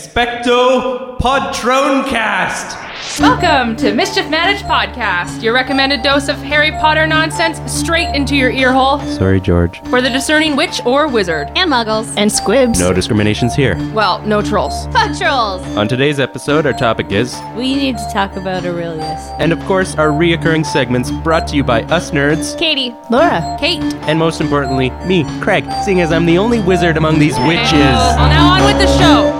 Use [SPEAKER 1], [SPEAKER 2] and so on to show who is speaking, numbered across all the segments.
[SPEAKER 1] Expecto Podroncast!
[SPEAKER 2] Welcome to Mischief Managed Podcast, your recommended dose of Harry Potter nonsense straight into your earhole
[SPEAKER 1] Sorry, George.
[SPEAKER 2] for the discerning witch or wizard.
[SPEAKER 3] and muggles
[SPEAKER 4] and squibs.
[SPEAKER 1] No discriminations here.
[SPEAKER 2] Well, no trolls.
[SPEAKER 3] and trolls.
[SPEAKER 1] On today's episode, our topic is,
[SPEAKER 4] We need to talk about Aurelius.
[SPEAKER 1] and of course, our reoccurring segments brought to you by us nerds,
[SPEAKER 2] Katie,
[SPEAKER 4] Laura.
[SPEAKER 2] Kate,
[SPEAKER 1] and most importantly, me, Craig, seeing as I'm the only wizard among these witches.
[SPEAKER 2] Well, now on with the show.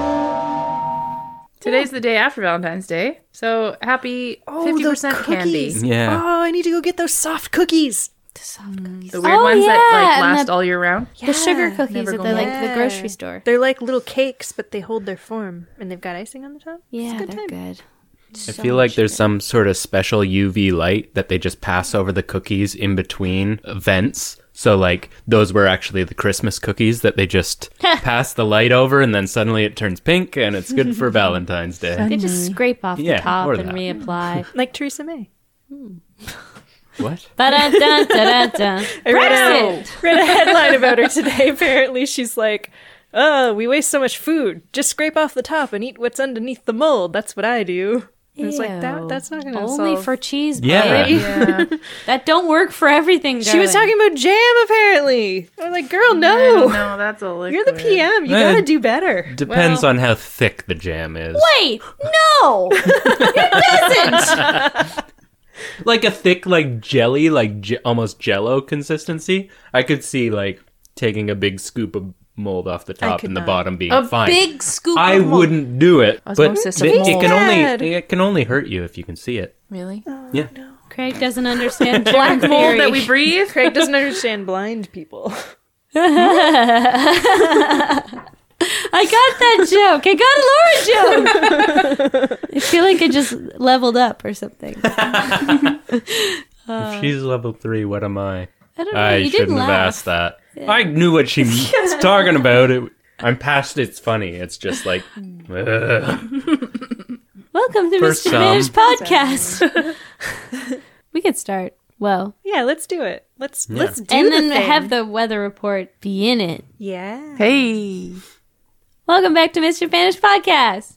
[SPEAKER 2] Today's the day after Valentine's Day, so happy fifty percent candy.
[SPEAKER 1] Yeah.
[SPEAKER 5] Oh, I need to go get those soft cookies.
[SPEAKER 2] The weird
[SPEAKER 3] Oh,
[SPEAKER 2] ones that
[SPEAKER 3] yeah,
[SPEAKER 2] like
[SPEAKER 3] and
[SPEAKER 2] last
[SPEAKER 3] the-
[SPEAKER 2] all year round.
[SPEAKER 3] The sugar cookies
[SPEAKER 2] never
[SPEAKER 3] at the
[SPEAKER 2] go
[SPEAKER 3] like
[SPEAKER 5] wrong.
[SPEAKER 3] the grocery store.
[SPEAKER 5] They're like little cakes, but they hold their form, and they've got icing on the top.
[SPEAKER 3] Yeah,
[SPEAKER 5] good
[SPEAKER 3] they're
[SPEAKER 5] time.
[SPEAKER 3] good.
[SPEAKER 6] I feel like there's some sort of special UV light that they just pass over the cookies in between events. So like those were actually the Christmas cookies that they just pass the light over and then suddenly it turns pink and it's good for Valentine's Day.
[SPEAKER 3] They
[SPEAKER 5] Mm-hmm.
[SPEAKER 3] just scrape off
[SPEAKER 6] Yeah,
[SPEAKER 3] the top
[SPEAKER 6] or
[SPEAKER 3] and
[SPEAKER 6] that.
[SPEAKER 3] reapply.
[SPEAKER 5] Like Theresa May.
[SPEAKER 6] What?
[SPEAKER 4] Dun, dun, dun, dun.
[SPEAKER 5] I read a, read a headline about her today. Apparently, she's like, "Oh, we waste so much food. Just scrape off the top and eat what's underneath the mold. That's what I do." And It's like that.
[SPEAKER 3] Ew.
[SPEAKER 5] That's not going to
[SPEAKER 3] Only
[SPEAKER 5] solve.
[SPEAKER 3] for cheese,
[SPEAKER 6] Yeah.
[SPEAKER 3] babe. That don't work for everything.
[SPEAKER 5] she was talking
[SPEAKER 3] darling.
[SPEAKER 5] about jam. Apparently, I'm like, "Girl, no,
[SPEAKER 2] No, that's a liquid.
[SPEAKER 5] you're the PM. You
[SPEAKER 6] Yeah.
[SPEAKER 5] gotta do better."
[SPEAKER 6] Depends on how thick the jam is.
[SPEAKER 3] Wait, no, it isn't.
[SPEAKER 6] Like a thick like jelly, like j- almost jello consistency. I could see like taking a big scoop of mold off the top
[SPEAKER 5] could
[SPEAKER 6] and the
[SPEAKER 5] not.
[SPEAKER 6] bottom being
[SPEAKER 3] A
[SPEAKER 6] fine.
[SPEAKER 3] big scoop.
[SPEAKER 6] I
[SPEAKER 3] of mold.
[SPEAKER 6] wouldn't do it, but
[SPEAKER 2] Osmosis of
[SPEAKER 6] th- it
[SPEAKER 2] mold.
[SPEAKER 6] can
[SPEAKER 5] Bad.
[SPEAKER 6] only it can only hurt you if you can see it.
[SPEAKER 2] Really?
[SPEAKER 6] Yeah.
[SPEAKER 4] Craig doesn't understand black
[SPEAKER 2] Mold that we breathe.
[SPEAKER 5] Craig doesn't understand blind people.
[SPEAKER 4] I got that joke. I got a Laura joke. I feel like I just leveled up or something. I
[SPEAKER 6] If she's level three, what am I?
[SPEAKER 4] don't know.
[SPEAKER 6] I
[SPEAKER 4] you
[SPEAKER 6] shouldn't
[SPEAKER 4] didn't
[SPEAKER 6] have
[SPEAKER 4] laugh.
[SPEAKER 6] asked that. I knew what she was talking about. It, I'm past it's funny. It's just like, ugh.
[SPEAKER 4] Welcome to
[SPEAKER 6] For
[SPEAKER 4] Mr. Managed
[SPEAKER 6] some.
[SPEAKER 4] Podcast. we could start. Well,
[SPEAKER 5] Yeah, let's do it. Let's let's do
[SPEAKER 4] and
[SPEAKER 5] the
[SPEAKER 4] then
[SPEAKER 5] thing.
[SPEAKER 4] have the weather report be in it.
[SPEAKER 5] yeah.
[SPEAKER 2] Hey.
[SPEAKER 4] Welcome back to Mr. Managed Podcast.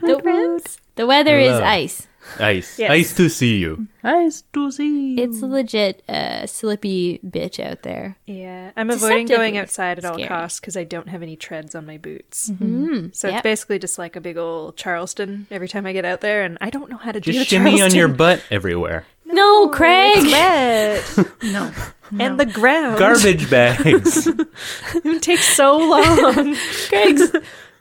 [SPEAKER 4] The, the weather is
[SPEAKER 6] Hello.
[SPEAKER 4] ice.
[SPEAKER 6] ice.
[SPEAKER 5] Yes.
[SPEAKER 6] Ice to see you.
[SPEAKER 2] Nice to see.
[SPEAKER 4] It's a legit uh, slippy bitch out there.
[SPEAKER 5] Yeah, I'm avoiding
[SPEAKER 4] deceptively
[SPEAKER 5] going outside at all
[SPEAKER 4] scary.
[SPEAKER 5] costs because I don't have any treads on my boots.
[SPEAKER 2] Mm,
[SPEAKER 5] So
[SPEAKER 4] yep.
[SPEAKER 5] it's basically just like a big old Charleston every time I get out there, and I don't know how to do
[SPEAKER 6] Just
[SPEAKER 5] the
[SPEAKER 6] shimmy on
[SPEAKER 5] Charleston.
[SPEAKER 6] your butt everywhere.
[SPEAKER 4] No, Craig.
[SPEAKER 5] It's wet.
[SPEAKER 2] No.
[SPEAKER 5] and the ground
[SPEAKER 6] Garbage bags.
[SPEAKER 5] It takes so long.
[SPEAKER 4] Craig's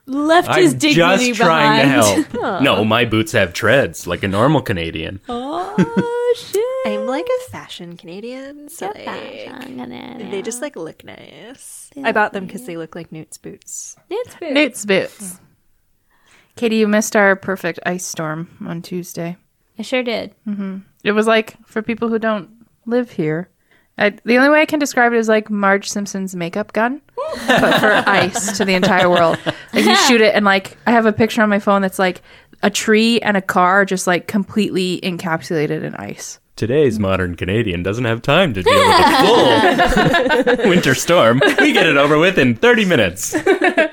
[SPEAKER 4] left
[SPEAKER 6] I'm
[SPEAKER 4] his
[SPEAKER 6] just
[SPEAKER 4] dignity
[SPEAKER 6] trying
[SPEAKER 4] behind.
[SPEAKER 6] to help. no, my boots have treads like a normal Canadian.
[SPEAKER 4] Oh shit!
[SPEAKER 5] I'm like a fashion Canadian, so like,
[SPEAKER 4] I'm gonna.
[SPEAKER 5] they just like look nice. I bought them because they look like Newt's boots.
[SPEAKER 4] It's very-
[SPEAKER 2] Newt's boots. Katie, you missed our perfect ice storm on Tuesday.
[SPEAKER 4] I sure did.
[SPEAKER 2] It was like for people who don't live here. I, the only way I can describe it is like Marge Simpson's makeup gun, but for ice to the entire world. Like you shoot it, and like I have a picture on my phone that's like a tree and a car just like completely encapsulated in ice.
[SPEAKER 6] Today's modern Canadian doesn't have time to deal with a full winter storm. We get it over with in 30 minutes. Boom.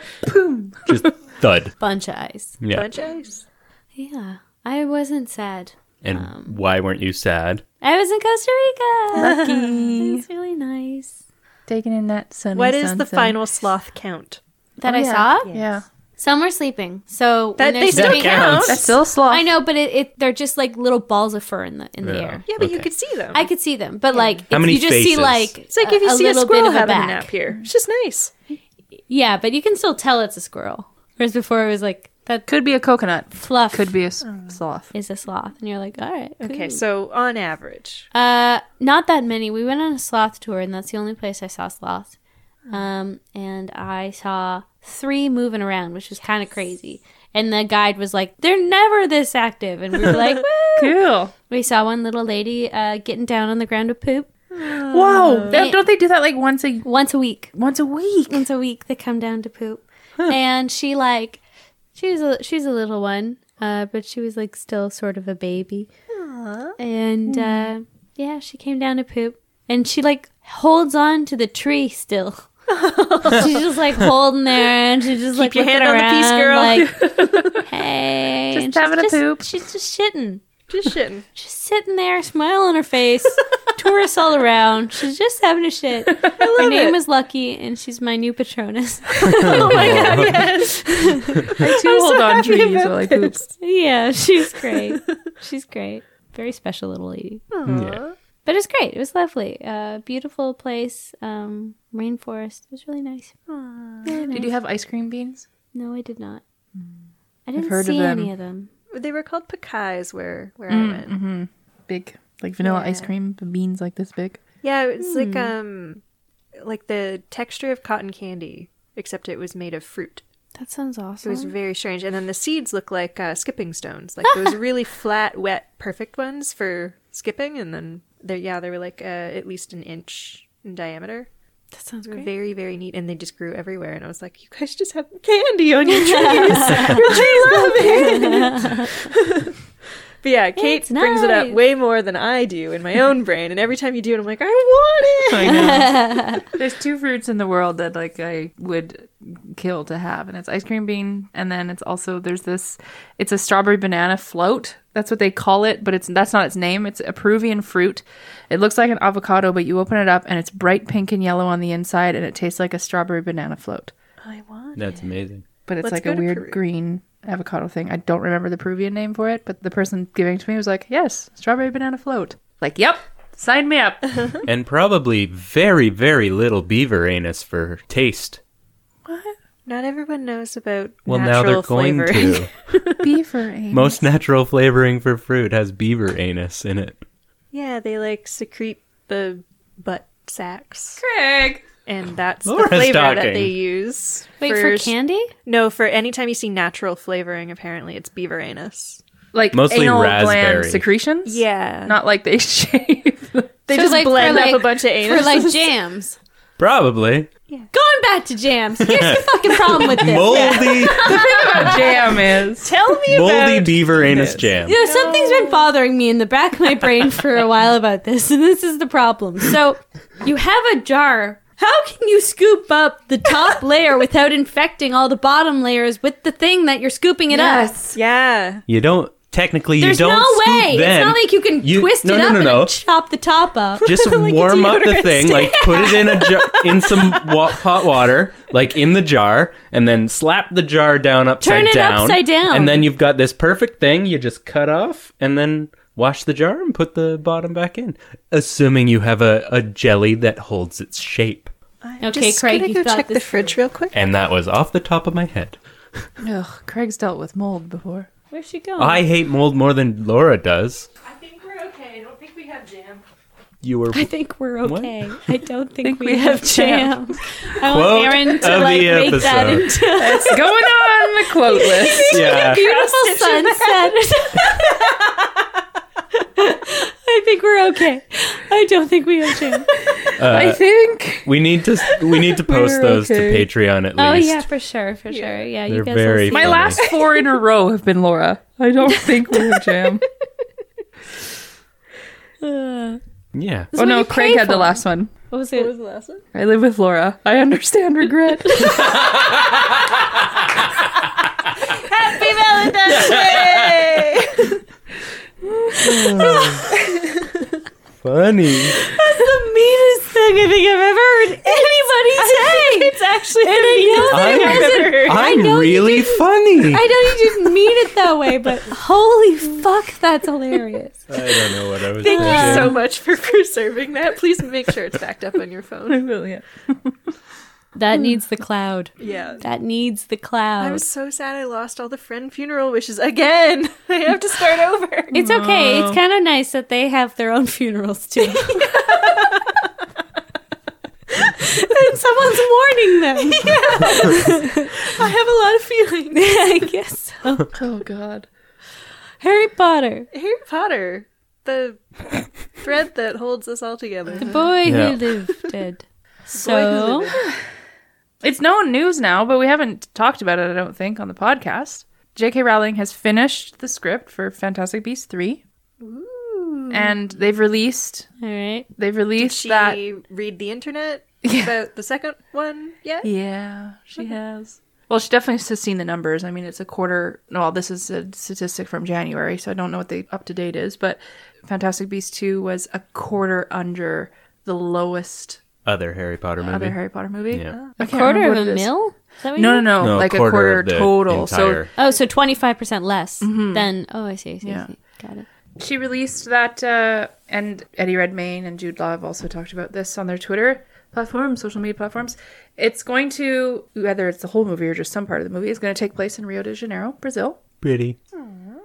[SPEAKER 6] Just thud.
[SPEAKER 4] Bunch of ice.
[SPEAKER 6] Yeah.
[SPEAKER 5] Bunch of ice.
[SPEAKER 4] Yeah, I wasn't sad.
[SPEAKER 6] And why weren't you sad?
[SPEAKER 4] I was in Costa Rica. Lucky. it was really nice.
[SPEAKER 2] Taking in that sun.
[SPEAKER 5] What is the final sloth count?
[SPEAKER 4] That I saw.
[SPEAKER 2] Yeah,
[SPEAKER 4] Some were sleeping, so
[SPEAKER 5] Oh, That
[SPEAKER 4] when they're
[SPEAKER 5] they still
[SPEAKER 4] sleeping-
[SPEAKER 5] count.
[SPEAKER 2] that's still sloth.
[SPEAKER 4] I know, but it, it they're just like little balls of fur in the in the
[SPEAKER 6] Yeah.
[SPEAKER 4] air.
[SPEAKER 5] Yeah, but you
[SPEAKER 6] Okay.
[SPEAKER 5] could see them.
[SPEAKER 4] I could see them, but like if
[SPEAKER 6] many
[SPEAKER 4] you just see
[SPEAKER 6] faces?
[SPEAKER 4] like
[SPEAKER 5] It's like if you see a
[SPEAKER 4] little
[SPEAKER 5] squirrel
[SPEAKER 4] bit of a
[SPEAKER 5] having a
[SPEAKER 4] back.
[SPEAKER 5] nap here. It's just nice.
[SPEAKER 4] Yeah, but you can still tell it's a squirrel. Whereas before it was like that
[SPEAKER 2] Could be a coconut.
[SPEAKER 4] fluff
[SPEAKER 2] Could be a s- sloth.
[SPEAKER 4] is a sloth, and you're like, all right, cool.
[SPEAKER 5] Okay, so on average,
[SPEAKER 4] Uh, not that many. We went on a sloth tour, and that's the only place I saw sloths. Um, and I saw three moving around, which was kind of crazy. And the guide was like, "They're never this active," and we were like, "Woo!"
[SPEAKER 2] Cool.
[SPEAKER 4] "We saw one little lady uh, getting down on the ground to poop
[SPEAKER 2] Whoa! They- don't they do that like once a
[SPEAKER 4] once a week."
[SPEAKER 2] once a week?
[SPEAKER 4] once a week they come down to poop and she like she was a, she's a little one uh, but she was like still sort of a baby and
[SPEAKER 5] Hmm.
[SPEAKER 4] uh, yeah she came down to poop and she like holds on to the tree still she's just like holding there and she's just like
[SPEAKER 5] your
[SPEAKER 4] looking
[SPEAKER 5] hand on the piece, girl.
[SPEAKER 4] around, Like, hey,
[SPEAKER 2] Just
[SPEAKER 4] And
[SPEAKER 2] having a
[SPEAKER 4] she's
[SPEAKER 2] poop.
[SPEAKER 4] She's just shitting.
[SPEAKER 5] Just shitting.
[SPEAKER 4] She's sitting there, smile on her face. tourists all around. She's just having a shit. her name is Lucky, and she's my new patronus. Oh
[SPEAKER 2] I too hold on to these while I poop.
[SPEAKER 4] yeah, she's great. She's great. Very special little lady.
[SPEAKER 6] Yeah.
[SPEAKER 4] But it's great. It was lovely. Uh, beautiful place. Um, rainforest. It was really nice. Really nice.
[SPEAKER 2] Did you have ice cream beans?
[SPEAKER 4] No, I did not. I didn't
[SPEAKER 2] heard of
[SPEAKER 4] see
[SPEAKER 2] them.
[SPEAKER 4] any of them.
[SPEAKER 5] They were called pecans where where
[SPEAKER 4] Mm,
[SPEAKER 5] I went.
[SPEAKER 4] mm-hmm.
[SPEAKER 2] Big, like vanilla ice cream the beans, like this big.
[SPEAKER 5] Yeah, it was
[SPEAKER 4] Hmm.
[SPEAKER 5] like um like the texture of cotton candy, except it was made of fruit.
[SPEAKER 4] That sounds
[SPEAKER 5] It
[SPEAKER 4] awesome.
[SPEAKER 5] was very strange. And then the seeds look like uh, skipping stones, like
[SPEAKER 4] Ah.
[SPEAKER 5] those really flat, wet, perfect ones for skipping. And then they yeah, they were like uh, at least an inch in diameter.
[SPEAKER 4] that sounds
[SPEAKER 5] They
[SPEAKER 4] great.
[SPEAKER 5] were very, very neat, and they just grew everywhere. And I was like, "You guys just have candy on your trees. your tree love it." but yeah, Kate
[SPEAKER 4] It's
[SPEAKER 5] brings it up
[SPEAKER 4] nice.
[SPEAKER 5] way more than I do in my own brain. And every time you do it, I'm like, "I want it."
[SPEAKER 1] I know.
[SPEAKER 2] There's two fruits in the world that like I would kill to have, and it's ice cream bean, and then it's also there's this, it's a strawberry banana float. That's what they call it, but it's that's not its name. It's a Peruvian fruit. It looks like an avocado, but you open it up and it's bright pink and yellow on the inside, and it tastes like a strawberry banana float.
[SPEAKER 5] I want.
[SPEAKER 6] That's amazing.
[SPEAKER 2] But it's
[SPEAKER 5] Let's
[SPEAKER 2] like
[SPEAKER 5] go
[SPEAKER 2] a
[SPEAKER 5] to
[SPEAKER 2] weird
[SPEAKER 5] Peru.
[SPEAKER 2] green avocado thing. I don't remember the Peruvian name for it, but the person giving it to me was like, "Yes, strawberry banana float." Like, yep, sign me up.
[SPEAKER 6] And probably very, very little beaver anus for taste.
[SPEAKER 5] Not everyone knows about
[SPEAKER 6] Well, now
[SPEAKER 5] natural
[SPEAKER 6] they're going
[SPEAKER 5] flavoring.
[SPEAKER 6] to.
[SPEAKER 2] Beaver aim.
[SPEAKER 6] Most natural flavoring for fruit has beaver anus in it.
[SPEAKER 5] yeah, they like secrete the butt sacks.
[SPEAKER 2] Craig.
[SPEAKER 5] and that's the
[SPEAKER 6] Laura's
[SPEAKER 5] flavor that
[SPEAKER 6] talking.
[SPEAKER 5] they use.
[SPEAKER 4] Wait for candy?
[SPEAKER 5] No, for anytime you see natural flavoring, apparently it's beaver anus.
[SPEAKER 2] like
[SPEAKER 6] Mostly
[SPEAKER 2] anal gland
[SPEAKER 6] raspberry.
[SPEAKER 2] secretions.
[SPEAKER 5] Yeah,
[SPEAKER 2] not like they shave.
[SPEAKER 5] they
[SPEAKER 4] So
[SPEAKER 5] just
[SPEAKER 4] like for
[SPEAKER 5] blend up
[SPEAKER 4] like-
[SPEAKER 5] a bunch of
[SPEAKER 4] For
[SPEAKER 5] anus.
[SPEAKER 4] like jams.
[SPEAKER 6] Probably.
[SPEAKER 4] Going back to jams. Here's the fucking problem with this.
[SPEAKER 6] Moldy,
[SPEAKER 2] jam is.
[SPEAKER 5] Tell me
[SPEAKER 6] moldy
[SPEAKER 5] about
[SPEAKER 6] beaver anus jam.
[SPEAKER 4] You know, something's been bothering me in the back of my brain for a while about this, and this is the problem. So, you have a jar. How can you scoop up the top layer without infecting all the bottom layers with the thing that you're scooping it up?
[SPEAKER 5] yeah.
[SPEAKER 6] You don't technically.
[SPEAKER 4] There's
[SPEAKER 6] you don't.
[SPEAKER 4] no
[SPEAKER 6] scoop
[SPEAKER 4] way.
[SPEAKER 6] Then.
[SPEAKER 4] It's not like you can
[SPEAKER 6] You-
[SPEAKER 4] twist
[SPEAKER 6] no,
[SPEAKER 4] it
[SPEAKER 6] no,
[SPEAKER 4] up
[SPEAKER 6] no,
[SPEAKER 4] and
[SPEAKER 6] no.
[SPEAKER 4] then chop the top up.
[SPEAKER 6] just warm up the thing, like put it in a jar, in some wa- hot water, like in the jar, and then slap the jar down upside
[SPEAKER 4] Turn it
[SPEAKER 6] down,
[SPEAKER 4] upside down.
[SPEAKER 6] and then you've got this perfect thing. You just cut off and then wash the jar and put the bottom back in, assuming you have a, a jelly that holds its shape.
[SPEAKER 4] Okay, Craig,
[SPEAKER 5] Can I
[SPEAKER 4] you
[SPEAKER 5] go
[SPEAKER 4] thought
[SPEAKER 5] check the
[SPEAKER 4] this.
[SPEAKER 5] fridge real quick?
[SPEAKER 6] And that was off the top of my head.
[SPEAKER 2] Ugh, Craig's dealt with mold before.
[SPEAKER 4] Where's she going?
[SPEAKER 6] I hate mold more than Laura does.
[SPEAKER 5] I think we're okay. I don't think we have jam.
[SPEAKER 6] You were
[SPEAKER 4] I think we're
[SPEAKER 6] What?
[SPEAKER 4] okay. I don't think, we, have jam. I
[SPEAKER 6] Quote
[SPEAKER 4] want Aaron to
[SPEAKER 6] of
[SPEAKER 4] like
[SPEAKER 6] the
[SPEAKER 4] make that
[SPEAKER 6] episode.
[SPEAKER 4] into
[SPEAKER 2] It's going on the quote list.
[SPEAKER 6] yeah.
[SPEAKER 4] beautiful sunset. I think we're okay. I don't think we have jam.
[SPEAKER 6] Uh,
[SPEAKER 2] I think
[SPEAKER 6] We need to we need to post those
[SPEAKER 2] okay.
[SPEAKER 6] to Patreon at
[SPEAKER 4] Oh
[SPEAKER 6] least.
[SPEAKER 4] yeah, for sure, for sure. Yeah, you
[SPEAKER 6] They're
[SPEAKER 4] guys.
[SPEAKER 6] very
[SPEAKER 4] will see.
[SPEAKER 2] my
[SPEAKER 6] Funny.
[SPEAKER 2] last four in a row have been Laura. I don't think we have jam.
[SPEAKER 6] yeah.
[SPEAKER 2] oh no,
[SPEAKER 4] you
[SPEAKER 2] Craig
[SPEAKER 4] pay
[SPEAKER 2] had the
[SPEAKER 4] for.
[SPEAKER 2] last one.
[SPEAKER 4] What was it?
[SPEAKER 5] the last one?
[SPEAKER 2] I live with Laura. I understand regret.
[SPEAKER 6] Funny.
[SPEAKER 4] the meanest thing I think I've ever heard anybody say. It's actually and I know that it wasn't.
[SPEAKER 6] I'm
[SPEAKER 4] know you
[SPEAKER 6] really funny.
[SPEAKER 4] I know you didn't mean it that way, but holy fuck, that's hilarious.
[SPEAKER 6] I don't know what I was
[SPEAKER 5] Thank you
[SPEAKER 6] thinking.
[SPEAKER 5] so much for preserving that. Please make sure it's backed up on your phone.
[SPEAKER 4] That needs the cloud.
[SPEAKER 5] Yeah.
[SPEAKER 4] That needs the cloud.
[SPEAKER 5] I was so sad I lost all the friend funeral wishes again. I have to start over.
[SPEAKER 4] It's okay. It's kind of nice that they have their own funerals too. and someone's mourning them.
[SPEAKER 5] I have a lot of feelings.
[SPEAKER 4] I guess so.
[SPEAKER 2] oh god.
[SPEAKER 4] Harry Potter,
[SPEAKER 5] Harry Potter, the thread that holds us all together.
[SPEAKER 4] the boy
[SPEAKER 6] Yeah.
[SPEAKER 4] who lived dead. So
[SPEAKER 2] It's known news now, but we haven't talked about it, I don't think, on the podcast. J.K. Rowling has finished the script for Fantastic Beasts 3. And they've released
[SPEAKER 4] all right.
[SPEAKER 2] they've released
[SPEAKER 5] She
[SPEAKER 2] that
[SPEAKER 5] read the internet. the, the second one yet?
[SPEAKER 2] Yeah, she has. Well, she definitely has seen the numbers. I mean, it's a quarter. No, well, this is a statistic from January, so I don't know what the up to date is. But Fantastic Beasts two was a quarter under the lowest
[SPEAKER 6] Other Harry Potter movie.
[SPEAKER 2] other Harry Potter movie.
[SPEAKER 6] Yeah.
[SPEAKER 2] I
[SPEAKER 4] A
[SPEAKER 2] can't
[SPEAKER 4] quarter
[SPEAKER 2] remember
[SPEAKER 4] of
[SPEAKER 2] what
[SPEAKER 4] a
[SPEAKER 2] it is.
[SPEAKER 4] mil? Is that what you
[SPEAKER 2] No, no,
[SPEAKER 4] mean?
[SPEAKER 2] no,
[SPEAKER 6] No,
[SPEAKER 2] like
[SPEAKER 6] quarter
[SPEAKER 2] a quarter
[SPEAKER 6] of the
[SPEAKER 2] total.
[SPEAKER 6] entire-
[SPEAKER 4] Oh, so 25% less
[SPEAKER 2] Mm-hmm.
[SPEAKER 4] than. Oh, I see. I see.
[SPEAKER 2] Yeah.
[SPEAKER 4] I see. Got it.
[SPEAKER 2] So she released that, uh, and Eddie Redmayne and Jude Law have also talked about this on their Twitter platforms, social media platforms. It's going to whether it's the whole movie or just some part of the movie is going to take place in Rio de Janeiro, Brazil.
[SPEAKER 1] Pretty.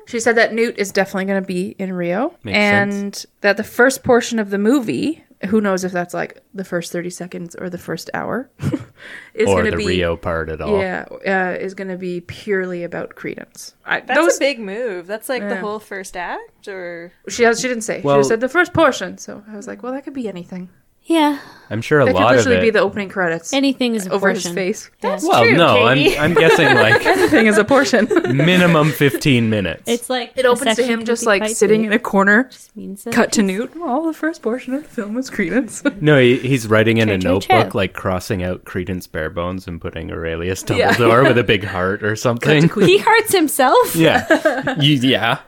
[SPEAKER 2] She said that Newt is definitely going to be in Rio,
[SPEAKER 6] Makes
[SPEAKER 2] and that the first portion of the movie, who knows if that's like the first thirty seconds or the first hour, is
[SPEAKER 6] or
[SPEAKER 2] going to
[SPEAKER 6] the
[SPEAKER 2] be
[SPEAKER 6] Rio part at all.
[SPEAKER 2] yeah uh, is going to be purely about Credence. I,
[SPEAKER 5] That's
[SPEAKER 2] those
[SPEAKER 5] a big move. That's like the
[SPEAKER 2] Yeah.
[SPEAKER 5] whole first act, or
[SPEAKER 2] she has, she didn't say she
[SPEAKER 6] Well-
[SPEAKER 2] just said the first portion. So I was like, well, that could be anything.
[SPEAKER 4] Yeah.
[SPEAKER 6] I'm sure a
[SPEAKER 2] That could
[SPEAKER 6] lot of
[SPEAKER 2] literally
[SPEAKER 6] it.
[SPEAKER 2] be the opening credits
[SPEAKER 4] Anything is a
[SPEAKER 2] over his
[SPEAKER 4] portion.
[SPEAKER 2] face.
[SPEAKER 6] well, no, I'm, I'm guessing like
[SPEAKER 2] Anything is a portion.
[SPEAKER 6] minimum 15 minutes.
[SPEAKER 4] It's like.
[SPEAKER 2] it opens to him just like sitting in a corner.
[SPEAKER 4] Means that
[SPEAKER 2] Cut to Newt. Well, the first portion of the film was Credence.
[SPEAKER 6] no, he, he's writing in a
[SPEAKER 4] Turn to a
[SPEAKER 6] notebook,
[SPEAKER 4] chip.
[SPEAKER 6] like crossing out Credence Barebones and putting Aurelius Dumbledore with a big heart or something.
[SPEAKER 4] He hurts himself.
[SPEAKER 6] yeah, you, yeah.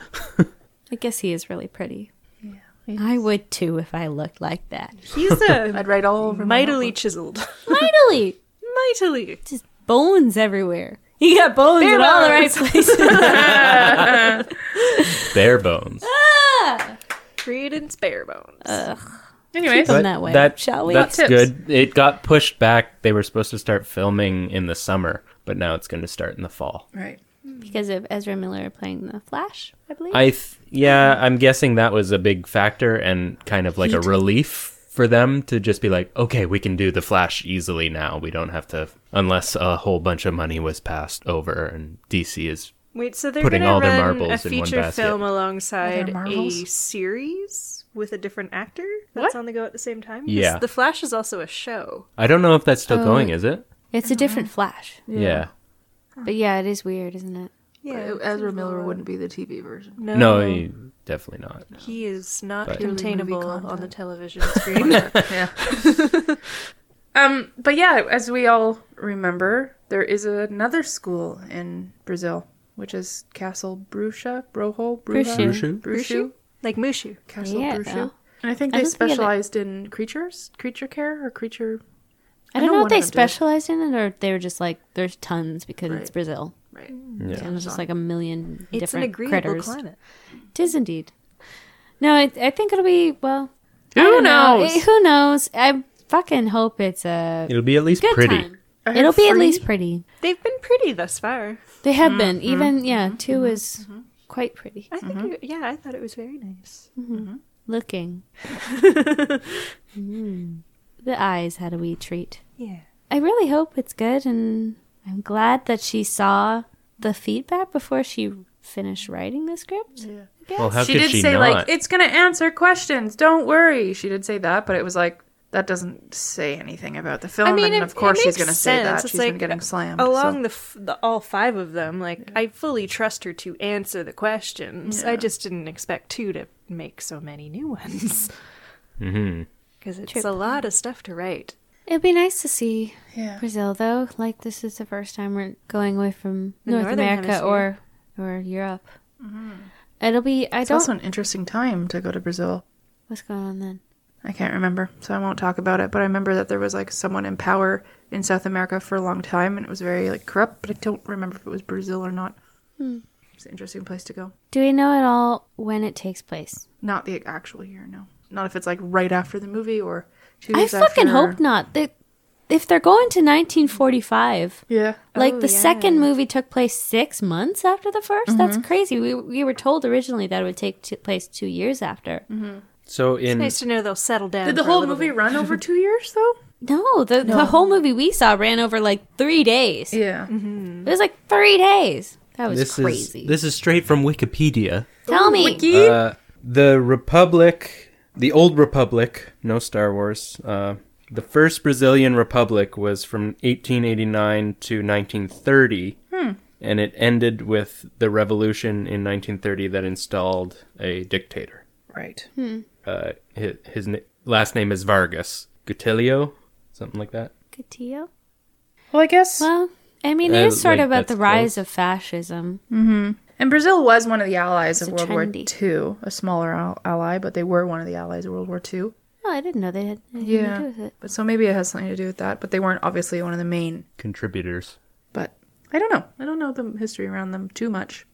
[SPEAKER 4] I guess he is really pretty. Yeah. I would too if I looked like that.
[SPEAKER 5] he's a
[SPEAKER 2] I'd write all over my
[SPEAKER 5] mightily chiseled,
[SPEAKER 4] Finally!
[SPEAKER 5] mightily.
[SPEAKER 4] Just bones everywhere. He got bones in all the right places.
[SPEAKER 6] Barebones.
[SPEAKER 5] Credence Barebones.
[SPEAKER 2] Anyways,
[SPEAKER 4] Done that way, shall we?
[SPEAKER 6] That's
[SPEAKER 2] Tips.
[SPEAKER 6] good. It got pushed back. They were supposed to start filming in the summer, but now it's going to start in the fall.
[SPEAKER 2] right.
[SPEAKER 4] because of Ezra Miller playing the Flash, I believe.
[SPEAKER 6] I th- yeah, I'm guessing that was a big factor and kind of like a relief for them to just be like, okay, we can do the Flash easily now. We don't have to unless a whole bunch of money was passed over and DC is
[SPEAKER 5] Wait, so they're
[SPEAKER 6] Putting
[SPEAKER 5] gonna
[SPEAKER 6] all their
[SPEAKER 5] run
[SPEAKER 6] marbles
[SPEAKER 5] a
[SPEAKER 6] in one
[SPEAKER 5] feature
[SPEAKER 6] basket.
[SPEAKER 5] film alongside a
[SPEAKER 2] marbles?
[SPEAKER 5] series with a different actor that's on the go at the same time. 'Cause
[SPEAKER 6] Yeah.
[SPEAKER 5] The Flash is also a show.
[SPEAKER 6] I don't know if that's still going, is it?
[SPEAKER 4] it's a different Flash.
[SPEAKER 6] Yeah.
[SPEAKER 4] But yeah, it is weird, isn't it?
[SPEAKER 5] Yeah,
[SPEAKER 2] Ezra Miller wouldn't be the TV version.
[SPEAKER 5] no,
[SPEAKER 6] No, he- definitely not.
[SPEAKER 5] he is not
[SPEAKER 6] But-
[SPEAKER 5] containable
[SPEAKER 2] Purely movie
[SPEAKER 5] on the television screen.
[SPEAKER 2] yeah. um, but yeah, as we all remember, there is another school in Brazil, which is Castle Bruxa, Broho, Bruxa,
[SPEAKER 4] Bruxu.
[SPEAKER 2] Bruxu,
[SPEAKER 5] like Mushu.
[SPEAKER 2] Castle
[SPEAKER 4] Yeah.
[SPEAKER 2] Bruxu. And I think
[SPEAKER 4] I
[SPEAKER 2] they
[SPEAKER 4] don't think I've-
[SPEAKER 2] specialized in creatures, creature care, or creature.
[SPEAKER 4] I don't know if
[SPEAKER 2] one
[SPEAKER 4] they
[SPEAKER 2] of them did.
[SPEAKER 4] specialized in it or if they were just like, there's tons because it's
[SPEAKER 2] Right.
[SPEAKER 4] Brazil.
[SPEAKER 2] Right.
[SPEAKER 6] Mm.
[SPEAKER 4] And there's just like a million
[SPEAKER 5] It's an
[SPEAKER 4] different
[SPEAKER 5] agreeable
[SPEAKER 4] critters.
[SPEAKER 5] climate.
[SPEAKER 4] It is indeed. No, I, I think it'll be, well. I
[SPEAKER 2] Who
[SPEAKER 4] don't know.
[SPEAKER 2] knows?
[SPEAKER 4] Eh, who knows? I fucking hope it's a
[SPEAKER 6] It'll be at least
[SPEAKER 4] good
[SPEAKER 6] pretty.
[SPEAKER 4] time. It'll be at least pretty.
[SPEAKER 5] They've been pretty thus far.
[SPEAKER 4] They have been.
[SPEAKER 2] Mm-hmm.
[SPEAKER 4] Even, yeah, 2 is quite pretty
[SPEAKER 5] I think. It, yeah, I thought it was very nice.
[SPEAKER 4] looking. Mm. The eyes had a wee treat.
[SPEAKER 5] Yeah.
[SPEAKER 4] I really hope it's good, and I'm glad that she saw the feedback before she finished writing the script.
[SPEAKER 6] Well, how
[SPEAKER 2] she
[SPEAKER 6] could
[SPEAKER 2] did
[SPEAKER 6] she
[SPEAKER 2] say
[SPEAKER 6] not?
[SPEAKER 2] like it's gonna answer questions. Don't worry. She did say that, but it was like that doesn't say anything about the film.
[SPEAKER 5] I mean,
[SPEAKER 2] and
[SPEAKER 5] it-
[SPEAKER 2] of course
[SPEAKER 5] it makes
[SPEAKER 2] she's gonna say that.
[SPEAKER 5] sense. It's
[SPEAKER 2] She's been
[SPEAKER 5] like
[SPEAKER 2] getting slammed.
[SPEAKER 5] Along
[SPEAKER 2] so.
[SPEAKER 5] the, f- the all five of them, like I fully trust her to answer the questions. I just didn't expect two to make so many new ones. Because it's a lot of stuff to write.
[SPEAKER 4] It'd be nice to see
[SPEAKER 2] Yeah.
[SPEAKER 4] Brazil, though. Like this is the first time we're going away from
[SPEAKER 5] The
[SPEAKER 4] North
[SPEAKER 5] Northern
[SPEAKER 4] America
[SPEAKER 5] Hemisphere.
[SPEAKER 4] or or Europe. It'll be. I
[SPEAKER 2] Mm-hmm. It's
[SPEAKER 4] don't.
[SPEAKER 2] also an interesting time to go to Brazil.
[SPEAKER 4] What's going on then?
[SPEAKER 2] I can't remember, so I won't talk about it. But I remember that there was like someone in power in South America for a long time, and it was very like corrupt. But I don't remember if it was Brazil or not.
[SPEAKER 5] Hmm.
[SPEAKER 2] It's an interesting place to go.
[SPEAKER 4] Do we know at all when it takes place?
[SPEAKER 2] Not the actual year, no. Not if it's like right after the movie or two
[SPEAKER 4] I
[SPEAKER 2] years
[SPEAKER 4] fucking
[SPEAKER 2] after.
[SPEAKER 4] hope not. They, if they're going to 1945,
[SPEAKER 2] Yeah.
[SPEAKER 5] Oh,
[SPEAKER 4] Like the second movie took place six months after the 1st That's
[SPEAKER 2] Mm-hmm.
[SPEAKER 4] crazy. We we were told originally that it would take two, place two years after.
[SPEAKER 2] Mm-hmm.
[SPEAKER 6] So in
[SPEAKER 5] Nice to know they'll settle down.
[SPEAKER 2] Mm. Did the
[SPEAKER 5] for a
[SPEAKER 2] whole
[SPEAKER 5] little
[SPEAKER 2] movie
[SPEAKER 5] bit.
[SPEAKER 2] run over two years though?
[SPEAKER 4] No, the the whole movie we saw ran over like three days.
[SPEAKER 2] Yeah.
[SPEAKER 4] It was like three days. That was
[SPEAKER 6] this
[SPEAKER 4] crazy.
[SPEAKER 6] is this is straight from Wikipedia.
[SPEAKER 4] Tell me,
[SPEAKER 6] Uh, the Republic, the old Republic, no Star Wars. Uh, the first Brazilian Republic was from 1889 to 1930,
[SPEAKER 4] Hmm.
[SPEAKER 6] and it ended with the revolution in 1930 that installed a dictator.
[SPEAKER 2] Right.
[SPEAKER 6] Uh, his, his na- last name is Vargas Gutelio. something like that.
[SPEAKER 4] Cotillo?
[SPEAKER 2] Well, I guess.
[SPEAKER 4] Well, I mean, it
[SPEAKER 6] Uh,
[SPEAKER 4] is sort
[SPEAKER 6] like,
[SPEAKER 4] of about
[SPEAKER 6] that's
[SPEAKER 4] the rise
[SPEAKER 6] close.
[SPEAKER 4] of fascism.
[SPEAKER 2] and Brazil was one of the allies of
[SPEAKER 4] a
[SPEAKER 2] World
[SPEAKER 4] trendy.
[SPEAKER 2] War II, a smaller al- ally, but they were one of the allies of World War II.
[SPEAKER 4] Oh, I didn't know they had anything to do with it.
[SPEAKER 2] But so maybe it has something to do with that, but they weren't obviously one of the main.
[SPEAKER 6] Contributors.
[SPEAKER 2] But I don't know. I don't know the history around them too much.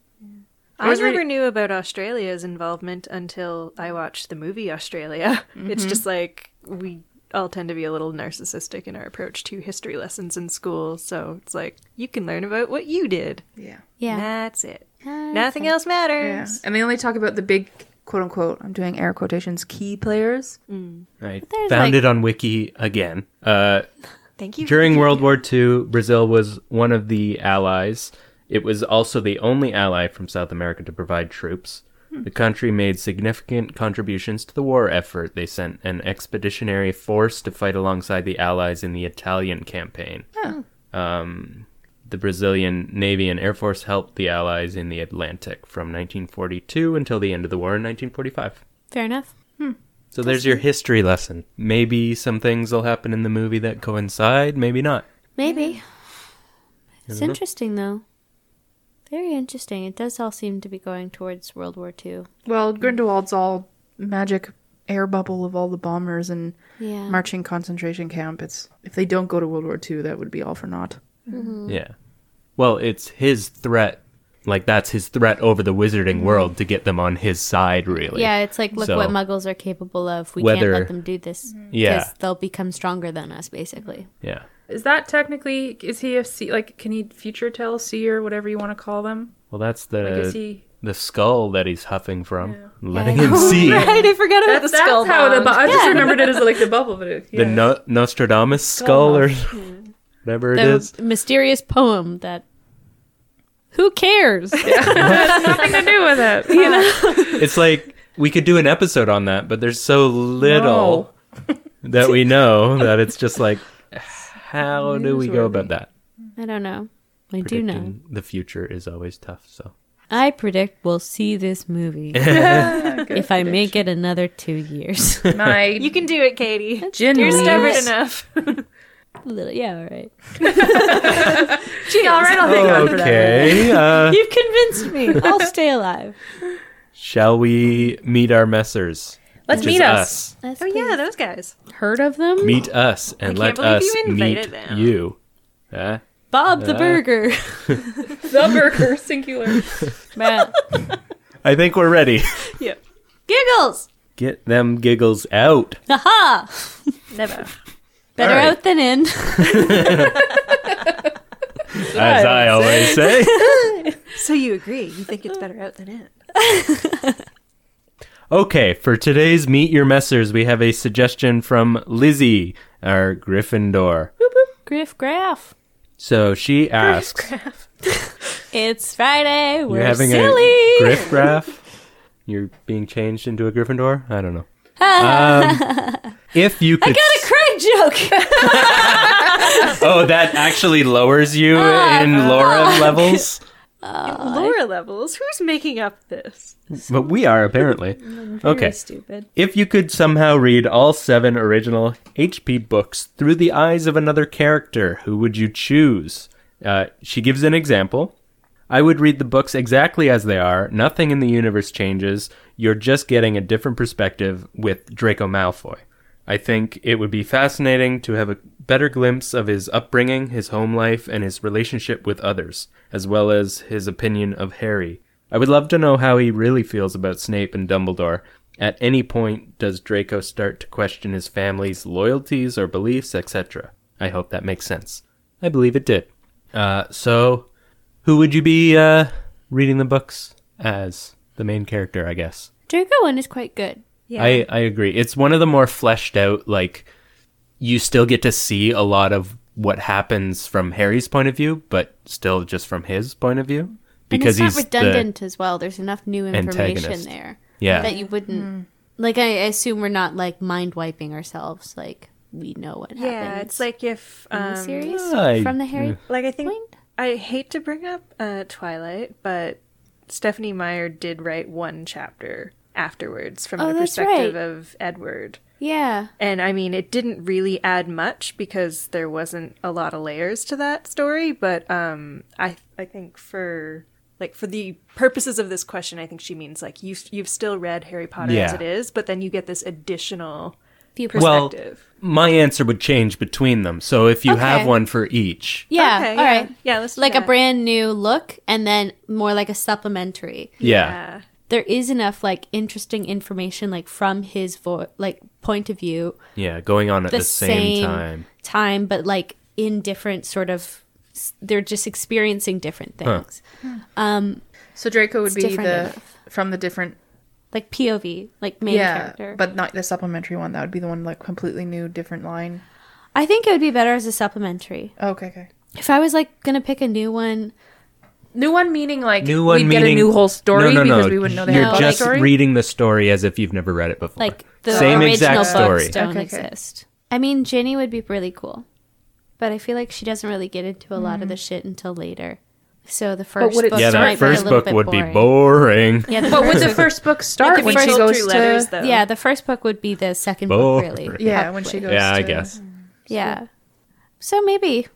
[SPEAKER 5] I,
[SPEAKER 2] was
[SPEAKER 5] never
[SPEAKER 2] reading-
[SPEAKER 5] knew about Australia's involvement until I watched the movie Australia.
[SPEAKER 2] Mm-hmm.
[SPEAKER 5] It's just like we all tend to be a little narcissistic in our approach to history lessons in school. So it's like you can learn about what you did.
[SPEAKER 2] Yeah.
[SPEAKER 4] Yeah.
[SPEAKER 5] That's it.
[SPEAKER 4] That's
[SPEAKER 5] Nothing else
[SPEAKER 2] Yeah.
[SPEAKER 5] matters.
[SPEAKER 2] And they only talk about the big quote unquote, I'm doing air quotations, key players.
[SPEAKER 6] I
[SPEAKER 4] there's,
[SPEAKER 6] found
[SPEAKER 4] like-
[SPEAKER 6] it on Wiki again. Uh,
[SPEAKER 5] Thank you.
[SPEAKER 6] During World War II, Brazil was one of the allies. It was also the only ally from South America to provide troops. The country made significant contributions to the war effort. They sent an expeditionary force to fight alongside the Allies in the Italian campaign. Um, the Brazilian Navy and Air Force helped the Allies in the Atlantic from 1942 until the end of the war in 1945.
[SPEAKER 4] Fair enough.
[SPEAKER 6] So there's your history lesson. Maybe some things will happen in the movie that coincide, maybe not.
[SPEAKER 4] Maybe. It's interesting, though. Very interesting. It does all seem to be going towards World War II.
[SPEAKER 2] Well, Grindelwald's all magic air bubble of all the bombers and
[SPEAKER 4] Yeah.
[SPEAKER 2] marching concentration camp. It's if they don't go to World War II, that would be all for naught.
[SPEAKER 6] Yeah. Well, it's his threat. Like that's his threat over the wizarding world to get them on his side, really.
[SPEAKER 4] yeah, it's like, look what
[SPEAKER 6] So-
[SPEAKER 4] muggles are capable of. We can't
[SPEAKER 6] Whether- Mm-hmm.
[SPEAKER 4] let them do this.
[SPEAKER 6] Yeah.
[SPEAKER 4] Because they'll become stronger than us, basically.
[SPEAKER 6] Yeah.
[SPEAKER 2] Is that technically is he a see like can he future tell seer whatever you want to call them?
[SPEAKER 6] Well, that's the
[SPEAKER 2] Like, is he-
[SPEAKER 6] the skull that he's huffing from, letting him see
[SPEAKER 5] Right, I forgot about
[SPEAKER 2] That's,
[SPEAKER 5] the skull.
[SPEAKER 2] how the bu-
[SPEAKER 5] bomb.
[SPEAKER 2] I just remembered it as like the bubble, but it,
[SPEAKER 6] the
[SPEAKER 2] yeah.
[SPEAKER 6] no- Nostradamus skull or whatever it
[SPEAKER 4] The
[SPEAKER 6] is.
[SPEAKER 4] mysterious poem that. Who cares?
[SPEAKER 2] nothing to do with it. You know?
[SPEAKER 6] It's like we could do an episode on that, but there's so little that we know that it's just like, how do we go about that?
[SPEAKER 4] I don't know. I do
[SPEAKER 6] Predicting
[SPEAKER 4] know.
[SPEAKER 6] the future is always tough. So
[SPEAKER 4] I predict we'll see this movie if I make it another two years.
[SPEAKER 2] my
[SPEAKER 5] You can do it, Katie.
[SPEAKER 2] gin
[SPEAKER 5] You're
[SPEAKER 2] leaves.
[SPEAKER 5] stubborn enough.
[SPEAKER 4] Little- yeah, all right.
[SPEAKER 2] Gee, all right, I'll hang on for that.
[SPEAKER 6] okay. Uh,
[SPEAKER 4] You've convinced me. I'll stay alive.
[SPEAKER 6] Shall we meet our messers? Which
[SPEAKER 2] Let's
[SPEAKER 6] is
[SPEAKER 2] meet us.
[SPEAKER 5] Oh yeah, those guys.
[SPEAKER 4] Heard of them?
[SPEAKER 6] Meet us and
[SPEAKER 5] I can't
[SPEAKER 6] let
[SPEAKER 5] believe
[SPEAKER 6] us
[SPEAKER 5] you invited
[SPEAKER 6] meet
[SPEAKER 5] them.
[SPEAKER 6] you. Huh?
[SPEAKER 4] Bob the
[SPEAKER 6] Uh.
[SPEAKER 4] Burger.
[SPEAKER 2] The burger singular.
[SPEAKER 4] Matt.
[SPEAKER 6] I think we're ready.
[SPEAKER 4] Giggles.
[SPEAKER 6] Get them giggles out.
[SPEAKER 4] Aha.
[SPEAKER 5] Never.
[SPEAKER 4] Better
[SPEAKER 6] right.
[SPEAKER 4] out than in.
[SPEAKER 6] As I always say.
[SPEAKER 5] So you agree? You think it's better out than in?
[SPEAKER 6] Okay, for today's Meet Your Messers, we have a suggestion from Lizzie, our Gryffindor.
[SPEAKER 4] Griff Graff.
[SPEAKER 6] So she asks
[SPEAKER 4] It's Friday. We're
[SPEAKER 6] You're having
[SPEAKER 4] silly.
[SPEAKER 6] a Griff graph? You're being changed into a Gryffindor? I don't know. Um, if you could.
[SPEAKER 4] Craig joke.
[SPEAKER 6] Oh, that actually lowers you
[SPEAKER 4] Ah,
[SPEAKER 6] in Laura levels.
[SPEAKER 5] Laura levels. Who's making up this?
[SPEAKER 6] But we are apparently. Okay.
[SPEAKER 4] Stupid.
[SPEAKER 6] If you could somehow read all seven original HP books through the eyes of another character, who would you choose? Uh, she gives an example. I would read the books exactly as they are. Nothing in the universe changes. You're just getting a different perspective with Draco Malfoy. I think it would be fascinating to have a better glimpse of his upbringing, his home life, and his relationship with others, as well as his opinion of Harry. I would love to know how he really feels about Snape and Dumbledore. At any point, does Draco start to question his family's loyalties or beliefs, etc.? I hope that makes sense. I believe it did. Uh, so, who would you be uh, reading the books as the main character? I guess.
[SPEAKER 4] Draco one is quite good.
[SPEAKER 6] I, I agree. It's one of the more fleshed out, like, you still get to see a lot of what happens from Harry's point of view, but still just from his point of view. Because
[SPEAKER 4] and it's
[SPEAKER 6] he's
[SPEAKER 4] not redundant as well. There's enough new information
[SPEAKER 6] antagonist.
[SPEAKER 4] there
[SPEAKER 6] The, yeah.
[SPEAKER 4] that you wouldn't.
[SPEAKER 5] Hmm.
[SPEAKER 4] Like I assume we're not like mind wiping ourselves. Like we know what
[SPEAKER 5] Yeah,
[SPEAKER 4] happens.
[SPEAKER 5] it's like if
[SPEAKER 4] in the
[SPEAKER 5] um,
[SPEAKER 4] series
[SPEAKER 6] I- Mm.
[SPEAKER 4] from the Harry.
[SPEAKER 5] like I think
[SPEAKER 4] Point?
[SPEAKER 5] I hate to bring up uh, Twilight, but Stephanie Meyer did write one chapter afterwards from
[SPEAKER 4] Oh,
[SPEAKER 5] the
[SPEAKER 4] that's
[SPEAKER 5] perspective
[SPEAKER 4] right.
[SPEAKER 5] of Edward.
[SPEAKER 4] Yeah.
[SPEAKER 5] And I mean, it didn't really add much because there wasn't a lot of layers to that story. But um, I I think for like for the purposes of this question, I think she means like you you've still read Harry Potter as
[SPEAKER 6] Yeah.
[SPEAKER 5] it is, but then you get this additional
[SPEAKER 4] Viewpoint.
[SPEAKER 6] Well,
[SPEAKER 5] perspective.
[SPEAKER 6] my answer would change between them. So if you have
[SPEAKER 4] Okay.
[SPEAKER 6] one for each,
[SPEAKER 4] yeah.
[SPEAKER 5] Okay,
[SPEAKER 4] all right.
[SPEAKER 5] Yeah, let's do
[SPEAKER 4] Like a
[SPEAKER 5] that.
[SPEAKER 4] brand new look and then more like a supplementary.
[SPEAKER 6] yeah.
[SPEAKER 4] There is enough like interesting information like from his vo- like point of view
[SPEAKER 6] Yeah, going on at
[SPEAKER 4] the,
[SPEAKER 6] the, same, time.
[SPEAKER 4] time, but like in different sort of s- they're just experiencing different things.
[SPEAKER 2] So Draco would
[SPEAKER 4] It's
[SPEAKER 2] be
[SPEAKER 4] different
[SPEAKER 2] the
[SPEAKER 4] enough.
[SPEAKER 2] from the different
[SPEAKER 4] Like POV, like main
[SPEAKER 2] yeah,
[SPEAKER 4] character.
[SPEAKER 2] but not the supplementary one. That would be the one like completely new, different line. Oh,
[SPEAKER 4] I think it would be better as a supplementary.
[SPEAKER 2] Okay, okay.
[SPEAKER 4] If I was like gonna pick a new one,
[SPEAKER 2] New one meaning like
[SPEAKER 6] New one
[SPEAKER 2] we'd
[SPEAKER 6] meaning
[SPEAKER 2] get a new whole story
[SPEAKER 6] no, no, no.
[SPEAKER 2] because we wouldn't know the
[SPEAKER 6] You're
[SPEAKER 2] Harry Potter
[SPEAKER 6] just
[SPEAKER 2] story.
[SPEAKER 6] reading the story as if you've never read it before.
[SPEAKER 4] like the
[SPEAKER 6] same
[SPEAKER 4] original
[SPEAKER 6] exact
[SPEAKER 4] books
[SPEAKER 6] story.
[SPEAKER 4] don't
[SPEAKER 2] Okay, okay.
[SPEAKER 4] exist. I mean, Ginny would be really cool, but I feel like she doesn't really get into a lot of the shit until later. So the first
[SPEAKER 2] Mm. would it
[SPEAKER 4] book
[SPEAKER 6] yeah,
[SPEAKER 2] start
[SPEAKER 6] that
[SPEAKER 4] might be a
[SPEAKER 6] first
[SPEAKER 4] little
[SPEAKER 6] book
[SPEAKER 4] bit
[SPEAKER 6] would
[SPEAKER 4] boring.
[SPEAKER 6] be boring.
[SPEAKER 4] Yeah, the
[SPEAKER 2] but would
[SPEAKER 4] first
[SPEAKER 2] the
[SPEAKER 4] book-
[SPEAKER 2] first book start
[SPEAKER 5] if
[SPEAKER 2] when
[SPEAKER 5] you
[SPEAKER 2] she
[SPEAKER 5] told
[SPEAKER 2] goes
[SPEAKER 5] through
[SPEAKER 2] to
[SPEAKER 5] letters, though.
[SPEAKER 4] yeah, the first book would be the second
[SPEAKER 6] Boring.
[SPEAKER 4] book, really.
[SPEAKER 2] yeah when she goes.
[SPEAKER 6] Yeah, I
[SPEAKER 2] to-
[SPEAKER 6] guess.
[SPEAKER 4] Yeah. So maybe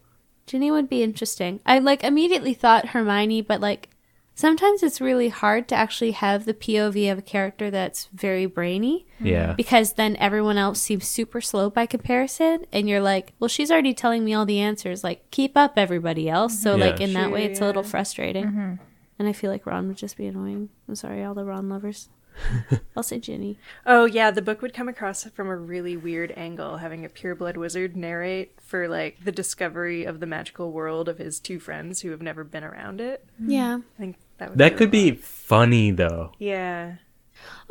[SPEAKER 4] Ginny would be interesting. I like immediately thought Hermione, but like sometimes it's really hard to actually have the POV of a character that's very brainy
[SPEAKER 6] Yeah.
[SPEAKER 4] because then everyone else seems super slow by comparison and you're like, well, she's already telling me all the answers. Like, keep up everybody else. So
[SPEAKER 6] Mm-hmm. Yeah.
[SPEAKER 4] like in that way it's a little frustrating. And I feel like Ron would just be annoying. I'm sorry, all the Ron lovers. I'll say Ginny.
[SPEAKER 5] Oh yeah, the book would come across from a really weird angle, having a pureblood wizard narrate for like the discovery of the magical world of his two friends who have never been around it.
[SPEAKER 4] Yeah.
[SPEAKER 5] I think that would
[SPEAKER 6] That could
[SPEAKER 5] a
[SPEAKER 6] be
[SPEAKER 5] lot.
[SPEAKER 6] funny though.
[SPEAKER 5] yeah.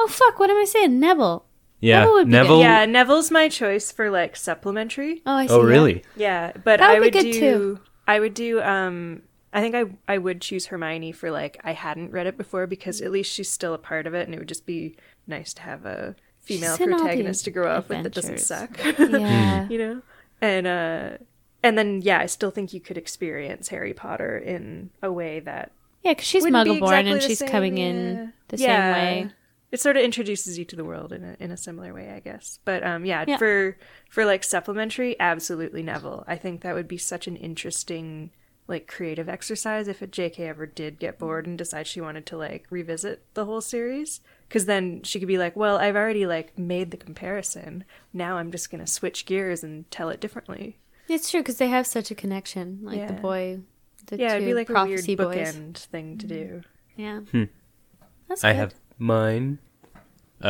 [SPEAKER 4] Oh fuck, what am I saying? Neville.
[SPEAKER 6] Yeah.
[SPEAKER 4] Neville would be good.
[SPEAKER 6] Neville.
[SPEAKER 5] Yeah, Neville's my choice for like supplementary.
[SPEAKER 4] Oh, I see.
[SPEAKER 6] Oh,
[SPEAKER 4] that.
[SPEAKER 6] really?
[SPEAKER 5] Yeah, but
[SPEAKER 4] That
[SPEAKER 5] I
[SPEAKER 4] would
[SPEAKER 5] would
[SPEAKER 4] be
[SPEAKER 5] do
[SPEAKER 4] good, too.
[SPEAKER 5] I would do um I think I I would choose Hermione for like I hadn't read it before because at least she's still a part of it and it would just be nice to have a female
[SPEAKER 4] She's in all the
[SPEAKER 5] protagonist to grow up with that doesn't
[SPEAKER 4] adventures.
[SPEAKER 5] suck.
[SPEAKER 4] Yeah.
[SPEAKER 6] Hmm.
[SPEAKER 5] you know and uh and then yeah i still think you could experience harry potter in a way that
[SPEAKER 4] Yeah, because she's
[SPEAKER 5] wouldn't be
[SPEAKER 4] muggle born
[SPEAKER 5] exactly
[SPEAKER 4] and
[SPEAKER 5] the
[SPEAKER 4] she's
[SPEAKER 5] same,
[SPEAKER 4] coming
[SPEAKER 5] yeah.
[SPEAKER 4] in the
[SPEAKER 5] Yeah.
[SPEAKER 4] same way.
[SPEAKER 5] it sort of introduces you to the world in a, in a similar way i guess but um yeah,
[SPEAKER 4] Yeah.
[SPEAKER 5] for for like supplementary absolutely neville i think that would be such an interesting like creative exercise if a jk ever did get bored and decide she wanted to like revisit the whole series because then she could be like well i've already like made the comparison now i'm just gonna switch gears and tell it differently
[SPEAKER 4] It's true because they have such a connection. Like the
[SPEAKER 5] Yeah.
[SPEAKER 4] boy, the
[SPEAKER 5] yeah,
[SPEAKER 4] two
[SPEAKER 5] it'd be like a weird
[SPEAKER 4] prophecy boys.
[SPEAKER 5] bookend thing to do.
[SPEAKER 4] Yeah, that's
[SPEAKER 6] Hmm. I
[SPEAKER 4] good.
[SPEAKER 6] have mine.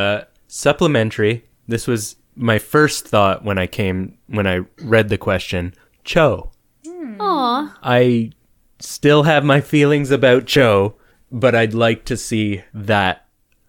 [SPEAKER 6] Uh, supplementary. This was my first thought when I came when I read the question. Cho.
[SPEAKER 4] Aw,
[SPEAKER 6] I still have my feelings about Cho, but I'd like to see that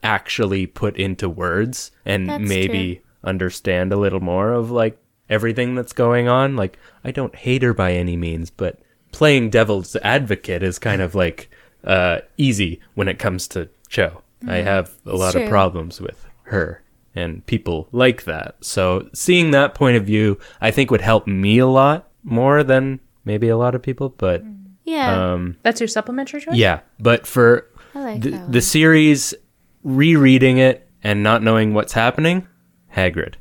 [SPEAKER 6] actually put into words and
[SPEAKER 4] That's
[SPEAKER 6] maybe understand a little more of like everything that's going on. Like I don't hate her by any means, but playing devil's advocate is kind of like uh easy when it comes to Cho. I
[SPEAKER 4] Mm-hmm.
[SPEAKER 6] have a lot of
[SPEAKER 4] true.
[SPEAKER 6] problems with her and people like that. So seeing that point of view, I think would help me a lot more than maybe a lot of people, but
[SPEAKER 4] Mm-hmm. yeah,
[SPEAKER 6] Um,
[SPEAKER 2] That's your supplementary choice.
[SPEAKER 6] yeah, but for
[SPEAKER 4] I like
[SPEAKER 6] the,
[SPEAKER 4] that one.
[SPEAKER 6] the series, rereading it and not knowing what's happening, Hagrid.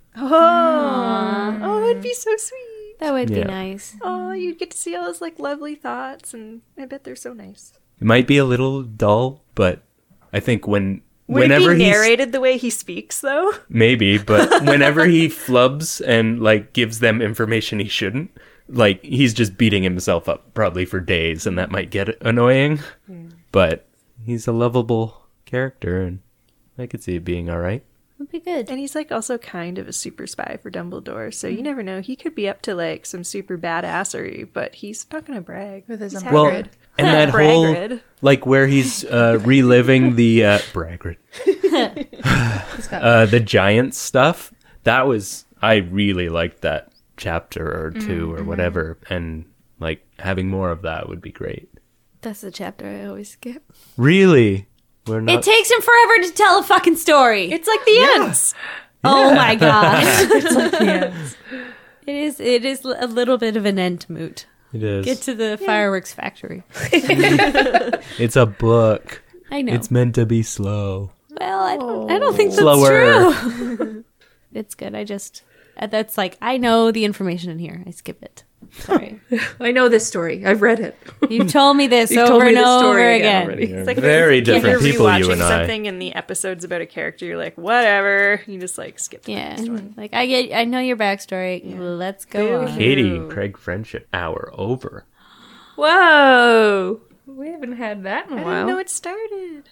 [SPEAKER 4] Mm-hmm.
[SPEAKER 5] Oh, it'd be so sweet.
[SPEAKER 4] that would
[SPEAKER 6] yeah.
[SPEAKER 4] be nice.
[SPEAKER 5] Oh, you'd get to see all his like lovely thoughts, and I bet they're so nice.
[SPEAKER 6] It might be a little dull, but I think when
[SPEAKER 5] Would
[SPEAKER 6] whenever
[SPEAKER 5] it be
[SPEAKER 6] he
[SPEAKER 5] narrated the way he speaks, though?
[SPEAKER 6] maybe, but whenever he flubs and like gives them information he shouldn't, like he's just beating himself up probably for days, and that might get annoying.
[SPEAKER 5] Hmm.
[SPEAKER 6] But he's a lovable character, and I could see it being all right.
[SPEAKER 4] Would be good.
[SPEAKER 5] And he's like also kind of a super spy for Dumbledore, so you never know. He could be up to like some super badassery, but he's not gonna brag.
[SPEAKER 2] With his
[SPEAKER 5] He's
[SPEAKER 2] umbrella.
[SPEAKER 6] Well,
[SPEAKER 5] Hagrid.
[SPEAKER 6] and that whole
[SPEAKER 5] Bragrid.
[SPEAKER 6] like where he's uh, reliving the uh, Bragrid, uh, the giant stuff. That was I really liked that chapter or
[SPEAKER 5] Mm,
[SPEAKER 6] two
[SPEAKER 5] mm-hmm.
[SPEAKER 6] or whatever, and like having more of that would be great.
[SPEAKER 4] That's the chapter I always skip.
[SPEAKER 6] Really, we're not.
[SPEAKER 4] It takes him forever to tell a fucking story.
[SPEAKER 5] It's like the ends.
[SPEAKER 4] Oh my god, it is. It is l- a little bit of an end moot.
[SPEAKER 6] it is.
[SPEAKER 4] Get to the fireworks factory.
[SPEAKER 6] it's a book.
[SPEAKER 4] I know.
[SPEAKER 6] It's meant to be slow.
[SPEAKER 4] well, I don't. I don't think that's
[SPEAKER 6] Slower.
[SPEAKER 4] true. It's good. I just uh, that's like I know the information in here. I skip it. Sorry.
[SPEAKER 7] I know this story. I've read it.
[SPEAKER 4] You've told me this
[SPEAKER 7] You've
[SPEAKER 4] over
[SPEAKER 7] told me
[SPEAKER 4] and
[SPEAKER 7] this story
[SPEAKER 4] over
[SPEAKER 7] again
[SPEAKER 4] again.
[SPEAKER 7] already.
[SPEAKER 5] It's
[SPEAKER 6] Very
[SPEAKER 5] if you're
[SPEAKER 6] different people, you
[SPEAKER 5] rewatching
[SPEAKER 6] and I.
[SPEAKER 5] something and the episode's about a character, you're like, whatever. You just like skip. the
[SPEAKER 4] Yeah.
[SPEAKER 5] next one.
[SPEAKER 4] Like I get I know your backstory. Let's go on.
[SPEAKER 6] Katie,
[SPEAKER 5] Ooh.
[SPEAKER 6] Craig Friendship Hour over.
[SPEAKER 7] Whoa. We haven't had that in a
[SPEAKER 5] I didn't know
[SPEAKER 7] while.
[SPEAKER 5] it started.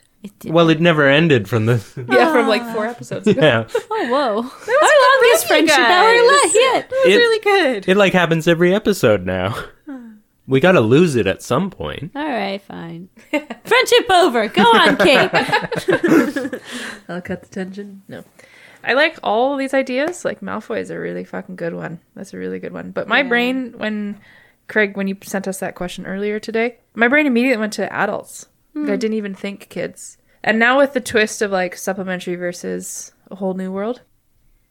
[SPEAKER 6] Well, it never ended from the.
[SPEAKER 7] Yeah, from like four episodes ago.
[SPEAKER 6] yeah.
[SPEAKER 4] Oh whoa. Our longest friendship hour left yet.
[SPEAKER 6] It,
[SPEAKER 5] good.
[SPEAKER 6] it like happens every episode now. We gotta lose it at some point.
[SPEAKER 4] All right, fine. Friendship over. Go on, Kate.
[SPEAKER 7] I'll cut the tension. No.
[SPEAKER 2] I like all these ideas. Like Malfoy is a really fucking good one. That's a really good one. But my brain, when Craig, when you sent us that question earlier today, my brain immediately went to adults. Like,
[SPEAKER 7] Hmm.
[SPEAKER 2] I didn't even think kids. And now with the twist of like supplementary versus a whole new world,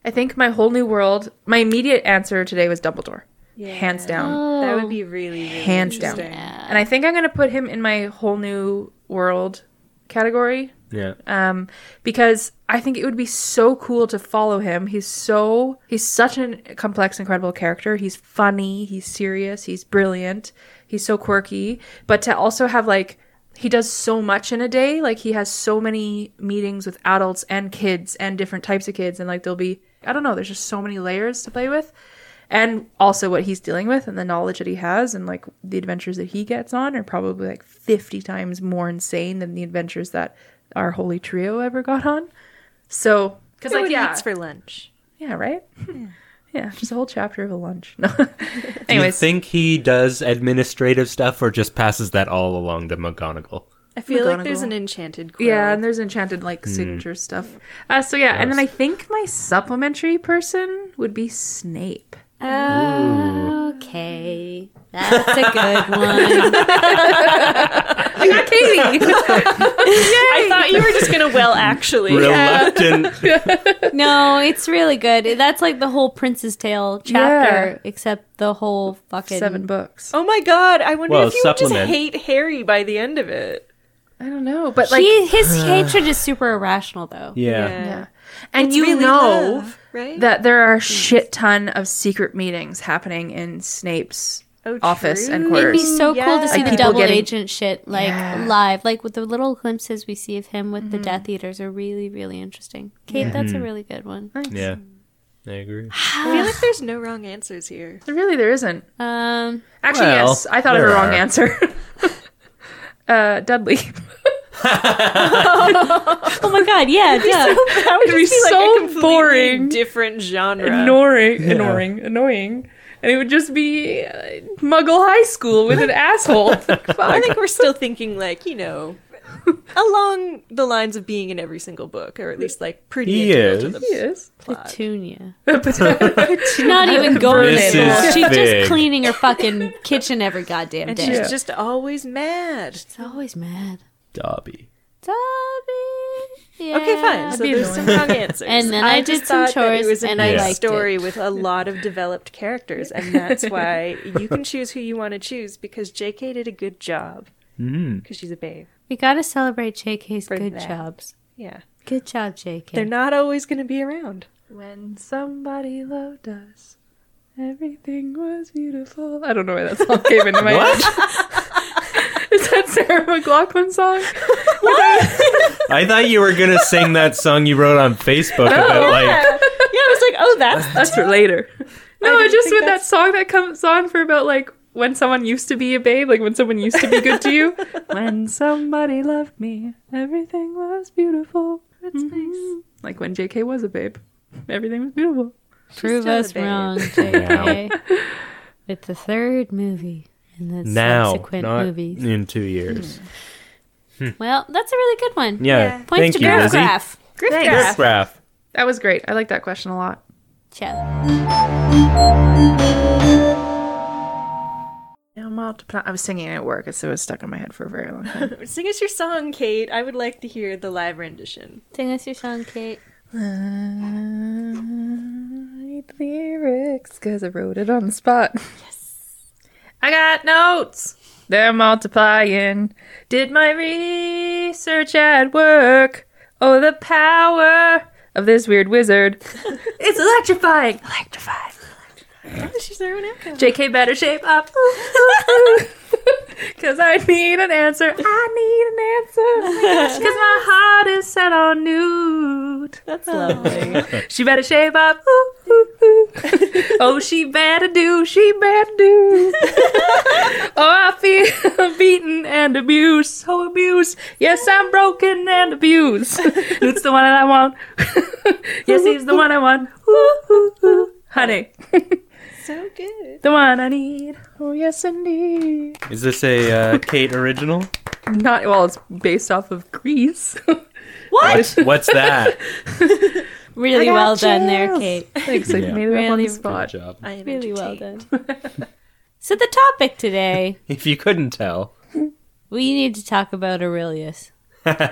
[SPEAKER 2] I think my whole new world. My immediate answer today was Dumbledore, hands down.
[SPEAKER 5] That would be really, really
[SPEAKER 2] Hands down.
[SPEAKER 5] interesting.
[SPEAKER 2] And I think I'm gonna put him in my whole new world category
[SPEAKER 6] Yeah.
[SPEAKER 2] um, because I think it would be so cool to follow him. He's so he's such a complex, incredible character. He's funny, he's serious, he's brilliant, he's so quirky. But to also have like he does so much in a day, like he has so many meetings with adults and kids and different types of kids, and like there'll be I don't know, there's just so many layers to play with. And also what he's dealing with and the knowledge that he has and like the adventures that he gets on are probably like 50 times more insane than the adventures that our holy trio ever got on. So, because
[SPEAKER 5] It's like
[SPEAKER 2] like
[SPEAKER 5] he
[SPEAKER 2] yeah,
[SPEAKER 5] eats for lunch.
[SPEAKER 2] yeah, right, yeah, just a whole chapter of a lunch. No,
[SPEAKER 6] Do you
[SPEAKER 2] anyways,
[SPEAKER 6] think he does administrative stuff or just passes that all along to McGonagall?
[SPEAKER 5] I feel like
[SPEAKER 2] McGonagall.
[SPEAKER 5] there's an enchanted quill.
[SPEAKER 2] yeah, and there's enchanted
[SPEAKER 6] Hmm.
[SPEAKER 2] like signature stuff. Uh, so yeah, and then I think my supplementary person would be Snape.
[SPEAKER 4] Okay. That's a good one.
[SPEAKER 2] I got Katie.
[SPEAKER 5] I thought you were just gonna well actually.
[SPEAKER 6] Reluctant.
[SPEAKER 4] No, it's really good. That's like the whole Prince's Tale chapter, except the whole fucking
[SPEAKER 2] Seven books.
[SPEAKER 5] Oh my god, I wonder
[SPEAKER 6] Well,
[SPEAKER 5] if you would just
[SPEAKER 6] supplement.
[SPEAKER 5] hate Harry by the end of it.
[SPEAKER 2] I don't know, but like,
[SPEAKER 4] he, his hatred is super irrational, though.
[SPEAKER 6] Yeah.
[SPEAKER 2] yeah, and
[SPEAKER 5] It's
[SPEAKER 2] you
[SPEAKER 5] really
[SPEAKER 2] know.
[SPEAKER 5] love, right?
[SPEAKER 2] that there are a shit ton of secret meetings happening in Snape's
[SPEAKER 5] Oh,
[SPEAKER 2] office
[SPEAKER 5] true.
[SPEAKER 2] and
[SPEAKER 4] It'd
[SPEAKER 2] quarters.
[SPEAKER 4] be so cool to
[SPEAKER 5] Yes.
[SPEAKER 4] see
[SPEAKER 2] Like
[SPEAKER 4] the
[SPEAKER 2] people
[SPEAKER 4] double
[SPEAKER 2] getting-
[SPEAKER 4] agent shit like
[SPEAKER 2] Yeah.
[SPEAKER 4] live, like with the little glimpses we see of him with the Death Eaters are really, really interesting. Kate, that's a
[SPEAKER 2] Mm-hmm.
[SPEAKER 4] really good one.
[SPEAKER 6] Yeah. I agree.
[SPEAKER 5] I feel like there's no wrong answers here.
[SPEAKER 2] really, there isn't.
[SPEAKER 4] Um,
[SPEAKER 2] Actually,
[SPEAKER 6] Well,
[SPEAKER 2] yes, I thought of a
[SPEAKER 6] there
[SPEAKER 2] wrong
[SPEAKER 6] are.
[SPEAKER 2] answer. uh, Dudley.
[SPEAKER 4] oh my god, yeah, yeah.
[SPEAKER 5] That would
[SPEAKER 2] It'd be
[SPEAKER 5] just
[SPEAKER 2] so
[SPEAKER 5] completely
[SPEAKER 2] boring.
[SPEAKER 5] different genre.
[SPEAKER 2] Ignoring, ignoring, annoying. And it would just be uh, Muggle High School with an asshole.
[SPEAKER 5] I think we're still thinking like you know, along the lines of being in every single book, or at least like pretty.
[SPEAKER 6] He
[SPEAKER 5] integral to
[SPEAKER 6] is.
[SPEAKER 5] the
[SPEAKER 2] Yes.
[SPEAKER 4] Petunia.
[SPEAKER 2] But-
[SPEAKER 4] Not even going
[SPEAKER 6] Mrs.
[SPEAKER 4] anywhere. She's
[SPEAKER 6] Fig.
[SPEAKER 4] just cleaning her fucking kitchen every goddamn
[SPEAKER 5] And
[SPEAKER 4] day.
[SPEAKER 5] she's
[SPEAKER 2] Yeah.
[SPEAKER 5] just always mad.
[SPEAKER 4] She's always mad.
[SPEAKER 6] Dobby.
[SPEAKER 4] Dobby. Yeah.
[SPEAKER 5] Okay, fine. So
[SPEAKER 2] be
[SPEAKER 5] there's
[SPEAKER 2] annoying.
[SPEAKER 5] some wrong answers.
[SPEAKER 4] And then I did
[SPEAKER 5] just
[SPEAKER 4] some
[SPEAKER 5] thought that
[SPEAKER 4] chores
[SPEAKER 5] It was a
[SPEAKER 4] and I
[SPEAKER 5] nice
[SPEAKER 4] liked
[SPEAKER 5] story with a lot of developed characters, and that's why you can choose who you want to choose because J.K. did a good job because she's a babe.
[SPEAKER 4] We gotta celebrate JK's
[SPEAKER 5] For
[SPEAKER 4] good
[SPEAKER 5] that.
[SPEAKER 4] jobs.
[SPEAKER 5] Yeah,
[SPEAKER 4] Good job, JK.
[SPEAKER 5] they're not always going to be around.
[SPEAKER 2] when somebody loved us, everything was beautiful. I don't know where that song came into my head. Is that Sarah McLaughlin song?
[SPEAKER 6] I thought you were gonna sing that song you wrote on Facebook about like
[SPEAKER 5] Yeah, I was like, oh, that's
[SPEAKER 2] That's for later. No,
[SPEAKER 5] didn't
[SPEAKER 2] just
[SPEAKER 5] think
[SPEAKER 2] with that
[SPEAKER 5] that's-
[SPEAKER 2] song that comes on for about like when someone used to be a babe, like when someone used to be good to you. when somebody loved me, everything was beautiful. That's nice. Like when JK was a babe, everything was beautiful.
[SPEAKER 4] Prove
[SPEAKER 5] still a
[SPEAKER 4] us
[SPEAKER 5] babe.
[SPEAKER 4] wrong, JK. With the third movie and the
[SPEAKER 6] now,
[SPEAKER 4] subsequent
[SPEAKER 6] not
[SPEAKER 4] movies.
[SPEAKER 6] in two years.
[SPEAKER 4] Well, that's a really good one.
[SPEAKER 6] Hmm. Yeah.
[SPEAKER 4] Points
[SPEAKER 6] Thank
[SPEAKER 4] to
[SPEAKER 6] you,
[SPEAKER 4] Graph
[SPEAKER 6] Lizzie.
[SPEAKER 4] Graph.
[SPEAKER 6] Graph. Graph.
[SPEAKER 2] That was great. I like that question a lot.
[SPEAKER 4] Ciao.
[SPEAKER 2] No, multiply- I was singing it at work, so it was stuck in my head for a very long time.
[SPEAKER 5] Sing us your song, Kate. I would like to hear the live rendition.
[SPEAKER 4] Sing us your song, Kate.
[SPEAKER 2] Write lyrics because I wrote it on the spot. Yes. I got notes. They're multiplying. Did my research at work. Oh, the power of this weird wizard.
[SPEAKER 7] It's electrifying.
[SPEAKER 5] She's throwing out.
[SPEAKER 7] JK better shape up.
[SPEAKER 2] Because I need an answer. I need an answer. Because Oh my heart is set on nude.
[SPEAKER 5] That's lovely.
[SPEAKER 2] She better shape up. Ooh, ooh, ooh. oh, she better do. She better do. oh, I feel beaten and abused. Oh, abuse. Yes, I'm broken and abused. It's the one that I want. yes, he's the one I want. Ooh, ooh, ooh. Honey.
[SPEAKER 5] so good.
[SPEAKER 2] The one I need. Oh, yes, indeed.
[SPEAKER 6] Is this a uh, Kate original?
[SPEAKER 2] Not, well, it's based off of Greece.
[SPEAKER 6] What's, what's that?
[SPEAKER 4] Really well done there, Kate.
[SPEAKER 2] Thanks, I
[SPEAKER 6] Yeah.
[SPEAKER 2] made it up on
[SPEAKER 4] Really
[SPEAKER 2] the spot.
[SPEAKER 6] job.
[SPEAKER 5] I am
[SPEAKER 4] Really well
[SPEAKER 5] entertained.
[SPEAKER 4] done. so the topic today,
[SPEAKER 6] If you couldn't tell.
[SPEAKER 4] we need to talk about Aurelius.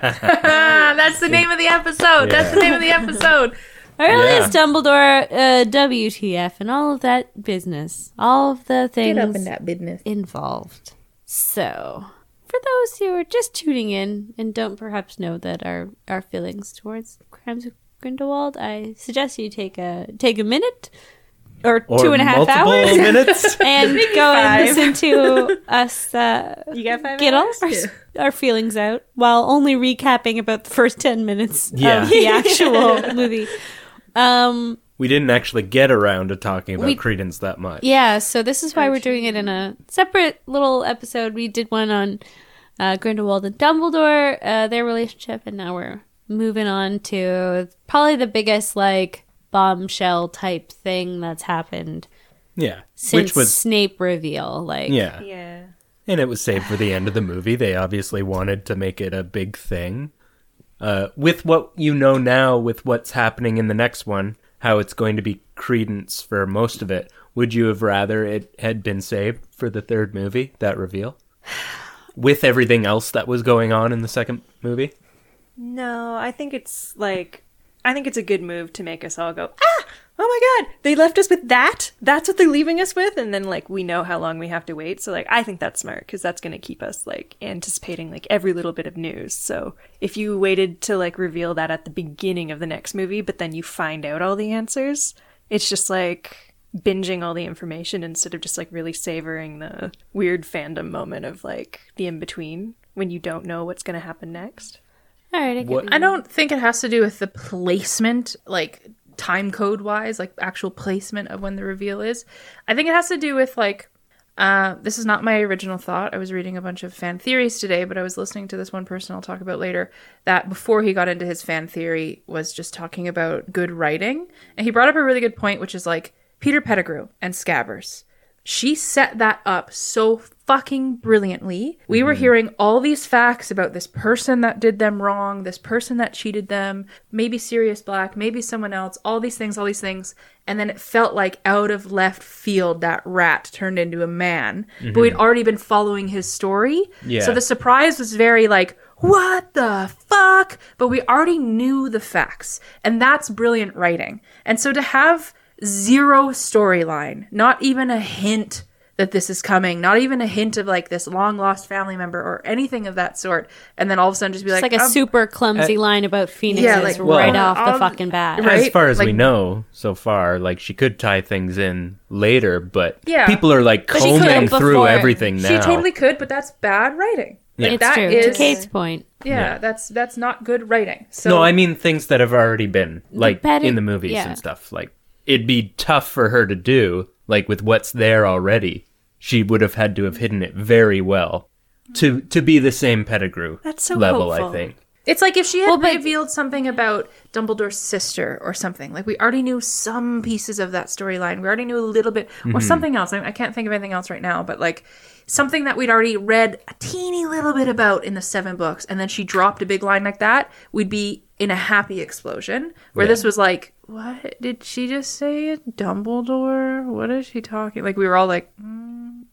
[SPEAKER 2] Ah, that's the name of the episode. That's the name of the episode.
[SPEAKER 4] Aurelius Dumbledore, uh, WTF, and all of that business, all of the things
[SPEAKER 2] that business.
[SPEAKER 4] involved. So, for those who are just tuning in and don't perhaps know that our our feelings towards Crimes of Grindelwald, I suggest you take a take a minute or,
[SPEAKER 6] Or
[SPEAKER 4] two and a half
[SPEAKER 6] multiple
[SPEAKER 4] hours
[SPEAKER 6] minutes.
[SPEAKER 4] and go and listen to us uh,
[SPEAKER 5] You got five
[SPEAKER 4] get all
[SPEAKER 5] hours?
[SPEAKER 4] our, our feelings out while only recapping about the first 10 minutes
[SPEAKER 6] Yeah.
[SPEAKER 4] of the actual movie. Um,
[SPEAKER 6] We didn't actually get around to talking about
[SPEAKER 4] We-
[SPEAKER 6] Credence that much.
[SPEAKER 4] yeah, so this is why we're doing it in a separate little episode. We did one on uh, Grindelwald and Dumbledore, uh, their relationship, and now we're moving on to probably the biggest like bombshell type thing that's happened
[SPEAKER 6] Yeah.
[SPEAKER 4] since
[SPEAKER 6] Which was
[SPEAKER 4] Snape reveal. Like,
[SPEAKER 6] yeah.
[SPEAKER 5] Yeah.
[SPEAKER 6] And it was saved for the end of the movie. They obviously wanted to make it a big thing. Uh, with what you know now, with what's happening in the next one, how it's going to be credence for most of it, would you have rather it had been saved for the third movie, that reveal? With everything else that was going on in the second movie?
[SPEAKER 5] No, I think it's like I think it's a good move to make us all go, "Ah, oh my god, they left us with that? That's what they're leaving us with?" And then like we know how long we have to wait. So like I think that's smart cuz that's going to keep us like anticipating like every little bit of news. So if you waited to like reveal that at the beginning of the next movie, but then you find out all the answers, it's just like binging all the information instead of just like really savoring the weird fandom moment of like the in between when you don't know what's going to happen next.
[SPEAKER 4] all right, I get
[SPEAKER 6] What-
[SPEAKER 4] you.
[SPEAKER 2] I don't think it has to do with the placement, like time code wise, like actual placement of when the reveal is. I think it has to do with like uh, this is not my original thought. I was reading a bunch of fan theories today, but I was listening to this one person I'll talk about later that before he got into his fan theory was just talking about good writing. And he brought up a really good point, which is like Peter Pettigrew and Scabbers. She set that up so fucking brilliantly. We were hearing all these facts about this person that did them wrong, this person that cheated them, maybe Sirius Black, maybe someone else, all these things, all these things. And then it felt like out of left field that rat turned into a man. But we'd already been following his story.
[SPEAKER 6] Yeah.
[SPEAKER 2] So the surprise was very like, what the fuck? But we already knew the facts. And that's brilliant writing. And so to have zero storyline, not even a hint that this is coming, not even a hint of like this long lost family member or anything of that sort, and then all of a sudden just be
[SPEAKER 4] It's
[SPEAKER 2] like,
[SPEAKER 4] like a
[SPEAKER 2] um,
[SPEAKER 4] super clumsy line about phoenixes
[SPEAKER 2] like,
[SPEAKER 4] right
[SPEAKER 6] uh, well,
[SPEAKER 4] off the
[SPEAKER 2] I'll-
[SPEAKER 4] fucking bat.
[SPEAKER 2] Right?
[SPEAKER 6] As far as we
[SPEAKER 2] Like-
[SPEAKER 6] know so far, like she could tie things in later, but
[SPEAKER 2] Yeah.
[SPEAKER 6] people are like
[SPEAKER 4] she could
[SPEAKER 6] combing through
[SPEAKER 4] before.
[SPEAKER 6] everything now.
[SPEAKER 2] She totally could, but that's bad writing. Like,
[SPEAKER 4] It's
[SPEAKER 2] that
[SPEAKER 4] true.
[SPEAKER 2] is-
[SPEAKER 4] to Kate's point,
[SPEAKER 2] yeah, that's that's not good writing. So
[SPEAKER 6] no, I mean things that have already been like
[SPEAKER 4] better-
[SPEAKER 6] in the movies
[SPEAKER 4] yeah.
[SPEAKER 6] and stuff. Like it'd be tough for her to do like with what's there already. She would have had to have hidden it very well to to be the same Pettigrew
[SPEAKER 5] That's so
[SPEAKER 6] level. I
[SPEAKER 5] hopeful.
[SPEAKER 6] think.
[SPEAKER 2] It's like if she had
[SPEAKER 4] Well, but-
[SPEAKER 2] revealed something about Dumbledore's sister or something. Like we already knew some pieces of that storyline. We already knew a little bit
[SPEAKER 4] Mm-hmm.
[SPEAKER 2] or something else. I, I can't think of anything else right now, but like something that we'd already read a teeny little bit about in the seven books, and then she dropped a big line like that, we'd be in a happy explosion. Where this was like, what did she just say? Dumbledore? What is she talking? Like we were all like,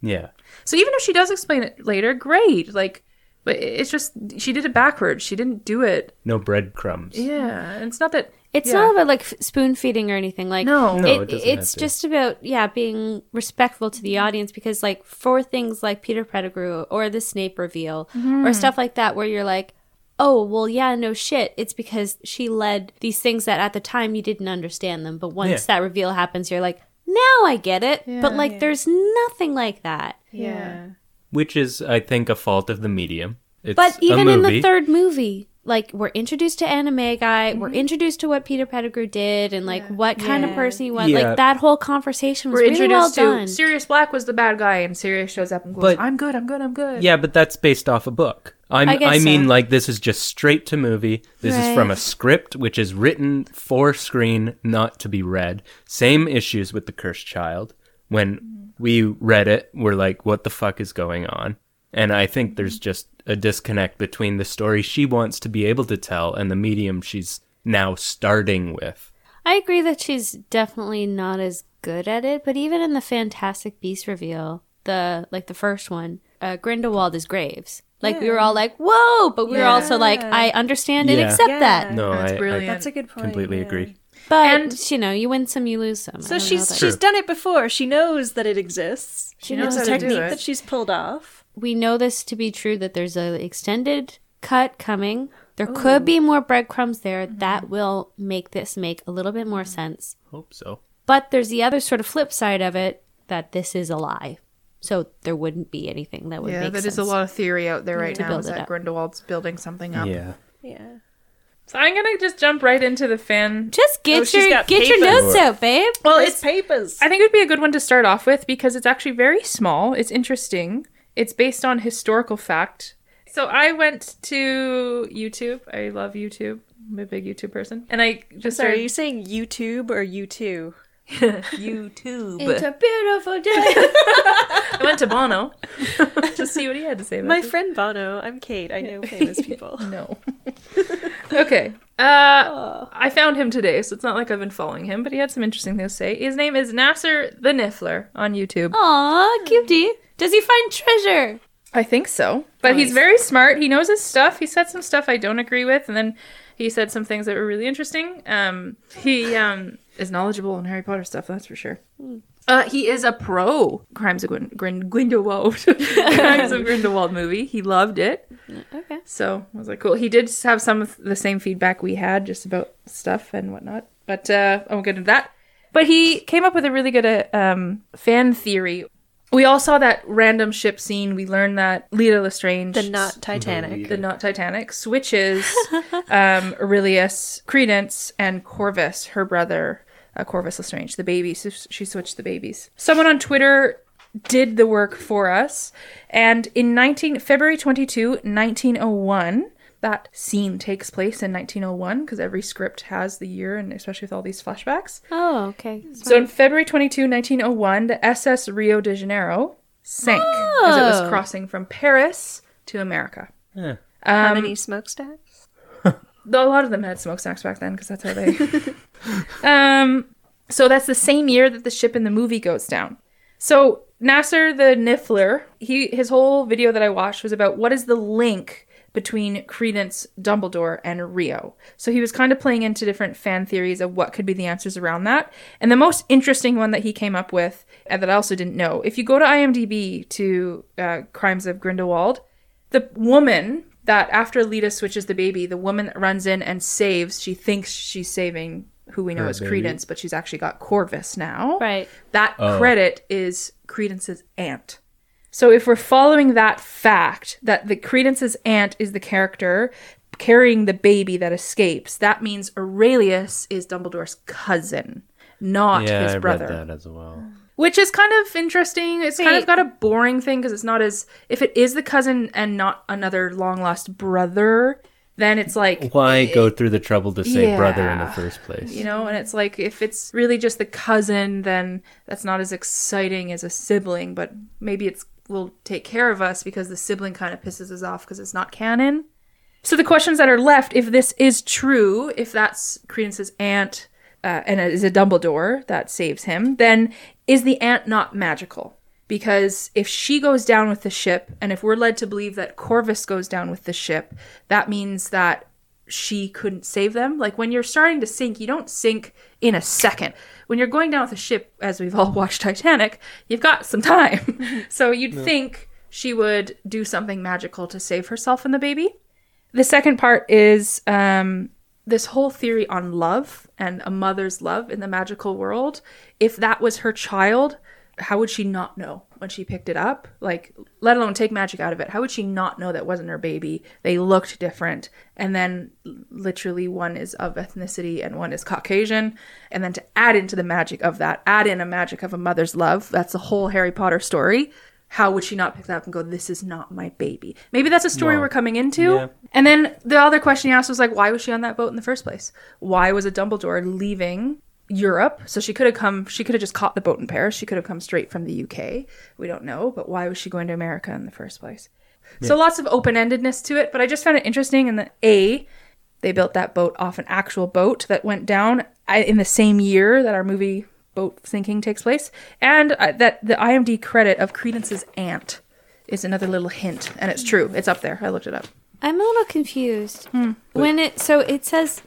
[SPEAKER 6] Yeah.
[SPEAKER 2] so even if she does explain it later, great. Like, but it's just she did it backwards. She didn't do it.
[SPEAKER 6] No breadcrumbs.
[SPEAKER 2] Yeah, and it's not that
[SPEAKER 4] it's
[SPEAKER 2] Yeah.
[SPEAKER 4] not about like f- spoon feeding or anything. Like
[SPEAKER 2] No. No,
[SPEAKER 6] it
[SPEAKER 4] it,
[SPEAKER 6] doesn't
[SPEAKER 4] it's
[SPEAKER 6] have to.
[SPEAKER 4] just about yeah being respectful to the audience because like
[SPEAKER 2] Mm-hmm.
[SPEAKER 4] for things like Peter Pettigrew or the Snape reveal or stuff like that, where you're like, oh, well, yeah, no shit. It's because she led these things that at the time you didn't understand them. But once
[SPEAKER 8] Yeah.
[SPEAKER 4] that reveal happens, you're like, now I get it. but like, there's nothing like that.
[SPEAKER 7] Yeah.
[SPEAKER 6] which is, I think, a fault of the medium. It's
[SPEAKER 4] But
[SPEAKER 6] a
[SPEAKER 4] even in the
[SPEAKER 6] movie.
[SPEAKER 4] third movie, like we're introduced to anime guy, we're introduced to what Peter Pettigrew did, and like what kind of person he was.
[SPEAKER 6] Yeah.
[SPEAKER 4] Like that whole conversation was
[SPEAKER 2] We're
[SPEAKER 4] really well
[SPEAKER 2] introduced
[SPEAKER 4] done.
[SPEAKER 2] to Sirius Black was the bad guy, and Sirius shows up and goes,
[SPEAKER 6] But-
[SPEAKER 2] "I'm good, I'm good, I'm good."
[SPEAKER 6] Yeah, but that's based off a book. I'm,
[SPEAKER 4] I
[SPEAKER 6] I,
[SPEAKER 4] guess
[SPEAKER 6] mean,
[SPEAKER 4] so.
[SPEAKER 6] like, this is just straight to movie. This is from
[SPEAKER 4] Right.
[SPEAKER 6] a script which is written for screen, not to be read. Same issues with The Cursed Child. When we read it, we're like, what the fuck is going on? And I think there's just a disconnect between the story she wants to be able to tell and the medium she's now starting with.
[SPEAKER 4] I agree that she's definitely not as good at it, but even in the Fantastic Beast reveal, the like the first one, uh, Grindelwald is Graves. Like we were all like, "Whoa!" But we were also like, "I understand and
[SPEAKER 6] Yeah.
[SPEAKER 4] accept
[SPEAKER 5] Yeah.
[SPEAKER 4] that."
[SPEAKER 6] No,
[SPEAKER 2] That's
[SPEAKER 6] I, I
[SPEAKER 2] brilliant.
[SPEAKER 5] That's a good point.
[SPEAKER 6] completely
[SPEAKER 5] yeah.
[SPEAKER 6] agree.
[SPEAKER 4] But
[SPEAKER 2] And-
[SPEAKER 4] you know, you win some, you lose some. I
[SPEAKER 5] So
[SPEAKER 4] don't know
[SPEAKER 5] she's
[SPEAKER 4] that-
[SPEAKER 5] she's done it before. She knows that it exists.
[SPEAKER 2] She
[SPEAKER 5] It's
[SPEAKER 2] knows
[SPEAKER 5] a
[SPEAKER 2] how to do
[SPEAKER 5] technique
[SPEAKER 2] it.
[SPEAKER 5] that she's pulled off.
[SPEAKER 4] we know this to be true that there's a extended cut coming. There could be more breadcrumbs there that will make this make a little bit more sense.
[SPEAKER 6] Hope so.
[SPEAKER 4] But there's the other sort of flip side of it that this is a lie. So there wouldn't be anything that would
[SPEAKER 2] yeah,
[SPEAKER 4] make
[SPEAKER 2] that
[SPEAKER 4] sense.
[SPEAKER 2] is a lot of theory out there right
[SPEAKER 4] To
[SPEAKER 2] now.
[SPEAKER 4] build
[SPEAKER 2] Is
[SPEAKER 4] it
[SPEAKER 2] that
[SPEAKER 4] up.
[SPEAKER 2] Grindelwald's building something up?
[SPEAKER 6] Yeah.
[SPEAKER 5] Yeah.
[SPEAKER 2] So I'm gonna just jump right into the fan.
[SPEAKER 4] Just
[SPEAKER 5] Oh,
[SPEAKER 4] get
[SPEAKER 5] she's
[SPEAKER 4] your
[SPEAKER 5] got
[SPEAKER 4] get your
[SPEAKER 5] paper.
[SPEAKER 4] notes out, babe.
[SPEAKER 2] Well,
[SPEAKER 5] There's
[SPEAKER 2] it's
[SPEAKER 5] papers.
[SPEAKER 2] I think it would be a good one to start off with because it's actually very small. It's interesting. It's based on historical fact. So I went to YouTube. I love YouTube. I'm a big YouTube person. And I just
[SPEAKER 5] Sorry, are
[SPEAKER 2] started
[SPEAKER 5] you saying YouTube or U2? YouTube.
[SPEAKER 7] It's a
[SPEAKER 4] beautiful day.
[SPEAKER 2] I went to Bono to see what he had to say about
[SPEAKER 5] My
[SPEAKER 2] this.
[SPEAKER 5] friend Bono. I'm Kate. I know famous people.
[SPEAKER 2] No. okay. Uh, I found him today, so it's not like I've been following him, but he had some interesting things to say. His name is Nasser the Niffler on YouTube.
[SPEAKER 4] Aw, cutie. Does he find treasure?
[SPEAKER 2] I think so. But he's very smart. He knows his stuff. He said some stuff I don't agree with, and then he said some things that were really interesting. Um, he um, is knowledgeable in Harry Potter stuff, that's for sure. Uh, he is a pro Crimes of Grin- Grin- Grindelwald, Crimes of Grindelwald movie. He loved it.
[SPEAKER 4] okay.
[SPEAKER 2] So I was like, cool. He did have some of the same feedback we had, just about stuff and whatnot. But uh, I won't get into that. But he came up with a really good uh, um, fan theory. We all saw that random ship scene. We learned that Lita Lestrange,
[SPEAKER 5] The not Titanic.
[SPEAKER 2] the not Titanic, switches um, Aurelius, Credence, and Corvus, her brother, uh, Corvus Lestrange, the baby. So she switched the babies. Someone on Twitter did the work for us, and in 19 February 22, 1901. That scene takes place in 1901 because every script has the year, and especially with all these flashbacks.
[SPEAKER 4] Oh, okay.
[SPEAKER 2] So on February 22, 1901, the SS Rio de Janeiro sank as it was crossing from Paris to America.
[SPEAKER 5] How many smokestacks?
[SPEAKER 2] Though a lot of them had smokestacks back then because that's how they. um, so that's the same year that the ship in the movie goes down. So Nasser the Niffler, he his whole video that I watched was about what is the link between Credence, Dumbledore, and Rio. So he was kind of playing into different fan theories of what could be the answers around that. And the most interesting one that he came up with, and that I also didn't know, if you go to IMDb to uh, Crimes of Grindelwald, the woman that after Lita switches the baby, the woman that runs in and saves, she thinks she's saving who we know as Credence, but she's actually got Corvus now.
[SPEAKER 4] Right.
[SPEAKER 2] That
[SPEAKER 6] Oh.
[SPEAKER 2] credit is Credence's aunt. So if we're following that fact that the Credence's aunt is the character carrying the baby that escapes, that means Aurelius is Dumbledore's cousin, not
[SPEAKER 6] Yeah,
[SPEAKER 2] his
[SPEAKER 6] I
[SPEAKER 2] brother
[SPEAKER 6] read that as well.
[SPEAKER 2] which is kind of interesting. It's kind of got a boring thing because it's not as if it is the cousin and not another long lost brother, then it's like
[SPEAKER 6] Why go through the trouble to say
[SPEAKER 2] Yeah.
[SPEAKER 6] brother in the first place?
[SPEAKER 2] you know, and it's like if it's really just the cousin, then that's not as exciting as a sibling, but maybe it's will take care of us because the sibling kind of pisses us off because it's not canon. So the questions that are left, if this is true, if that's Credence's aunt uh, and it is a Dumbledore that saves him, then is the aunt not magical? Because if she goes down with the ship, and if we're led to believe that Corvus goes down with the ship, that means that she couldn't save them. Like when you're starting to sink, you don't sink in a second. When you're going down with a ship, as we've all watched Titanic, you've got some time. so you'd think she would do something magical to save herself and the baby. The second part is um, this whole theory on love and a mother's love in the magical world. If that was her child, how would she not know when she picked it up? Like, let alone take magic out of it. How would she not know that wasn't her baby? They looked different. And then, l- literally, one is of ethnicity and one is Caucasian. And then to add into the magic of that, add in a magic of a mother's love. That's the whole Harry Potter story how would she not pick that up and go, this is not my baby? Maybe that's a story we're coming into. And then the other question he asked was like, why was she on that boat in the first place? Why was a Dumbledore leaving Europe? So she could have come, she could have just caught the boat in Paris. She could have come straight from the UK. We don't know, but why was she going to America in the first place? So lots of open endedness to it, but I just found it interesting in the A, they built that boat off an actual boat that went down I- in the same year that our movie boat sinking takes place and uh, that the imd credit of credence's aunt is another little hint and it's true it's up there i looked it up
[SPEAKER 4] I'm a little confused. When it so it says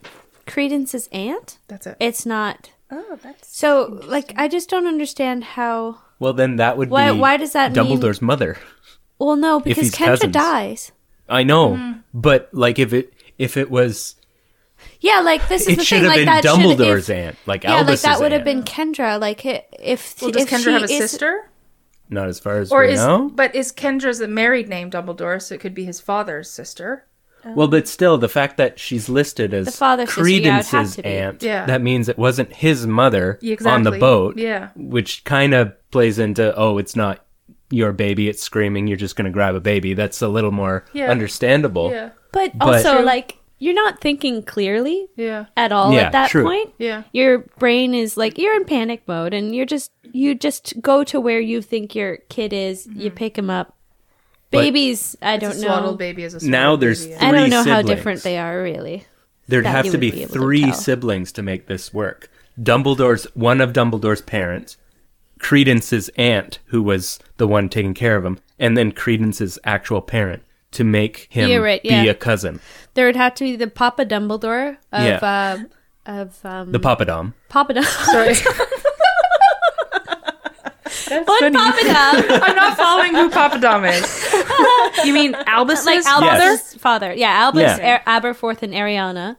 [SPEAKER 4] Credence's aunt?
[SPEAKER 2] that's it
[SPEAKER 4] It's not. Oh, that's so. Like, I just don't understand how.
[SPEAKER 6] Well, then that would
[SPEAKER 4] Why-
[SPEAKER 6] be
[SPEAKER 4] why does that mean-
[SPEAKER 6] Dumbledore's mother.
[SPEAKER 4] Well, no, because
[SPEAKER 6] he's
[SPEAKER 4] Kendra
[SPEAKER 6] cousins.
[SPEAKER 4] dies.
[SPEAKER 6] I know,
[SPEAKER 4] Mm-hmm.
[SPEAKER 6] but like if it if it was,
[SPEAKER 4] Yeah, like this is
[SPEAKER 6] it
[SPEAKER 4] the
[SPEAKER 6] should
[SPEAKER 4] thing.
[SPEAKER 6] have
[SPEAKER 4] Like
[SPEAKER 6] been
[SPEAKER 4] that should have
[SPEAKER 6] Dumbledore's aunt, like
[SPEAKER 4] Yeah,
[SPEAKER 6] Albus's
[SPEAKER 4] like that would have
[SPEAKER 6] aunt.
[SPEAKER 4] been Kendra. Like i- if
[SPEAKER 2] well does
[SPEAKER 4] if
[SPEAKER 2] kendra
[SPEAKER 4] she
[SPEAKER 2] have a
[SPEAKER 4] is-
[SPEAKER 2] sister
[SPEAKER 6] Not as far as
[SPEAKER 2] or
[SPEAKER 6] we
[SPEAKER 2] is
[SPEAKER 6] know.
[SPEAKER 2] but is kendra's a married name dumbledore so it could be his father's sister
[SPEAKER 6] Well, but still, the fact that she's listed as
[SPEAKER 4] The father sister, yeah, it would have
[SPEAKER 6] Credence's
[SPEAKER 4] to be.
[SPEAKER 6] aunt,
[SPEAKER 2] Yeah.
[SPEAKER 6] that means it wasn't his mother
[SPEAKER 2] Yeah,
[SPEAKER 6] on the
[SPEAKER 2] exactly.
[SPEAKER 6] boat.
[SPEAKER 2] Yeah.
[SPEAKER 6] which kind of plays into oh, it's not your baby; it's screaming. You're just going to grab a baby. That's a little more
[SPEAKER 2] Yeah.
[SPEAKER 6] understandable.
[SPEAKER 2] yeah
[SPEAKER 4] But,
[SPEAKER 6] But-
[SPEAKER 4] also,
[SPEAKER 6] True.
[SPEAKER 4] like, you're not thinking clearly
[SPEAKER 2] yeah
[SPEAKER 4] at all
[SPEAKER 6] Yeah,
[SPEAKER 4] at that
[SPEAKER 6] true.
[SPEAKER 4] point.
[SPEAKER 2] yeah
[SPEAKER 4] Your brain is like you're in panic mode, and you're just you just go to where you think your kid is. You pick him up.
[SPEAKER 6] But-
[SPEAKER 4] Babies, I
[SPEAKER 2] Mm-hmm. It's a
[SPEAKER 4] don't know.
[SPEAKER 2] swaddled baby is a
[SPEAKER 6] Now
[SPEAKER 2] swaddled
[SPEAKER 6] there's
[SPEAKER 2] baby, yeah.
[SPEAKER 6] three
[SPEAKER 4] I don't know how
[SPEAKER 6] siblings.
[SPEAKER 4] different they are really.
[SPEAKER 6] There'd
[SPEAKER 4] that
[SPEAKER 6] have
[SPEAKER 4] you
[SPEAKER 6] to
[SPEAKER 4] would
[SPEAKER 6] be,
[SPEAKER 4] be able to
[SPEAKER 6] three
[SPEAKER 4] tell.
[SPEAKER 6] siblings to make this work. Dumbledore's one of Dumbledore's parents, Credence's aunt, who was the one taking care of him, and then Credence's actual parent to make him
[SPEAKER 4] Yeah, right,
[SPEAKER 6] be
[SPEAKER 4] yeah.
[SPEAKER 6] a cousin.
[SPEAKER 4] There would have to be the Papa Dumbledore of
[SPEAKER 6] Yeah.
[SPEAKER 4] um of um,
[SPEAKER 6] The Papadom.
[SPEAKER 4] Papa Dumbledore.
[SPEAKER 2] Sorry.
[SPEAKER 4] One Papa Dum,
[SPEAKER 2] I'm not following who Papa Dom is. You mean Albus's
[SPEAKER 4] like
[SPEAKER 2] father?
[SPEAKER 4] Albus's father. Yeah, Albus
[SPEAKER 6] Yeah.
[SPEAKER 4] Er- Aberforth and Ariana.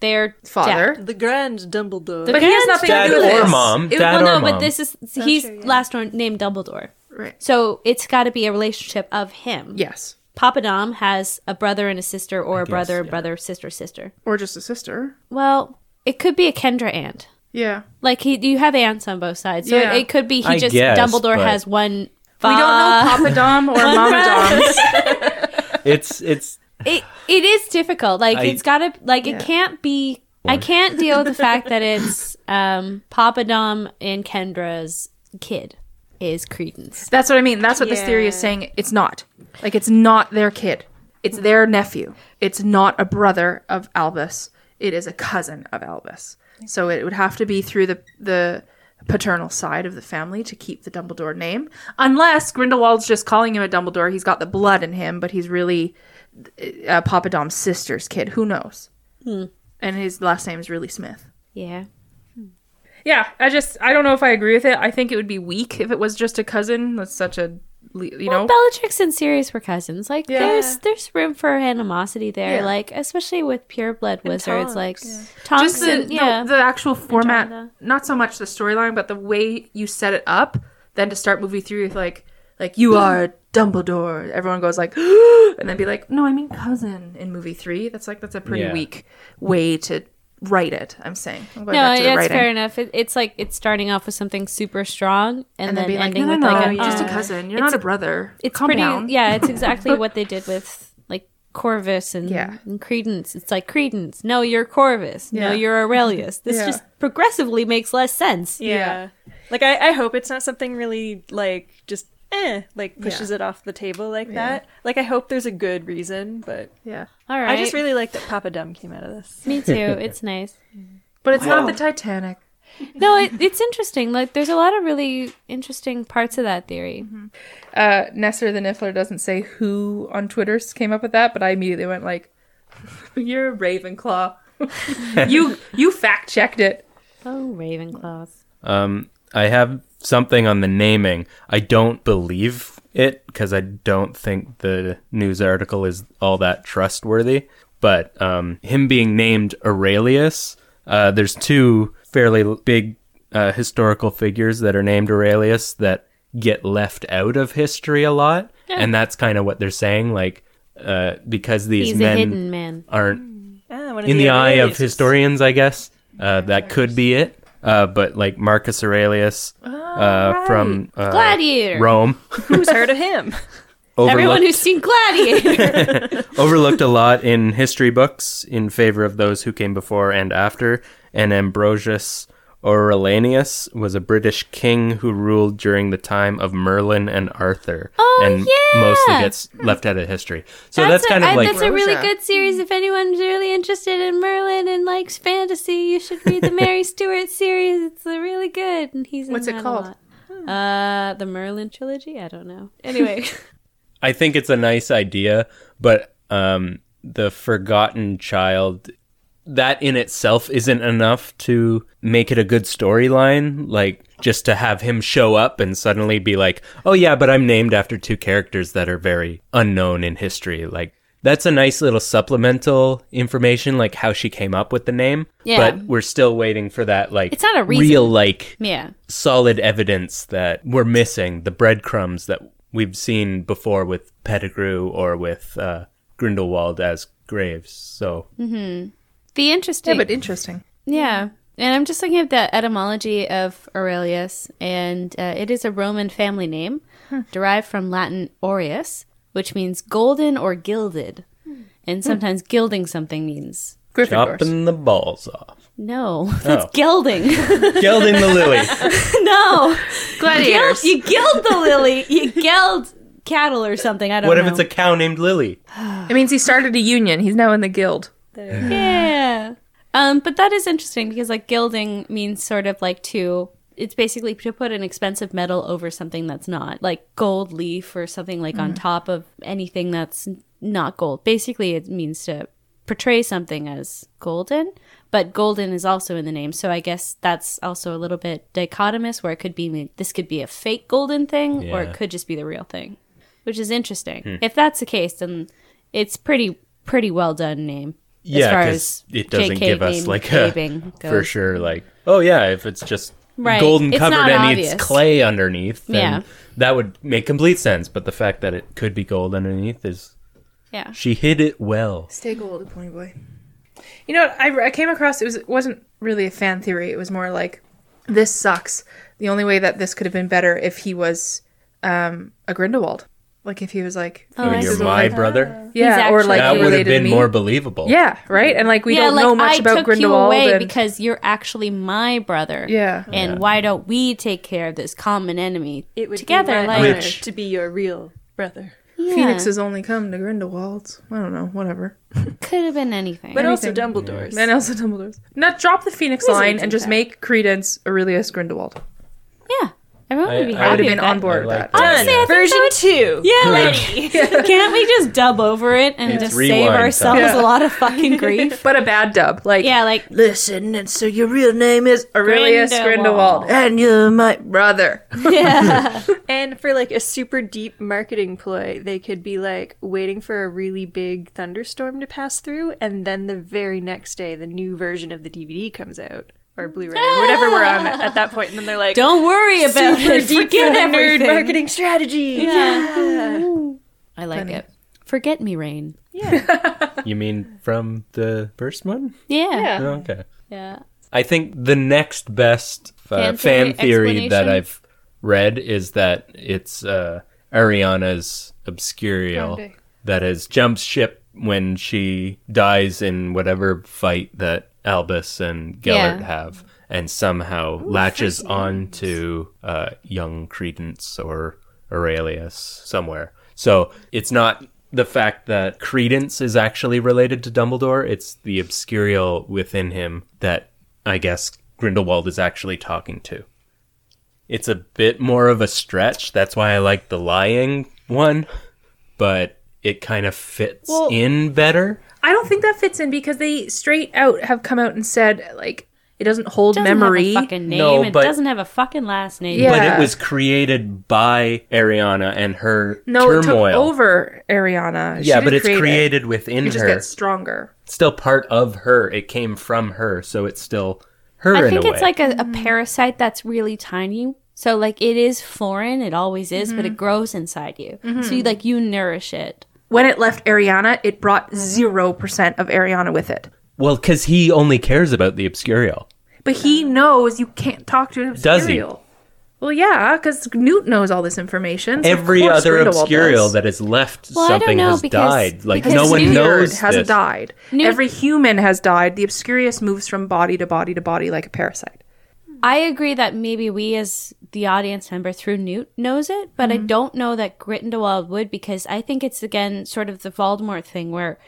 [SPEAKER 4] Their
[SPEAKER 2] Father.
[SPEAKER 5] The grand Dumbledore.
[SPEAKER 2] But he has nothing to
[SPEAKER 6] Dad
[SPEAKER 2] do with
[SPEAKER 6] or
[SPEAKER 2] this.
[SPEAKER 6] mom.
[SPEAKER 4] It-
[SPEAKER 6] dad
[SPEAKER 4] well, no,
[SPEAKER 6] or mom.
[SPEAKER 4] but this is he's last one, named Dumbledore,
[SPEAKER 2] Right.
[SPEAKER 4] so it's got to be a relationship of him.
[SPEAKER 2] Yes.
[SPEAKER 4] Papa Dom has a brother and a sister, or a brother,
[SPEAKER 6] yeah.
[SPEAKER 4] brother, sister, sister.
[SPEAKER 2] Or just a sister.
[SPEAKER 4] Well, it could be a Kendra aunt.
[SPEAKER 2] Yeah.
[SPEAKER 4] Like he, you have aunts on both sides, so
[SPEAKER 2] Yeah.
[SPEAKER 4] it, it could be he
[SPEAKER 6] I
[SPEAKER 4] just
[SPEAKER 6] guess,
[SPEAKER 4] Dumbledore
[SPEAKER 6] but-
[SPEAKER 4] has one.
[SPEAKER 2] We don't know Papa Dom or Mama Dom.
[SPEAKER 6] It's it's
[SPEAKER 4] it it is difficult. Like
[SPEAKER 6] I-
[SPEAKER 4] it's gotta like
[SPEAKER 2] Yeah.
[SPEAKER 4] it can't be. I can't deal with the fact that it's um, Papa Dom and Kendra's kid is Credence.
[SPEAKER 2] That's what I mean. That's what this theory is saying. It's not. Like, it's not their kid. It's their nephew. It's not a brother of Albus. It is a cousin of Albus. So it would have to be through the the paternal side of the family to keep the Dumbledore name, unless Grindelwald's just calling him a Dumbledore. He's got the blood in him, but he's really uh, Papa Dom's sister's kid. Who knows? Hmm. And his last name is really Smith.
[SPEAKER 4] Yeah.
[SPEAKER 2] Yeah, I just I don't know if I agree with it. I think it would be weak if it was just a cousin. That's such a le- you know.
[SPEAKER 4] Bellatrix and Sirius were cousins. Like
[SPEAKER 2] Yeah.
[SPEAKER 4] there's there's room for animosity there.
[SPEAKER 2] Yeah.
[SPEAKER 4] Like especially with pureblood wizards.
[SPEAKER 5] Tonks.
[SPEAKER 4] Like
[SPEAKER 5] Yeah.
[SPEAKER 4] Tonks
[SPEAKER 2] just the,
[SPEAKER 4] and- yeah.
[SPEAKER 2] the, the actual format
[SPEAKER 4] Andromeda.
[SPEAKER 2] not so much the storyline but the way you set it up then to start movie three with like like you are dumbledore everyone goes like and then be like no i mean cousin in movie three that's like that's a pretty
[SPEAKER 6] Yeah.
[SPEAKER 2] weak way to write it i'm saying I'm going
[SPEAKER 4] no,
[SPEAKER 2] back to the
[SPEAKER 4] that's
[SPEAKER 2] writing.
[SPEAKER 4] fair enough. It, it's like it's starting off with something super strong and,
[SPEAKER 2] and
[SPEAKER 4] then,
[SPEAKER 2] then be like
[SPEAKER 4] ending
[SPEAKER 2] no no
[SPEAKER 4] with
[SPEAKER 2] no
[SPEAKER 4] like
[SPEAKER 2] you're
[SPEAKER 4] an,
[SPEAKER 2] just a
[SPEAKER 4] uh,
[SPEAKER 2] cousin you're
[SPEAKER 4] it's-
[SPEAKER 2] not a brother
[SPEAKER 4] It's
[SPEAKER 2] Calm
[SPEAKER 4] pretty.
[SPEAKER 2] down.
[SPEAKER 4] Yeah, it's exactly what they did with like Corvus and,
[SPEAKER 2] Yeah.
[SPEAKER 4] and Credence. It's like Credence. No, you're Corvus.
[SPEAKER 2] Yeah.
[SPEAKER 4] No, you're Aurelius. This
[SPEAKER 2] Yeah.
[SPEAKER 4] just progressively makes less sense.
[SPEAKER 5] Yeah. Like I, I hope it's not something really like just eh like pushes it off the table like that. Like I hope there's a good reason, but
[SPEAKER 2] yeah
[SPEAKER 4] All right.
[SPEAKER 5] I just really like that Papa Dumb came out of this.
[SPEAKER 4] Me too. It's nice.
[SPEAKER 2] but it's not the titanic
[SPEAKER 4] No, it, it's interesting. Like, there's a lot of really interesting parts of that theory.
[SPEAKER 2] uh Nesser the Niffler doesn't say who on Twitter came up with that, but I immediately went like, "You're a Ravenclaw. you you fact checked it."
[SPEAKER 4] Oh, Ravenclaws.
[SPEAKER 6] um I have something on the naming. I don't believe it because I don't think the news article is all that trustworthy. But um, him being named Aurelius, uh, there's two fairly l- big uh, historical figures that are named Aurelius that get left out of history a lot, and that's kind of what they're saying, like uh, because these
[SPEAKER 4] He's
[SPEAKER 6] men
[SPEAKER 4] a hidden man.
[SPEAKER 6] aren't
[SPEAKER 5] Ah, one of
[SPEAKER 6] in the, eye of
[SPEAKER 5] Aureliuses.
[SPEAKER 6] historians, I guess. Uh, that could be it. Uh, but like Marcus Aurelius uh, from uh,
[SPEAKER 4] Gladiator.
[SPEAKER 6] Rome,
[SPEAKER 5] Who's heard of him?
[SPEAKER 4] Everyone
[SPEAKER 6] overlooked,
[SPEAKER 4] who's seen Gladiator.
[SPEAKER 6] overlooked a lot in history books in favor of those who came before and after. And Ambrosius Aurelianus was a British king who ruled during the time of Merlin and Arthur,
[SPEAKER 4] Oh,
[SPEAKER 6] and
[SPEAKER 4] yeah.
[SPEAKER 6] mostly gets left out of history. So that's,
[SPEAKER 4] a-
[SPEAKER 6] kind of
[SPEAKER 4] I-
[SPEAKER 6] like
[SPEAKER 4] that's a really
[SPEAKER 5] Rosa.
[SPEAKER 4] good series. If anyone's really interested in Merlin and likes fantasy, you should read the Mary Stuart series. It's uh, really good, and he's in
[SPEAKER 2] What's it
[SPEAKER 4] that a
[SPEAKER 2] called? Hmm.
[SPEAKER 4] lot. Uh, the Merlin trilogy. I don't know. Anyway,
[SPEAKER 6] I think it's a nice idea, but um, the forgotten child that in itself isn't enough to make it a good storyline. Like just to have him show up and suddenly be like, "Oh yeah, but I'm named after two characters that are very unknown in history." Like that's a nice little supplemental information, like how she came up with the name.
[SPEAKER 4] Yeah.
[SPEAKER 6] But we're still waiting for that, like
[SPEAKER 4] It's not a reason.
[SPEAKER 6] real, like
[SPEAKER 4] yeah,
[SPEAKER 6] solid evidence that we're missing the breadcrumbs that we've seen before with Pettigrew or with uh, Grindelwald as Graves. So
[SPEAKER 4] the interesting.
[SPEAKER 2] Yeah, but interesting.
[SPEAKER 4] Yeah. And I'm just looking at the etymology of Aurelius, and uh, it is a Roman family name
[SPEAKER 2] Hmm.
[SPEAKER 4] derived from Latin aureus, which means golden or gilded.
[SPEAKER 2] Hmm.
[SPEAKER 4] And sometimes gilding something means
[SPEAKER 2] Gryffindors.
[SPEAKER 6] chopping the balls off,
[SPEAKER 4] no,
[SPEAKER 6] Oh.
[SPEAKER 4] that's gilding.
[SPEAKER 6] gelding the lily.
[SPEAKER 4] no,
[SPEAKER 2] Gladiators.
[SPEAKER 4] gild, you gild the lily, you gild cattle or something. I don't
[SPEAKER 6] What
[SPEAKER 4] know.
[SPEAKER 6] if it's a cow named Lily?
[SPEAKER 2] It means he started a union. He's now in the guild.
[SPEAKER 4] Yeah. Um, but that is interesting because like gilding means sort of like to it's basically to put an expensive metal over something that's not like gold leaf or something like on top of anything that's not gold. Basically it means to portray something as golden, but golden is also in the name. So I guess that's also a little bit dichotomous where it could be this could be a fake golden thing or
[SPEAKER 6] Yeah.
[SPEAKER 4] it could just be the real thing, which is interesting.
[SPEAKER 6] Hmm.
[SPEAKER 4] If that's the case then it's pretty pretty well done name
[SPEAKER 6] Yeah,
[SPEAKER 4] as far
[SPEAKER 6] 'cause
[SPEAKER 4] as
[SPEAKER 6] it doesn't
[SPEAKER 4] JK
[SPEAKER 6] give us
[SPEAKER 4] name
[SPEAKER 6] like a
[SPEAKER 4] caving goes.
[SPEAKER 6] for sure. Like oh yeah, if it's just
[SPEAKER 4] Right.
[SPEAKER 6] golden
[SPEAKER 4] It's
[SPEAKER 6] covered
[SPEAKER 4] not
[SPEAKER 6] and it's
[SPEAKER 4] obvious.
[SPEAKER 6] clay underneath, then
[SPEAKER 4] Yeah.
[SPEAKER 6] that would make complete sense. But the fact that it could be gold underneath is
[SPEAKER 4] Yeah.
[SPEAKER 6] she hid it well.
[SPEAKER 2] Stay gold, pony boy. You know, what? I, I came across it was it wasn't really a fan theory. It was more like this sucks. The only way that this could have been better if he was um, a Grindelwald, like if he was like
[SPEAKER 6] Oh,
[SPEAKER 4] I
[SPEAKER 6] you're
[SPEAKER 4] see.
[SPEAKER 6] my brother.
[SPEAKER 2] yeah, or
[SPEAKER 4] actually-
[SPEAKER 2] like
[SPEAKER 6] that
[SPEAKER 2] he
[SPEAKER 6] would have
[SPEAKER 2] related to
[SPEAKER 6] been
[SPEAKER 2] me.
[SPEAKER 6] more believable.
[SPEAKER 2] yeah, right. And like we
[SPEAKER 4] yeah,
[SPEAKER 2] don't
[SPEAKER 4] like
[SPEAKER 2] know much
[SPEAKER 4] I
[SPEAKER 2] about
[SPEAKER 4] took
[SPEAKER 2] Grindelwald.
[SPEAKER 4] you away
[SPEAKER 2] and-
[SPEAKER 4] because you're actually my brother.
[SPEAKER 2] Yeah.
[SPEAKER 4] And why don't we take care of this common enemy
[SPEAKER 5] It would
[SPEAKER 4] together?
[SPEAKER 5] be my
[SPEAKER 4] like,
[SPEAKER 5] honor to be your real brother.
[SPEAKER 4] yeah,
[SPEAKER 2] Phoenix has only come to Grindelwald's. I don't know, whatever.
[SPEAKER 4] could have been anything.
[SPEAKER 5] But also
[SPEAKER 2] Anything.
[SPEAKER 5] Dumbledore's.
[SPEAKER 2] And also Dumbledore's. Not drop the Phoenix line and just make Credence Aurelius Grindelwald.
[SPEAKER 4] yeah, everyone would be
[SPEAKER 6] I
[SPEAKER 4] happy.
[SPEAKER 2] I would have
[SPEAKER 4] with
[SPEAKER 2] been
[SPEAKER 4] that.
[SPEAKER 2] on board with
[SPEAKER 6] I
[SPEAKER 2] that.
[SPEAKER 6] like that.
[SPEAKER 4] Honestly, I think
[SPEAKER 5] Version
[SPEAKER 4] that
[SPEAKER 5] two.
[SPEAKER 4] Yeah, like, can't we just dub over it and just
[SPEAKER 6] rewind
[SPEAKER 4] save
[SPEAKER 6] time.
[SPEAKER 4] ourselves
[SPEAKER 2] Yeah.
[SPEAKER 4] a lot of fucking grief?
[SPEAKER 2] But a bad dub. Like
[SPEAKER 4] yeah, like
[SPEAKER 2] Listen, and so your real name is Aurelius Grindelwald,
[SPEAKER 4] Grindelwald.
[SPEAKER 2] and you're my brother.
[SPEAKER 4] yeah,
[SPEAKER 5] And for like a super deep marketing ploy, they could be like waiting for a really big thunderstorm to pass through, and then the very next day, the new version of the DVD comes out or Blu-ray, or whatever we're on at, at that point, and then they're like,
[SPEAKER 4] don't worry about
[SPEAKER 5] super
[SPEAKER 4] it.
[SPEAKER 5] deep
[SPEAKER 4] Forget
[SPEAKER 5] nerd
[SPEAKER 4] everything.
[SPEAKER 5] marketing strategy." Yeah.
[SPEAKER 4] I like it. Forget me, rain.
[SPEAKER 6] You mean from the first one?
[SPEAKER 4] Yeah,
[SPEAKER 6] Oh, okay.
[SPEAKER 4] yeah.
[SPEAKER 6] I think the next best uh,
[SPEAKER 4] Fan
[SPEAKER 6] fan
[SPEAKER 4] theory
[SPEAKER 6] theory that
[SPEAKER 4] explanation?
[SPEAKER 6] I've read is that it's uh, Ariana's Obscurial that has jumped ship when she dies in whatever fight that Albus and Gellert
[SPEAKER 4] Yeah.
[SPEAKER 6] have, and somehow latches on to uh, young Credence or Aurelius somewhere. So it's not the fact that Credence is actually related to Dumbledore, it's the Obscurial within him that I guess Grindelwald is actually talking to. It's a bit more of a stretch. That's why I like the lying one, but it kind of fits in better.
[SPEAKER 2] I don't think that fits in because they straight out have come out and said like It doesn't hold
[SPEAKER 4] doesn't
[SPEAKER 2] memory.
[SPEAKER 4] have a fucking name.
[SPEAKER 6] No,
[SPEAKER 4] it
[SPEAKER 6] but-
[SPEAKER 4] doesn't have a fucking last name.
[SPEAKER 2] Yeah.
[SPEAKER 6] But it was created by Ariana and her
[SPEAKER 2] no, it
[SPEAKER 6] turmoil.
[SPEAKER 2] took over Ariana. She
[SPEAKER 6] yeah,
[SPEAKER 2] didn't
[SPEAKER 6] but it's
[SPEAKER 2] create it.
[SPEAKER 6] created within
[SPEAKER 2] It just
[SPEAKER 6] her.
[SPEAKER 2] gets stronger.
[SPEAKER 6] Still part of her. It came from her, so it's still her
[SPEAKER 4] I
[SPEAKER 6] in
[SPEAKER 4] think
[SPEAKER 6] a way.
[SPEAKER 4] it's like a, a parasite that's really tiny. So like it is foreign, it always is, but it grows inside you. So you like you nourish it.
[SPEAKER 2] When it left Ariana, it brought 0% of Ariana with it.
[SPEAKER 6] well, because he only cares about the Obscurial.
[SPEAKER 2] But he knows you can't talk to an
[SPEAKER 6] Does he?
[SPEAKER 2] Obscurial. Well, yeah, because Newt knows all this information. so of
[SPEAKER 6] Every
[SPEAKER 2] course
[SPEAKER 6] other
[SPEAKER 2] Grindelwald
[SPEAKER 6] Obscurial
[SPEAKER 2] does.
[SPEAKER 6] that is left,
[SPEAKER 4] Well, I don't
[SPEAKER 6] something
[SPEAKER 4] know,
[SPEAKER 6] has
[SPEAKER 4] because-
[SPEAKER 6] died. Like
[SPEAKER 4] because
[SPEAKER 6] no one
[SPEAKER 4] Newt
[SPEAKER 6] knows
[SPEAKER 2] has
[SPEAKER 6] this.
[SPEAKER 2] died.
[SPEAKER 4] Newt-
[SPEAKER 2] Every human has died. The Obscurius moves from body to body to body like a parasite.
[SPEAKER 4] I agree that maybe we as the audience member through Newt knows it, but
[SPEAKER 2] Mm-hmm.
[SPEAKER 4] I don't know that Grindelwald would because I think it's again sort of the Voldemort thing where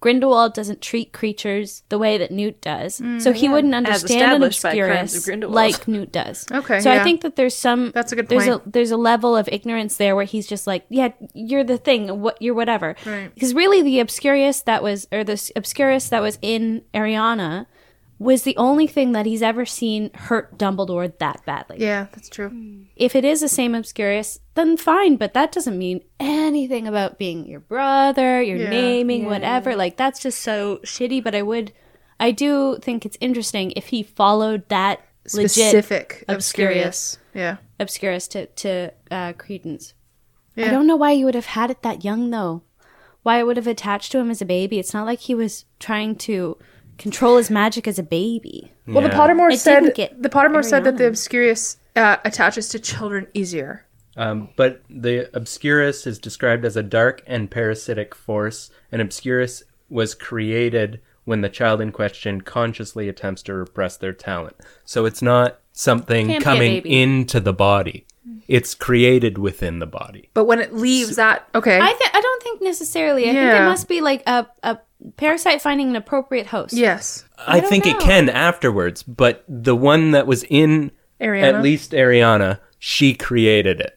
[SPEAKER 4] Grindelwald doesn't treat creatures the way that Newt does.
[SPEAKER 2] Mm,
[SPEAKER 4] so he wouldn't understand an
[SPEAKER 5] established by Crimes of
[SPEAKER 4] Obscurus
[SPEAKER 5] Grindelwald.
[SPEAKER 4] like Newt does.
[SPEAKER 2] Okay,
[SPEAKER 4] So
[SPEAKER 2] yeah.
[SPEAKER 4] I think that there's some
[SPEAKER 2] That's a good
[SPEAKER 4] there's
[SPEAKER 2] point.
[SPEAKER 4] a there's a level of ignorance there where he's just like, yeah, you're the thing, what you're whatever.
[SPEAKER 2] Right.
[SPEAKER 4] Because really the Obscurus that was or the Obscurus that was in Ariana was the only thing that he's ever seen hurt Dumbledore that badly.
[SPEAKER 2] Yeah, that's true.
[SPEAKER 4] If it is the same Obscurus, then fine, but that doesn't mean anything about being your brother, your
[SPEAKER 2] Yeah.
[SPEAKER 4] naming, whatever. Like that's just so shitty, but I would I do think it's interesting if he followed that legit
[SPEAKER 2] Specific
[SPEAKER 4] Obscurious.
[SPEAKER 2] Obscurius. Yeah.
[SPEAKER 4] Obscurus to to uh, Credence.
[SPEAKER 2] Yeah.
[SPEAKER 4] I don't know why you would have had it that young though. Why it would have attached to him as a baby. It's not like he was trying to control his magic as a baby.
[SPEAKER 2] Well, the Pottermore
[SPEAKER 4] It
[SPEAKER 2] said
[SPEAKER 4] didn't get
[SPEAKER 2] the Pottermore said that the Obscurius uh, attaches to children easier.
[SPEAKER 6] Um, but the Obscurus is described as a dark and parasitic force, and Obscurus was created when the child in question consciously attempts to repress their talent. So it's not something
[SPEAKER 4] Can't be a
[SPEAKER 6] coming
[SPEAKER 4] baby.
[SPEAKER 6] into the body, it's created within the body.
[SPEAKER 2] But when it leaves that, okay,
[SPEAKER 4] I th- I don't think necessarily. I think
[SPEAKER 2] Yeah.
[SPEAKER 4] it must be like a, a parasite finding an appropriate host.
[SPEAKER 2] yes,
[SPEAKER 6] I,
[SPEAKER 4] don't
[SPEAKER 6] think
[SPEAKER 4] know.
[SPEAKER 6] it can afterwards, but the one that was in
[SPEAKER 2] Ariana.
[SPEAKER 6] at least Ariana, she created it.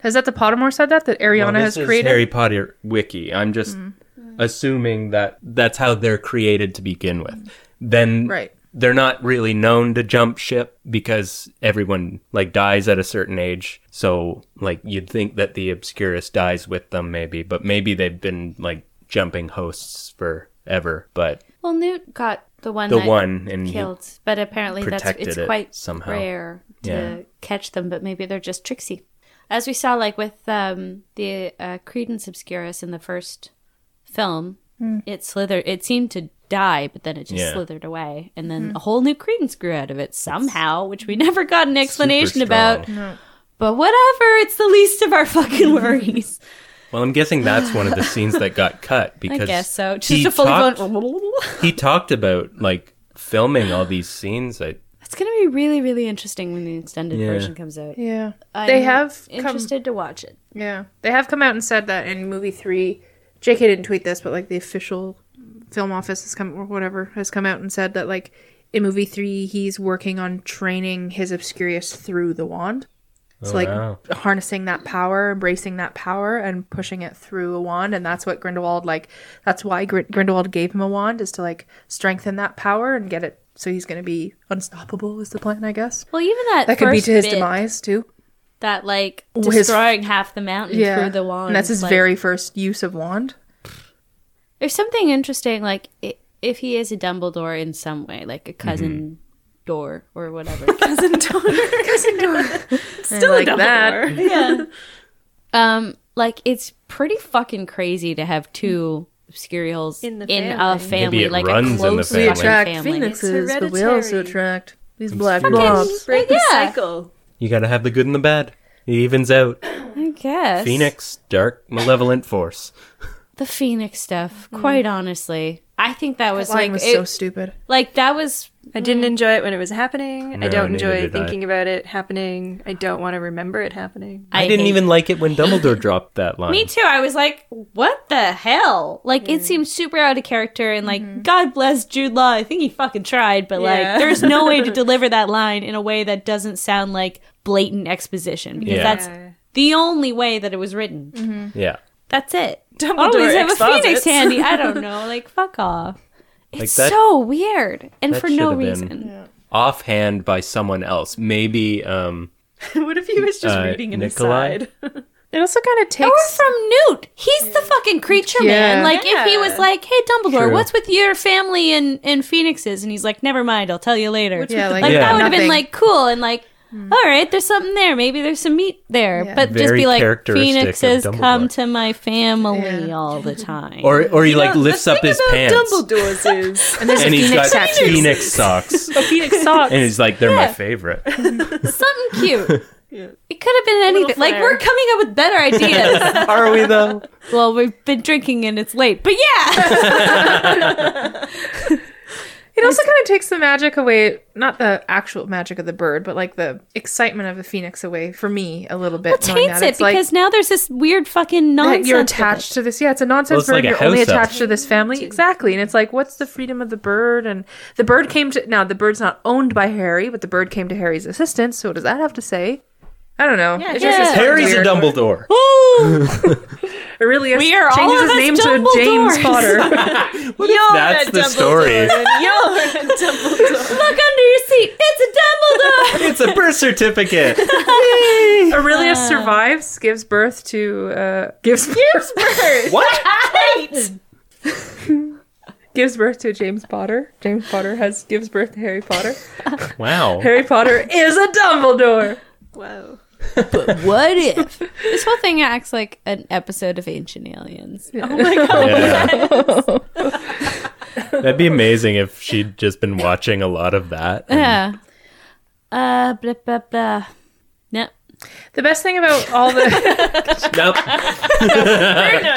[SPEAKER 2] Has that the Pottermore said that that
[SPEAKER 6] Well,
[SPEAKER 2] Ariana has
[SPEAKER 6] this is
[SPEAKER 2] created?
[SPEAKER 6] Harry Potter wiki. I'm just
[SPEAKER 4] Mm.
[SPEAKER 6] assuming that that's how they're created to begin with. Then
[SPEAKER 2] Right.
[SPEAKER 6] they're not really known to jump ship because everyone like dies at a certain age. So like you'd think that the Obscurus dies with them maybe, but maybe they've been like jumping hosts forever. But
[SPEAKER 4] Well, Newt got the one
[SPEAKER 6] the
[SPEAKER 4] that
[SPEAKER 6] one and
[SPEAKER 4] killed, but apparently that's it's
[SPEAKER 6] protected it
[SPEAKER 4] quite
[SPEAKER 6] somehow.
[SPEAKER 4] rare to
[SPEAKER 6] Yeah.
[SPEAKER 4] catch them. But maybe they're just tricksy, as we saw like with um, the uh, Credence Obscurus in the first film. It slithered. It seemed to die, but then it just
[SPEAKER 6] Yeah.
[SPEAKER 4] slithered away, and then a whole new credence grew out of it somehow, which we never got an explanation
[SPEAKER 6] super
[SPEAKER 4] about.
[SPEAKER 6] strong.
[SPEAKER 4] But whatever, it's the least of our fucking worries.
[SPEAKER 6] well, I'm guessing that's one of the scenes that got cut because
[SPEAKER 4] I guess so.
[SPEAKER 6] he
[SPEAKER 4] Just a fully
[SPEAKER 6] talked-
[SPEAKER 4] blown.
[SPEAKER 6] he talked about like filming all these scenes. I
[SPEAKER 4] It's gonna be really, really interesting when the extended
[SPEAKER 6] Yeah.
[SPEAKER 4] version comes out.
[SPEAKER 2] yeah,
[SPEAKER 4] I'm
[SPEAKER 2] they have come.
[SPEAKER 4] interested to watch it.
[SPEAKER 2] Yeah, they have come out and said that in movie three. J.K. didn't tweet this, but like the official film office has come or whatever has come out and said that like in movie three he's working on training his Obscurius through the wand. It's like
[SPEAKER 6] Oh, wow.
[SPEAKER 2] harnessing that power, embracing that power, and pushing it through a wand, and that's what Grindelwald like. That's why Gr- Grindelwald gave him a wand is to like strengthen that power and get it. So he's going to be unstoppable is the plan, I guess.
[SPEAKER 4] Well, even that
[SPEAKER 2] That could be
[SPEAKER 4] first
[SPEAKER 2] to his
[SPEAKER 4] bit,
[SPEAKER 2] demise too.
[SPEAKER 4] That like
[SPEAKER 2] His-
[SPEAKER 4] destroying half the mountain through the wand.
[SPEAKER 2] And that's his
[SPEAKER 4] like-
[SPEAKER 2] very first use of wand.
[SPEAKER 4] There's something interesting, like i if he is a Dumbledore in some way, like a
[SPEAKER 6] Mm-hmm.
[SPEAKER 4] cousin door or whatever.
[SPEAKER 2] Still like that.
[SPEAKER 4] um, like it's pretty fucking crazy to have two obscurials
[SPEAKER 5] In the
[SPEAKER 4] a
[SPEAKER 5] family.
[SPEAKER 4] family,
[SPEAKER 6] Maybe it
[SPEAKER 4] like
[SPEAKER 6] runs in
[SPEAKER 4] a
[SPEAKER 6] the
[SPEAKER 4] close
[SPEAKER 6] family. We
[SPEAKER 4] family.
[SPEAKER 5] It's but we also hereditary.
[SPEAKER 2] attract these black
[SPEAKER 6] fucking-
[SPEAKER 2] blobs.
[SPEAKER 5] Break the
[SPEAKER 4] yeah.
[SPEAKER 5] cycle.
[SPEAKER 6] You gotta have the good and the bad. It evens out.
[SPEAKER 4] I guess
[SPEAKER 6] Phoenix, dark, malevolent force.
[SPEAKER 4] the Phoenix stuff. Quite honestly, I think that was
[SPEAKER 2] Line
[SPEAKER 4] like
[SPEAKER 2] was
[SPEAKER 4] it-
[SPEAKER 2] so stupid.
[SPEAKER 4] like that was
[SPEAKER 5] I didn't enjoy it when it was happening.
[SPEAKER 6] No,
[SPEAKER 5] I don't
[SPEAKER 6] neither
[SPEAKER 5] enjoy
[SPEAKER 6] did I.
[SPEAKER 5] thinking about it happening. I don't want to remember it happening.
[SPEAKER 6] I, didn't
[SPEAKER 4] hate-
[SPEAKER 6] even like it when Dumbledore dropped that line.
[SPEAKER 4] Me too. I was like, what the hell? Like, it seems super out of character, and like, God bless Jude Law. I think he fucking tried, but like,
[SPEAKER 5] Yeah.
[SPEAKER 4] there's no way to deliver that line in a way that doesn't sound like blatant exposition because
[SPEAKER 6] Yeah.
[SPEAKER 4] that's the only way that it was written.
[SPEAKER 6] Yeah.
[SPEAKER 4] That's it.
[SPEAKER 5] Dumbledore
[SPEAKER 4] Always have a
[SPEAKER 5] exposits.
[SPEAKER 4] phoenix handy. I don't know. Like, fuck off. It's
[SPEAKER 6] that-
[SPEAKER 4] so weird and
[SPEAKER 6] that
[SPEAKER 4] for no
[SPEAKER 6] should have been-
[SPEAKER 4] reason.
[SPEAKER 6] offhand by someone else. Maybe um,
[SPEAKER 7] what if he was just
[SPEAKER 6] Uh,
[SPEAKER 7] reading an
[SPEAKER 6] Nikolai?
[SPEAKER 7] aside?
[SPEAKER 2] It also kind of
[SPEAKER 3] Or
[SPEAKER 2] takes.
[SPEAKER 3] from Newt. He's the fucking creature
[SPEAKER 2] Yeah.
[SPEAKER 3] man. Like if he was
[SPEAKER 7] Yeah.
[SPEAKER 3] like, "Hey Dumbledore,
[SPEAKER 6] True.
[SPEAKER 3] what's with your family and and phoenixes?" and he's like, "Never mind, I'll tell you later."
[SPEAKER 7] What's with
[SPEAKER 2] yeah,
[SPEAKER 7] the-
[SPEAKER 2] like,
[SPEAKER 3] like
[SPEAKER 6] Yeah.
[SPEAKER 3] that would have been
[SPEAKER 2] nothing.
[SPEAKER 3] like cool and like, "All right, there's something there. Maybe there's some meat there."
[SPEAKER 2] Yeah.
[SPEAKER 3] But just
[SPEAKER 6] Very
[SPEAKER 3] be like,
[SPEAKER 6] characteristic of
[SPEAKER 3] "Phoenixes
[SPEAKER 6] Dumbledore.
[SPEAKER 3] come to my family all the time."
[SPEAKER 6] or or he like
[SPEAKER 7] No, the
[SPEAKER 6] lifts up
[SPEAKER 7] thing
[SPEAKER 6] his
[SPEAKER 7] about
[SPEAKER 6] pants
[SPEAKER 7] Dumbledore's is
[SPEAKER 2] and there's
[SPEAKER 6] and
[SPEAKER 2] a
[SPEAKER 6] he's
[SPEAKER 2] phoenix
[SPEAKER 6] got
[SPEAKER 2] tattoo.
[SPEAKER 6] phoenix socks,
[SPEAKER 7] a phoenix socks.
[SPEAKER 6] and he's like, "They're my favorite."
[SPEAKER 3] something cute. It could have been anything. Like we're coming up with better ideas.
[SPEAKER 6] Are we though?
[SPEAKER 3] well, we've been drinking and it's late, but yeah,
[SPEAKER 2] It also kind of takes the magic away, not the actual magic of the bird, but like the excitement of the phoenix away for me a little bit. knowing
[SPEAKER 3] taints
[SPEAKER 2] that
[SPEAKER 3] it
[SPEAKER 2] it's, like,
[SPEAKER 3] because now there's this weird fucking
[SPEAKER 2] that
[SPEAKER 3] nonsense.
[SPEAKER 2] you're
[SPEAKER 3] with it.
[SPEAKER 2] attached to this. Yeah, it's a nonsense
[SPEAKER 6] Well, it's like
[SPEAKER 2] bird.
[SPEAKER 6] a
[SPEAKER 2] you're only
[SPEAKER 6] house elf.
[SPEAKER 2] attached to this family. Exactly. And it's like, what's the freedom of the bird? And the bird came to. Now, the bird's not owned by Harry, but the bird came to Harry's assistance. So what does that have to say? I don't know. it
[SPEAKER 3] yeah.
[SPEAKER 2] just is
[SPEAKER 6] Harry's a
[SPEAKER 2] weird.
[SPEAKER 6] Dumbledore.
[SPEAKER 2] It really is.
[SPEAKER 3] We are all
[SPEAKER 2] changes
[SPEAKER 3] of
[SPEAKER 2] his
[SPEAKER 3] us
[SPEAKER 2] name to James
[SPEAKER 3] Dumbledores.
[SPEAKER 2] Potter.
[SPEAKER 6] That's the story.
[SPEAKER 3] Look under your seat. It's a Dumbledore.
[SPEAKER 6] It's a birth certificate.
[SPEAKER 2] Aurelius survives, gives birth to uh, gives gives birth
[SPEAKER 6] What?
[SPEAKER 2] gives birth to James Potter. James Potter has gives birth to Harry Potter.
[SPEAKER 6] Wow.
[SPEAKER 2] Harry Potter is a Dumbledore.
[SPEAKER 7] Whoa.
[SPEAKER 3] what if?
[SPEAKER 4] This whole thing acts like an episode of Ancient Aliens. Oh my god.
[SPEAKER 6] Yeah. That'd be amazing if she'd just been watching a lot of that. and-
[SPEAKER 4] Yeah.
[SPEAKER 3] Uh, blah blah blah.
[SPEAKER 2] The best thing about all the
[SPEAKER 6] Nope.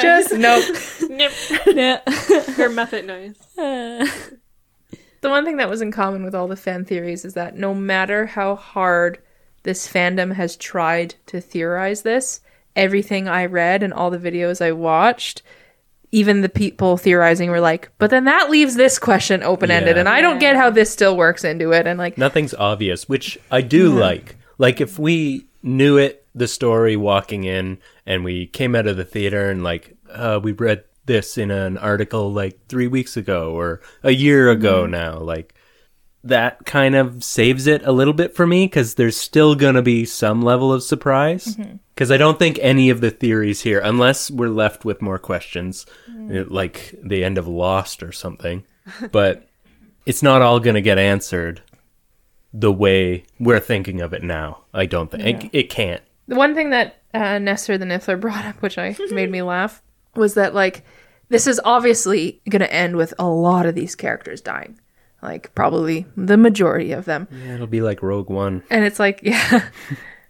[SPEAKER 2] just nope.
[SPEAKER 7] Her Muppet noise.
[SPEAKER 2] The one thing that was in common with all the fan theories is that no matter how hard this fandom has tried to theorize this, everything I read and all the videos I watched, even the people theorizing were like, but then that leaves this question open ended,
[SPEAKER 6] Yeah.
[SPEAKER 2] and I don't get how this still works into it. And like,
[SPEAKER 6] Nothing's obvious, which I do like. Like if we knew it, the story walking in, and we came out of the theater and like uh, we read this in an article like three weeks ago or a year ago now, like that kind of saves it a little bit for me because there's still gonna be some level of surprise. Because I don't think any of the theories here, unless we're left with more questions, uh, like the end of Lost or something, but it's not all going to get answered the way we're thinking of it now. I don't think it, it can't.
[SPEAKER 2] The one thing that uh, Nestor the Niffler brought up, which I made me laugh, was that like this is obviously going to end with a lot of these characters dying, like probably the majority of them.
[SPEAKER 6] Yeah, it'll be like Rogue One.
[SPEAKER 2] And it's like, yeah,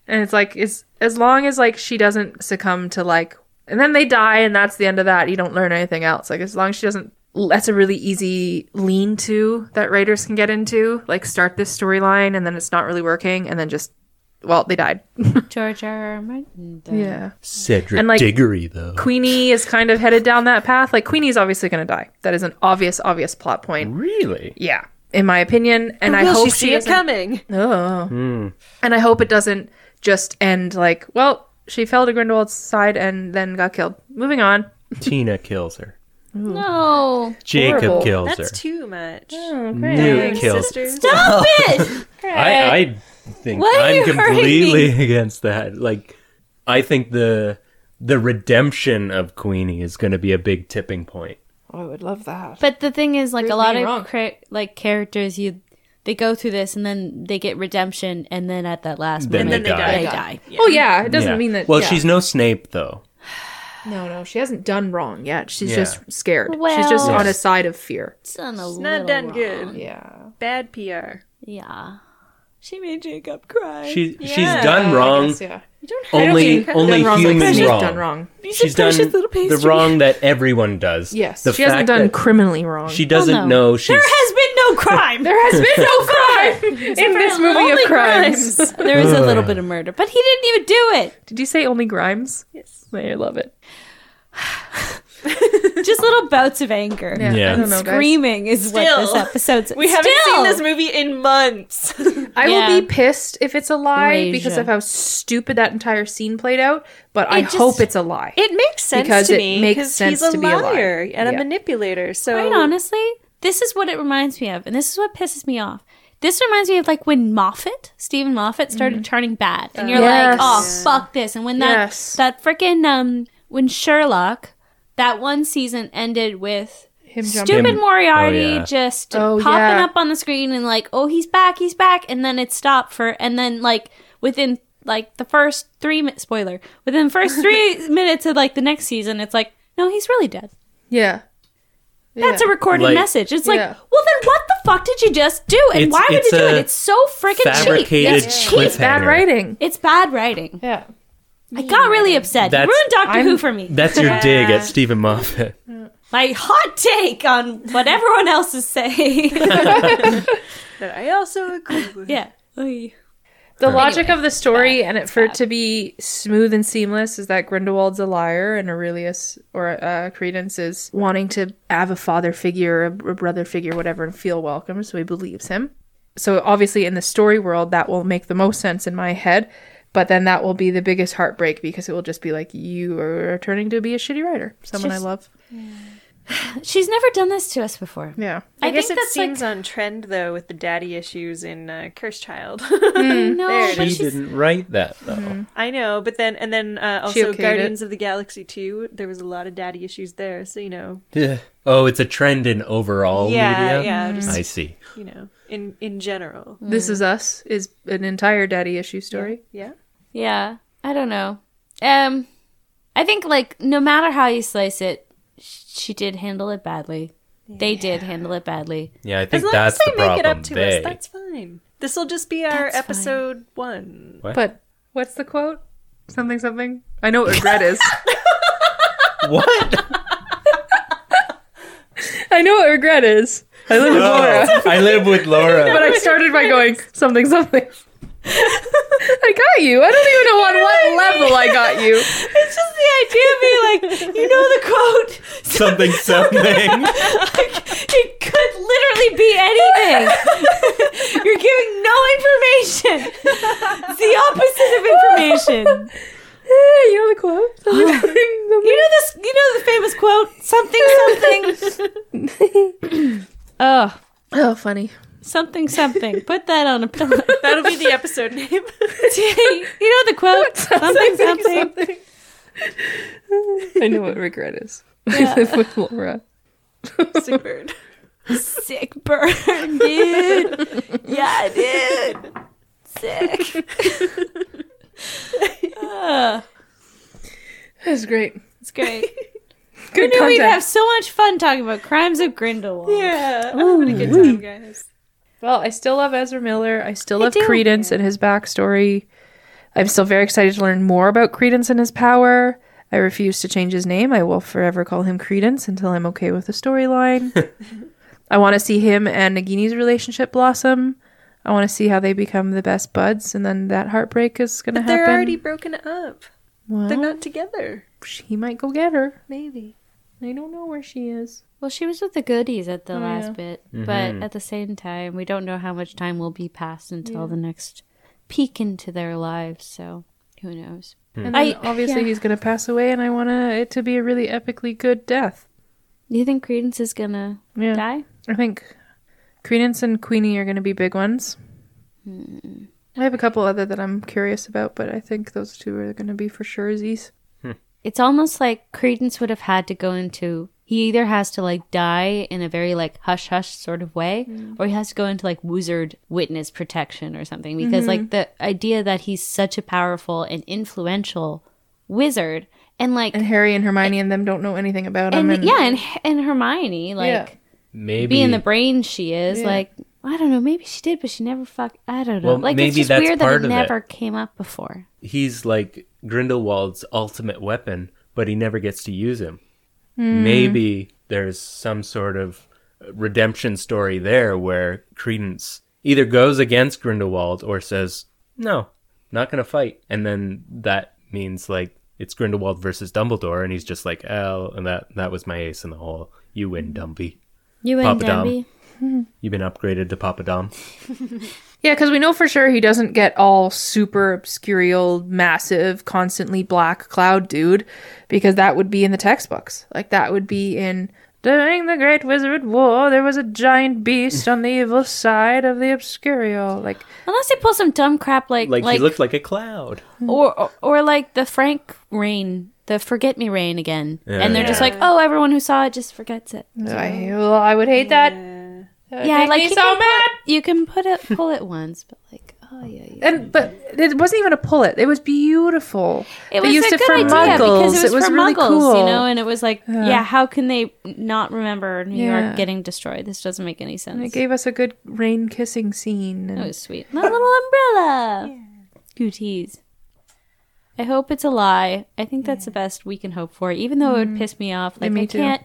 [SPEAKER 2] and it's like it's as long as like she doesn't succumb to like, and then they die, and that's the end of that. You don't learn anything else. Like as long as she doesn't. That's a really easy lean to that writers can get into. Like, start this storyline and then it's not really working, and then just, well, they died.
[SPEAKER 4] George R. R. Martin.
[SPEAKER 2] Yeah.
[SPEAKER 6] Cedric
[SPEAKER 2] And, like,
[SPEAKER 6] Diggory, though.
[SPEAKER 2] Queenie is kind of headed down that path. Like Queenie's obviously going to die. That is an obvious, obvious plot point.
[SPEAKER 6] really?
[SPEAKER 2] Yeah, in my opinion, and I
[SPEAKER 5] Will
[SPEAKER 2] hope
[SPEAKER 5] she see it
[SPEAKER 2] doesn't-
[SPEAKER 5] coming?
[SPEAKER 2] Oh.
[SPEAKER 6] Hmm.
[SPEAKER 2] And I hope it doesn't just end like, well, she fell to Grindelwald's side and then got killed. Moving on.
[SPEAKER 6] Tina kills her.
[SPEAKER 4] No.
[SPEAKER 6] Jacob
[SPEAKER 2] Horrible.
[SPEAKER 6] kills
[SPEAKER 5] That's
[SPEAKER 6] her.
[SPEAKER 5] too much.
[SPEAKER 6] Newt kills her.
[SPEAKER 5] Sisters.
[SPEAKER 3] Stop it.
[SPEAKER 6] I, I think
[SPEAKER 3] Why are
[SPEAKER 6] I'm
[SPEAKER 3] you hurting
[SPEAKER 6] completely against that. Like, I think the the redemption of Queenie is going to be a big tipping point.
[SPEAKER 2] Oh, I would love that.
[SPEAKER 4] But the thing is, like a lot
[SPEAKER 2] me
[SPEAKER 4] of
[SPEAKER 2] wrong.
[SPEAKER 4] cra- like characters, you they go through this and then they get redemption, and then at that last
[SPEAKER 6] Then
[SPEAKER 4] moment
[SPEAKER 6] they die.
[SPEAKER 4] they die.
[SPEAKER 2] Oh yeah, it doesn't
[SPEAKER 6] Yeah.
[SPEAKER 2] mean that.
[SPEAKER 6] Well,
[SPEAKER 2] yeah.
[SPEAKER 6] she's no Snape, though.
[SPEAKER 2] no, no, she hasn't done wrong yet. She's
[SPEAKER 6] Yeah.
[SPEAKER 2] just scared. she's just
[SPEAKER 4] Well-
[SPEAKER 2] on a side of fear.
[SPEAKER 4] It's done a
[SPEAKER 5] It's
[SPEAKER 4] little
[SPEAKER 5] not done
[SPEAKER 4] wrong.
[SPEAKER 5] good.
[SPEAKER 2] Yeah.
[SPEAKER 5] Bad PR.
[SPEAKER 4] Yeah.
[SPEAKER 7] She made Jacob cry.
[SPEAKER 6] She
[SPEAKER 5] Yeah,
[SPEAKER 6] she's done wrong.
[SPEAKER 2] yeah.
[SPEAKER 6] Only only
[SPEAKER 2] Done wrong, like,
[SPEAKER 6] human
[SPEAKER 2] she's
[SPEAKER 6] wrong.
[SPEAKER 2] done wrong.
[SPEAKER 6] She's done
[SPEAKER 7] precious little
[SPEAKER 6] the
[SPEAKER 7] pastry.
[SPEAKER 6] wrong that everyone does.
[SPEAKER 2] Yes,
[SPEAKER 6] the
[SPEAKER 2] she hasn't
[SPEAKER 6] fact
[SPEAKER 2] done
[SPEAKER 6] that
[SPEAKER 2] criminally wrong.
[SPEAKER 6] She doesn't
[SPEAKER 5] Oh,
[SPEAKER 4] no.
[SPEAKER 6] know she's.
[SPEAKER 5] Has been no crime.
[SPEAKER 2] there has been no crime in this movie of crimes.
[SPEAKER 4] There is a little bit of murder, but
[SPEAKER 3] But he didn't even do
[SPEAKER 2] Did you say only grimes? Yes, I love it.
[SPEAKER 3] it. Just little bouts of anger.
[SPEAKER 2] Yeah,
[SPEAKER 6] Yeah.
[SPEAKER 2] I don't know, guys.
[SPEAKER 3] Screaming is what this
[SPEAKER 7] Still.
[SPEAKER 3] episode's.
[SPEAKER 7] we haven't
[SPEAKER 3] Still.
[SPEAKER 7] seen this movie in months.
[SPEAKER 2] I
[SPEAKER 4] Yeah.
[SPEAKER 2] will be pissed if it's a lie because
[SPEAKER 4] Raja.
[SPEAKER 2] of how stupid that entire scene played out. But I
[SPEAKER 5] just-
[SPEAKER 2] hope it's a lie.
[SPEAKER 5] It makes sense
[SPEAKER 2] Because
[SPEAKER 5] to
[SPEAKER 2] it
[SPEAKER 5] me
[SPEAKER 2] makes
[SPEAKER 5] because
[SPEAKER 2] sense
[SPEAKER 5] he's a
[SPEAKER 2] to be a
[SPEAKER 5] liar
[SPEAKER 2] liar.
[SPEAKER 5] and
[SPEAKER 2] Yeah.
[SPEAKER 5] a manipulator. So
[SPEAKER 4] quite honestly, this is what it reminds me of, and this is what pisses me off. This reminds me of like when Moffat, Stephen Moffat, started turning bad, and you're
[SPEAKER 2] Mm.
[SPEAKER 4] like,
[SPEAKER 2] Yes.
[SPEAKER 4] oh fuck this. And when that
[SPEAKER 2] Yes.
[SPEAKER 4] that freaking um when Sherlock, that one season ended with
[SPEAKER 2] Him
[SPEAKER 4] stupid
[SPEAKER 6] Him-
[SPEAKER 4] Moriarty
[SPEAKER 6] oh, yeah.
[SPEAKER 4] just
[SPEAKER 2] Oh,
[SPEAKER 4] popping
[SPEAKER 2] yeah.
[SPEAKER 4] up on the screen and like, oh he's back, he's back, and then it stopped for, and then like within like the first three mi- spoiler within the first three minutes of like the next season, it's like. No, he's really dead.
[SPEAKER 2] Yeah.
[SPEAKER 4] That's a recorded
[SPEAKER 6] Like-
[SPEAKER 4] message. It's like,
[SPEAKER 2] Yeah.
[SPEAKER 4] well, then what the fuck did you just do? And
[SPEAKER 6] It's-
[SPEAKER 4] why would
[SPEAKER 6] it's
[SPEAKER 4] you do
[SPEAKER 6] a
[SPEAKER 4] it? It's so freaking cheap.
[SPEAKER 6] fabricated
[SPEAKER 4] It's cheap.
[SPEAKER 6] cliffhanger.
[SPEAKER 2] Bad writing.
[SPEAKER 4] It's bad writing.
[SPEAKER 2] Yeah.
[SPEAKER 4] I got really upset.
[SPEAKER 6] That's-
[SPEAKER 4] you ruined Doctor
[SPEAKER 2] I'm-
[SPEAKER 4] Who for me.
[SPEAKER 6] That's your dig at Stephen Moffat.
[SPEAKER 4] My hot take on what everyone else is saying.
[SPEAKER 5] That I also agree with.
[SPEAKER 4] yeah. Oy.
[SPEAKER 2] The logic of the story and it for it to be smooth and seamless is that Grindelwald's a liar and Aurelius or uh, Credence is wanting to have a father figure, a, a brother figure, whatever, and feel welcome, so he believes him. So obviously, in the story world, that will make the most sense in my head, but then that will be the biggest heartbreak because it will just be like you are turning to be a shitty writer, someone
[SPEAKER 4] just-
[SPEAKER 2] I love.
[SPEAKER 4] She's never done this to us before.
[SPEAKER 2] Yeah,
[SPEAKER 5] I,
[SPEAKER 4] I
[SPEAKER 5] guess
[SPEAKER 4] think
[SPEAKER 5] it
[SPEAKER 4] that's, like-
[SPEAKER 5] seems on trend though with the daddy issues in uh, Cursed Child.
[SPEAKER 4] No, but
[SPEAKER 6] She
[SPEAKER 4] she's,
[SPEAKER 6] didn't write that though.
[SPEAKER 2] Mm-hmm.
[SPEAKER 5] I know, but then and then uh,
[SPEAKER 2] She
[SPEAKER 5] also
[SPEAKER 2] okayed
[SPEAKER 5] Guardians of the Galaxy 2, there was a lot of daddy issues there, so you know.
[SPEAKER 6] Yeah. Oh, it's a trend in overall
[SPEAKER 5] yeah,
[SPEAKER 6] media.
[SPEAKER 5] yeah, just
[SPEAKER 6] I see.
[SPEAKER 5] you know, in in general.
[SPEAKER 2] this is us is an entire daddy issue story.
[SPEAKER 5] Yeah.
[SPEAKER 4] yeah. I don't know. Um, I think like no matter how you slice it, sh- she did handle it badly. They did handle it badly.
[SPEAKER 6] Yeah, I
[SPEAKER 5] As
[SPEAKER 6] think
[SPEAKER 5] long
[SPEAKER 6] that's
[SPEAKER 5] as they
[SPEAKER 6] the
[SPEAKER 5] make
[SPEAKER 6] problem.
[SPEAKER 5] it up to
[SPEAKER 6] they.
[SPEAKER 5] us, that's fine. This will just be our
[SPEAKER 4] That's fine.
[SPEAKER 5] episode 1.
[SPEAKER 2] But what's the quote? Something something. I know what regret is.
[SPEAKER 6] What?
[SPEAKER 2] I know what regret is. I live with Laura,
[SPEAKER 6] Oh, I live with
[SPEAKER 2] but
[SPEAKER 6] Laura.
[SPEAKER 2] I started by going something something. I got you. I don't even know on what level I got you.
[SPEAKER 4] It's just the idea of being like, you know the quote.
[SPEAKER 6] something, something.
[SPEAKER 4] it could literally be anything. You're giving no information. It's the opposite of information.
[SPEAKER 2] Hey, you know the quote. Something, something, something.
[SPEAKER 4] You know this. You know the famous quote. Something. Something. oh,
[SPEAKER 2] Oh, funny.
[SPEAKER 4] something. Something. Put that on a pillow.
[SPEAKER 5] That'll be the episode name.
[SPEAKER 4] you know the quote. Something. Something.
[SPEAKER 2] I know what regret is. I live with Laura.
[SPEAKER 5] Sick bird.
[SPEAKER 4] Sick burn, dude. Yeah, dude. Sick. Ugh.
[SPEAKER 2] That's great.
[SPEAKER 4] it's great.
[SPEAKER 2] Good
[SPEAKER 4] I knew we'd
[SPEAKER 2] content.
[SPEAKER 4] have so much fun talking about crimes of Grindelwald.
[SPEAKER 5] Yeah. I'm having a good time, guys.
[SPEAKER 2] Well, I still love Ezra Miller. I still love
[SPEAKER 4] do.
[SPEAKER 2] Credence and his backstory. I'm still very excited to learn more about Credence and his power. I refuse to change his name. I will forever call him Credence until I'm okay with the storyline. I want to see him and Nagini's relationship blossom. I want to see how they become the best buds, and then that heartbreak is going to
[SPEAKER 5] But
[SPEAKER 2] happen.
[SPEAKER 5] they're already broken up.
[SPEAKER 2] well,
[SPEAKER 5] They're not together.
[SPEAKER 2] He might go get her.
[SPEAKER 5] Maybe.
[SPEAKER 2] I don't know where she is.
[SPEAKER 4] Well, she was with the goodies at the last
[SPEAKER 2] yeah.
[SPEAKER 4] bit, but at the same time, we don't know how much time will be passed until the next peek into their lives. So who knows?
[SPEAKER 2] And
[SPEAKER 4] I-
[SPEAKER 2] then obviously
[SPEAKER 4] yeah.
[SPEAKER 2] he's going to pass away, and I want it to be a really epically good death.
[SPEAKER 4] Do you think Credence is gonna
[SPEAKER 2] Yeah.
[SPEAKER 4] die?
[SPEAKER 2] I think Credence and Queenie are going to be big ones.
[SPEAKER 4] Hmm.
[SPEAKER 2] I have a couple other that I'm curious about, but I think those two are going to be for sure Z's.
[SPEAKER 4] It's almost like Credence would have had to go into. He either has to like die in a very like hush hush sort of way, or he has to go into like wizard witness protection or something. Because like the idea that he's such a powerful and influential wizard, and like
[SPEAKER 2] And Harry and Hermione and them don't know anything about him.
[SPEAKER 4] and,
[SPEAKER 2] And,
[SPEAKER 4] yeah, and and Hermione, like
[SPEAKER 2] Yeah.
[SPEAKER 6] Maybe
[SPEAKER 4] being the brain she is,
[SPEAKER 2] Yeah.
[SPEAKER 4] like I don't know, maybe she did, but she never fuck. I don't know.
[SPEAKER 6] Well,
[SPEAKER 4] like
[SPEAKER 6] maybe
[SPEAKER 4] it's just
[SPEAKER 6] that's
[SPEAKER 4] weird
[SPEAKER 6] part
[SPEAKER 4] that it
[SPEAKER 6] of it.
[SPEAKER 4] never came up before.
[SPEAKER 6] he's like Grindelwald's ultimate weapon, but he never gets to use him. Maybe there's some sort of redemption story there where Credence either goes against Grindelwald or says, "No, not going to fight." And then that means like it's Grindelwald versus Dumbledore and he's just like, "Oh, and that that was my ace in the hole. You win, Dumpy.
[SPEAKER 4] You and
[SPEAKER 6] Papa Dom.
[SPEAKER 4] Debbie.
[SPEAKER 6] You've been upgraded to Papa Dom."
[SPEAKER 2] Yeah, because we know for sure he doesn't get all super obscurial, massive, constantly black cloud dude, because that would be in the textbooks. Like that would be in During the Great Wizard War, there was a giant beast on the evil side of the Obscurial. Like,
[SPEAKER 4] Unless they pull some dumb crap like
[SPEAKER 8] Like,
[SPEAKER 4] like,
[SPEAKER 8] he looked like a cloud.
[SPEAKER 4] or, or or like the Frank rain, the forget me rain again,
[SPEAKER 8] Yeah.
[SPEAKER 4] and they're just like, oh, everyone who saw it just forgets it.
[SPEAKER 2] I, well, I would hate that. That would
[SPEAKER 4] yeah,
[SPEAKER 2] make
[SPEAKER 4] like
[SPEAKER 2] me
[SPEAKER 4] you
[SPEAKER 2] so
[SPEAKER 4] can
[SPEAKER 2] mad.
[SPEAKER 4] Put, you can put it pull it once, but like, oh yeah, yeah.
[SPEAKER 2] And but it wasn't even a pullet. It was beautiful.
[SPEAKER 4] It
[SPEAKER 2] They
[SPEAKER 4] was
[SPEAKER 2] used
[SPEAKER 4] a
[SPEAKER 2] it
[SPEAKER 4] good
[SPEAKER 2] for
[SPEAKER 4] idea
[SPEAKER 2] muggles.
[SPEAKER 4] because it was,
[SPEAKER 2] It was
[SPEAKER 4] for
[SPEAKER 2] really
[SPEAKER 4] muggles, you
[SPEAKER 2] cool.
[SPEAKER 4] know, and it was like, yeah, how can they not remember New
[SPEAKER 2] Yeah.
[SPEAKER 4] York getting destroyed? This doesn't make any sense.
[SPEAKER 2] And it gave us a good rain kissing scene. And
[SPEAKER 4] That was sweet. My little umbrella. Gooties. I hope it's a lie. I think that's the best we can hope for, even though it would piss me off. Like
[SPEAKER 2] Mm-hmm. me
[SPEAKER 4] I
[SPEAKER 2] too.
[SPEAKER 4] can't.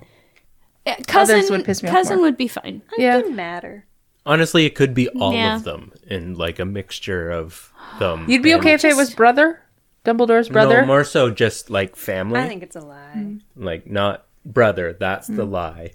[SPEAKER 4] Uh, cousin
[SPEAKER 2] would piss me off
[SPEAKER 4] cousin
[SPEAKER 2] more.
[SPEAKER 4] would be fine.
[SPEAKER 2] yeah,
[SPEAKER 5] Doesn't matter.
[SPEAKER 6] Honestly, it could be all
[SPEAKER 4] Yeah.
[SPEAKER 6] of them in like a mixture of them.
[SPEAKER 2] you'd be
[SPEAKER 6] and-
[SPEAKER 2] okay if it was brother, Dumbledore's brother.
[SPEAKER 6] No, more so just like family.
[SPEAKER 5] I think it's a lie.
[SPEAKER 6] like not brother. That's
[SPEAKER 2] Mm.
[SPEAKER 6] the lie.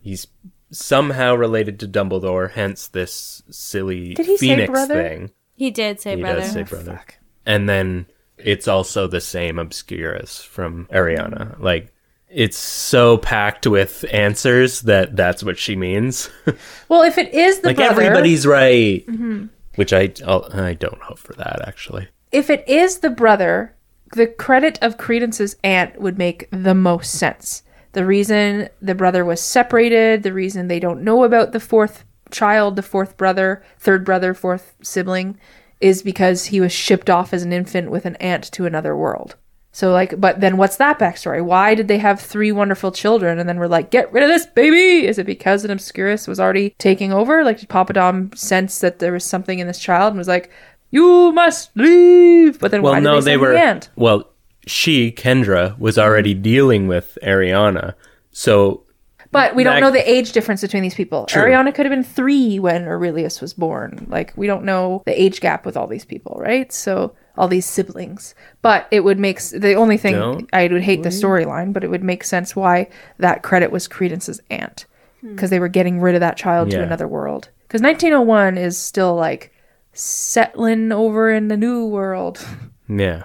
[SPEAKER 6] He's somehow related to Dumbledore, hence this silly
[SPEAKER 2] Did he say
[SPEAKER 6] phoenix
[SPEAKER 2] brother? Oh,
[SPEAKER 6] thing.
[SPEAKER 4] He did say
[SPEAKER 6] He
[SPEAKER 4] brother.
[SPEAKER 6] does say brother. And then it's also the same Obscurus from Ariana. Like it's so packed with answers that that's what she means.
[SPEAKER 2] well, if it is the
[SPEAKER 6] like
[SPEAKER 2] brother,
[SPEAKER 6] everybody's right,
[SPEAKER 2] Mm-hmm.
[SPEAKER 6] which I I'll, I don't hope for that actually.
[SPEAKER 2] if it is the brother, the credit of Credence's aunt would make the most sense. The reason the brother was separated, the reason they don't know about the fourth child, the fourth brother, third brother, fourth sibling, is because he was shipped off as an infant with an aunt to another world. So, like, but then what's that backstory? Why did they have three wonderful children and then we're like, get rid of this baby? Is it because an Obscurus was already taking over? Like, did Papa Dom sense that there was something in this child and was like, you must leave? But then
[SPEAKER 6] Well,
[SPEAKER 2] why
[SPEAKER 6] no,
[SPEAKER 2] did they,
[SPEAKER 6] they
[SPEAKER 2] were.
[SPEAKER 6] were.
[SPEAKER 2] The Mm-hmm. aunt?
[SPEAKER 6] Well, she Kendra was already dealing with Ariana, so
[SPEAKER 2] But we don't
[SPEAKER 6] That-
[SPEAKER 2] know the age difference between these people.
[SPEAKER 6] True.
[SPEAKER 2] Ariana could have been three when Aurelius was born. Like, we don't know the age gap with all these people, right? So, all these siblings. But it would make s- the only thing
[SPEAKER 6] Don't
[SPEAKER 2] I would hate the storyline, but it would make sense why that credit was Credence's aunt
[SPEAKER 4] Hmm.
[SPEAKER 2] because they were getting rid of that child to
[SPEAKER 6] Yeah.
[SPEAKER 2] another world. Because 1901 is still like settling over in the new world.
[SPEAKER 6] yeah.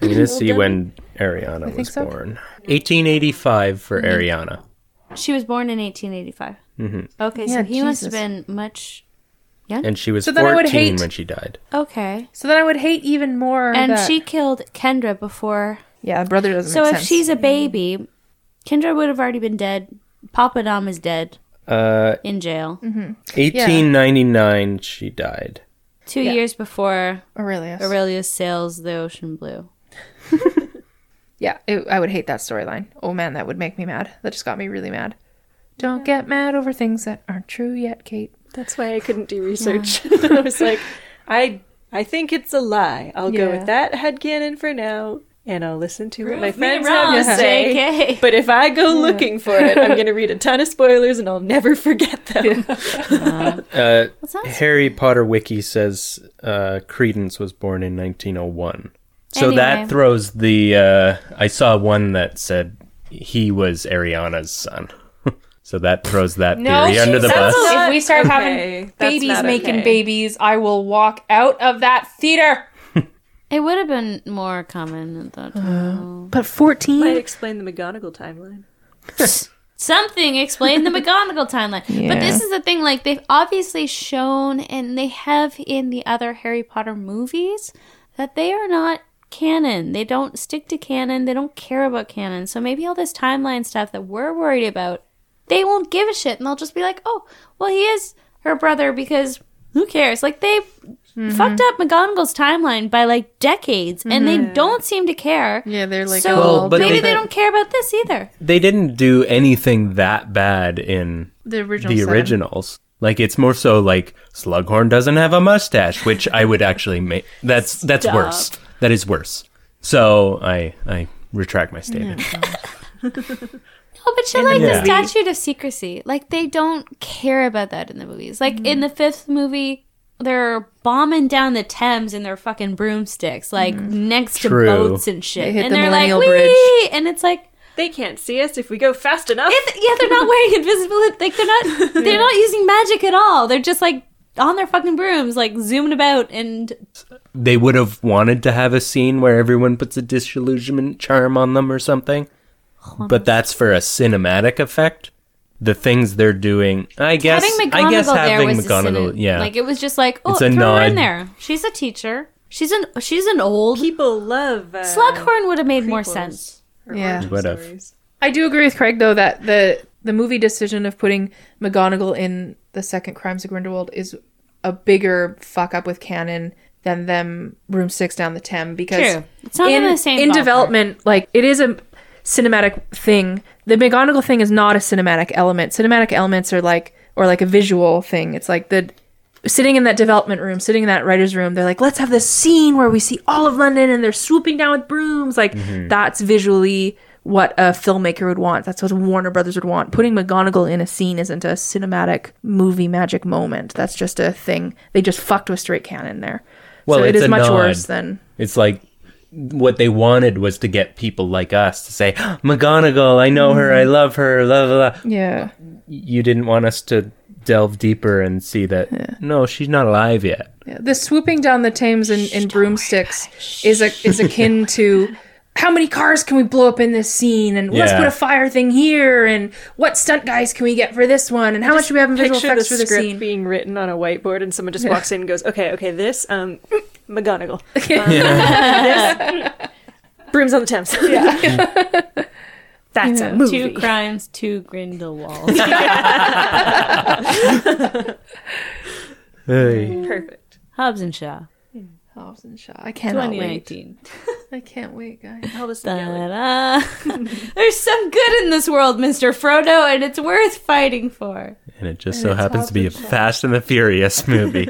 [SPEAKER 6] I'm gonna see when Ariana was
[SPEAKER 2] so. Mm-hmm.
[SPEAKER 6] born. 1885 for Ariana.
[SPEAKER 4] She was born in 1885. Mm-hmm. Okay, so
[SPEAKER 2] Yeah,
[SPEAKER 4] he must have
[SPEAKER 2] Jesus.
[SPEAKER 4] been much.
[SPEAKER 6] and she was
[SPEAKER 2] So then I
[SPEAKER 6] 14
[SPEAKER 2] would hate-
[SPEAKER 6] when she died.
[SPEAKER 4] Okay,
[SPEAKER 2] So then I would hate even more.
[SPEAKER 4] and
[SPEAKER 2] that-
[SPEAKER 4] she killed Kendra before.
[SPEAKER 2] yeah, brother doesn't.
[SPEAKER 4] So
[SPEAKER 2] make
[SPEAKER 4] if
[SPEAKER 2] sense.
[SPEAKER 4] she's a baby, Kendra would have already been dead. Papa Dom is dead
[SPEAKER 6] Uh,
[SPEAKER 4] in jail.
[SPEAKER 2] Mm-hmm.
[SPEAKER 6] 1899 she died.
[SPEAKER 4] Two years before
[SPEAKER 2] Aurelius,
[SPEAKER 4] Aurelius sails the ocean blue.
[SPEAKER 2] Yeah, it, I would hate that storyline. Oh man, that would make me mad. That just got me really mad. Don't get mad over things that aren't true yet, Kate.
[SPEAKER 5] That's why I couldn't do research. I was like, I I think it's a lie. I'll go with that headcanon for now, and I'll listen to what my friends have to say.
[SPEAKER 4] JK.
[SPEAKER 5] But if I go looking for it, I'm going to read a ton of spoilers, and I'll never forget them.
[SPEAKER 6] Uh,
[SPEAKER 4] sounds-
[SPEAKER 6] Harry Potter Wiki says uh, Credence was born in 1901. So that
[SPEAKER 4] Anyway.
[SPEAKER 6] throws the. Uh, I saw one that said he was Ariana's son. so that throws that theory under the bus.
[SPEAKER 2] if we start
[SPEAKER 5] okay.
[SPEAKER 2] having
[SPEAKER 5] That's
[SPEAKER 2] babies
[SPEAKER 5] not
[SPEAKER 2] making
[SPEAKER 5] okay.
[SPEAKER 2] babies, I will walk out of that theater.
[SPEAKER 4] It would have been more common at that time.
[SPEAKER 2] But fourteen,
[SPEAKER 5] Might explain the McGonagall timeline.
[SPEAKER 4] Something explained the McGonagall timeline. But this is the thing, like they've obviously shown and they have in the other Harry Potter movies that they are not canon. They don't stick to canon. They don't care about canon. So maybe all this timeline stuff that we're worried about, they won't give a shit and they'll just be like, Oh, well he is her brother because who cares? Like they fucked up McGonagall's timeline by like decades and they don't seem to care.
[SPEAKER 2] yeah, they're like,
[SPEAKER 4] So
[SPEAKER 6] Well, but
[SPEAKER 4] maybe
[SPEAKER 6] they-
[SPEAKER 4] they don't care about this either.
[SPEAKER 6] They didn't do anything that bad in
[SPEAKER 2] the original.
[SPEAKER 6] the originals. Like it's more so like Slughorn doesn't have a mustache, which I would actually make. That's that's worse. That is worse. So I I retract my statement.
[SPEAKER 4] Oh, but you like
[SPEAKER 6] movie.
[SPEAKER 4] the statute of secrecy. Like they don't care about that in the movies. Like in the fifth movie, they're bombing down the Thames in their fucking broomsticks, like next
[SPEAKER 6] True.
[SPEAKER 4] to boats and shit.
[SPEAKER 2] Mm. They hit
[SPEAKER 4] and
[SPEAKER 2] the
[SPEAKER 4] they're like,
[SPEAKER 2] Millennial
[SPEAKER 4] Wee!
[SPEAKER 2] Bridge.
[SPEAKER 4] and it's like
[SPEAKER 5] They can't see us if we go fast enough.
[SPEAKER 4] if, yeah, they're not wearing invisibility. Like they're not they're not using magic at all. They're just like on their fucking brooms, like zooming about and
[SPEAKER 6] They would have wanted to have a scene where everyone puts a disillusionment charm on them or something, but that's for a cinematic effect. the things they're doing. I guess
[SPEAKER 4] having McGonagall
[SPEAKER 6] I guess
[SPEAKER 4] there
[SPEAKER 6] having
[SPEAKER 4] was a
[SPEAKER 6] McGonagall,
[SPEAKER 4] synonym.
[SPEAKER 6] yeah,
[SPEAKER 4] like it was just like oh,
[SPEAKER 6] It's
[SPEAKER 4] throw
[SPEAKER 6] a
[SPEAKER 4] her in
[SPEAKER 6] nod.
[SPEAKER 4] there. She's a teacher. She's an she's an old
[SPEAKER 5] People love uh,
[SPEAKER 4] Slughorn would have made more sense.
[SPEAKER 5] or
[SPEAKER 9] Yeah.
[SPEAKER 5] origin
[SPEAKER 6] Would have.
[SPEAKER 5] stories.
[SPEAKER 2] I do agree with Craig though that the the movie decision of putting McGonagall in the second Crimes of Grindelwald is a bigger fuck up with canon than them Room Six down the Thames because
[SPEAKER 4] True. It's not
[SPEAKER 2] in,
[SPEAKER 4] even the same
[SPEAKER 2] in
[SPEAKER 4] ballpark.
[SPEAKER 2] development like it is a cinematic thing. The McGonagall thing is not a cinematic element. Cinematic elements are like or like a visual thing. It's like the sitting in that development room, sitting in that writer's room, they're like, let's have this scene where we see all of London and they're swooping down with brooms. Like,
[SPEAKER 6] Mm-hmm.
[SPEAKER 2] that's visually what a filmmaker would want. That's what Warner Brothers would want. Putting McGonagall in a scene isn't a cinematic movie magic moment. That's just a thing. They just fucked with straight canon there.
[SPEAKER 6] Well,
[SPEAKER 2] so it
[SPEAKER 6] it's
[SPEAKER 2] is
[SPEAKER 6] a
[SPEAKER 2] much
[SPEAKER 6] nod.
[SPEAKER 2] worse than.
[SPEAKER 6] It's like what they wanted was to get people like us to say, "Ah, McGonagall, I know her, I
[SPEAKER 4] Mm-hmm.
[SPEAKER 6] love her, blah, blah, blah.
[SPEAKER 2] Yeah.
[SPEAKER 6] You didn't want us to delve deeper and see that, no, she's not alive yet.
[SPEAKER 2] Yeah, the swooping down the Thames in, in broomsticks is a is akin to how many cars can we blow up in this scene, and let's
[SPEAKER 6] Yeah.
[SPEAKER 2] put a fire thing here, and what stunt guys can we get for this one, and how much do we have in visual
[SPEAKER 5] Picture the
[SPEAKER 2] effects for
[SPEAKER 5] script
[SPEAKER 2] this scene?
[SPEAKER 5] being written on a whiteboard, and someone just walks in and goes, "Okay, okay, this um, McGonagall, Um, brooms on the Thames." Yeah, that's a
[SPEAKER 4] Two
[SPEAKER 5] movie.
[SPEAKER 4] crimes, two Grindelwald.
[SPEAKER 6] Hey.
[SPEAKER 5] Perfect.
[SPEAKER 4] Hobbs and Shaw,
[SPEAKER 2] Hobbs and Shaw. I cannot wait.
[SPEAKER 4] 2019.
[SPEAKER 2] I can't wait, guys.
[SPEAKER 4] Da-da. There's some good in this world, Mr. Frodo, and it's worth fighting for.
[SPEAKER 6] And it just so happens to be a Fast and the Furious movie.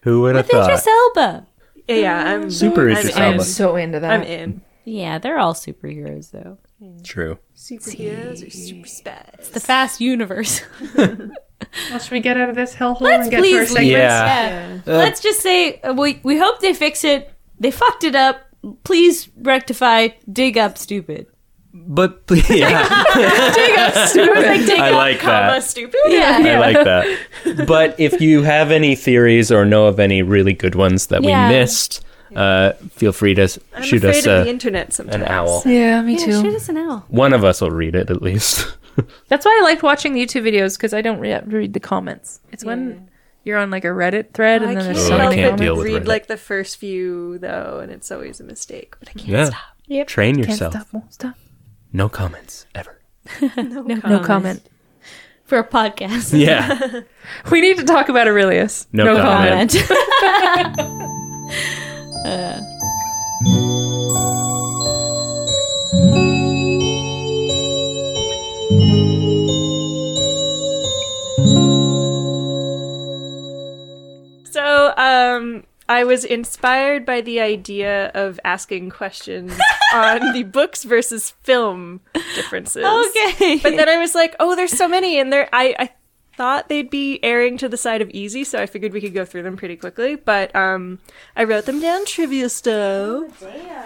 [SPEAKER 6] Who would have
[SPEAKER 4] With
[SPEAKER 6] thought?
[SPEAKER 4] Idris Elba.
[SPEAKER 5] Yeah, yeah, I'm
[SPEAKER 6] Super
[SPEAKER 5] I'm
[SPEAKER 6] Idris
[SPEAKER 5] in.
[SPEAKER 2] I am
[SPEAKER 6] Elba.
[SPEAKER 2] so into that.
[SPEAKER 5] I'm in.
[SPEAKER 4] Yeah, they're all superheroes, though.
[SPEAKER 6] True.
[SPEAKER 5] Superheroes or super spies?
[SPEAKER 4] It's the fast universe.
[SPEAKER 9] Well, should we get out of this hellhole
[SPEAKER 4] Let's
[SPEAKER 9] and get to our
[SPEAKER 4] please
[SPEAKER 9] segment?
[SPEAKER 4] leave.
[SPEAKER 6] Yeah. Uh,
[SPEAKER 4] Let's just say uh, we, we hope they fix it. They fucked it up. Please rectify. Dig up, stupid.
[SPEAKER 6] But, yeah. I like that.
[SPEAKER 5] stupid.
[SPEAKER 4] Yeah.
[SPEAKER 6] I like that. But if you have any theories or know of any really good ones that
[SPEAKER 4] Yeah.
[SPEAKER 6] we missed, uh, feel free to s-
[SPEAKER 5] I'm
[SPEAKER 6] shoot
[SPEAKER 5] afraid
[SPEAKER 6] us
[SPEAKER 5] of
[SPEAKER 6] a,
[SPEAKER 5] the internet sometimes.
[SPEAKER 6] uh, an owl.
[SPEAKER 2] Yeah, me too.
[SPEAKER 4] Shoot us an owl.
[SPEAKER 6] One of us will read it at least.
[SPEAKER 2] That's why I liked watching the YouTube videos because I don't re- read the comments. It's when you're on like a Reddit thread
[SPEAKER 5] I
[SPEAKER 2] and then
[SPEAKER 5] can't
[SPEAKER 2] there's so
[SPEAKER 5] help
[SPEAKER 2] many
[SPEAKER 6] can't
[SPEAKER 5] but
[SPEAKER 6] deal with
[SPEAKER 5] read
[SPEAKER 6] Reddit.
[SPEAKER 5] like the first few though, and it's always a mistake. But I can't
[SPEAKER 6] yeah. Train
[SPEAKER 2] Can't
[SPEAKER 6] yourself.
[SPEAKER 2] stop, won't stop.
[SPEAKER 6] No comments ever.
[SPEAKER 2] No comment.
[SPEAKER 4] For a podcast.
[SPEAKER 6] Yeah.
[SPEAKER 2] We need to talk about Aurelius.
[SPEAKER 6] No comment.
[SPEAKER 5] So, um, I was inspired by the idea of asking questions on the books versus film differences.
[SPEAKER 4] okay.
[SPEAKER 5] But then I was like, oh, there's so many, and there I, I thought they'd be erring to the side of easy, so I figured we could go through them pretty quickly. But um, I wrote them down trivia
[SPEAKER 4] Oh,
[SPEAKER 5] style,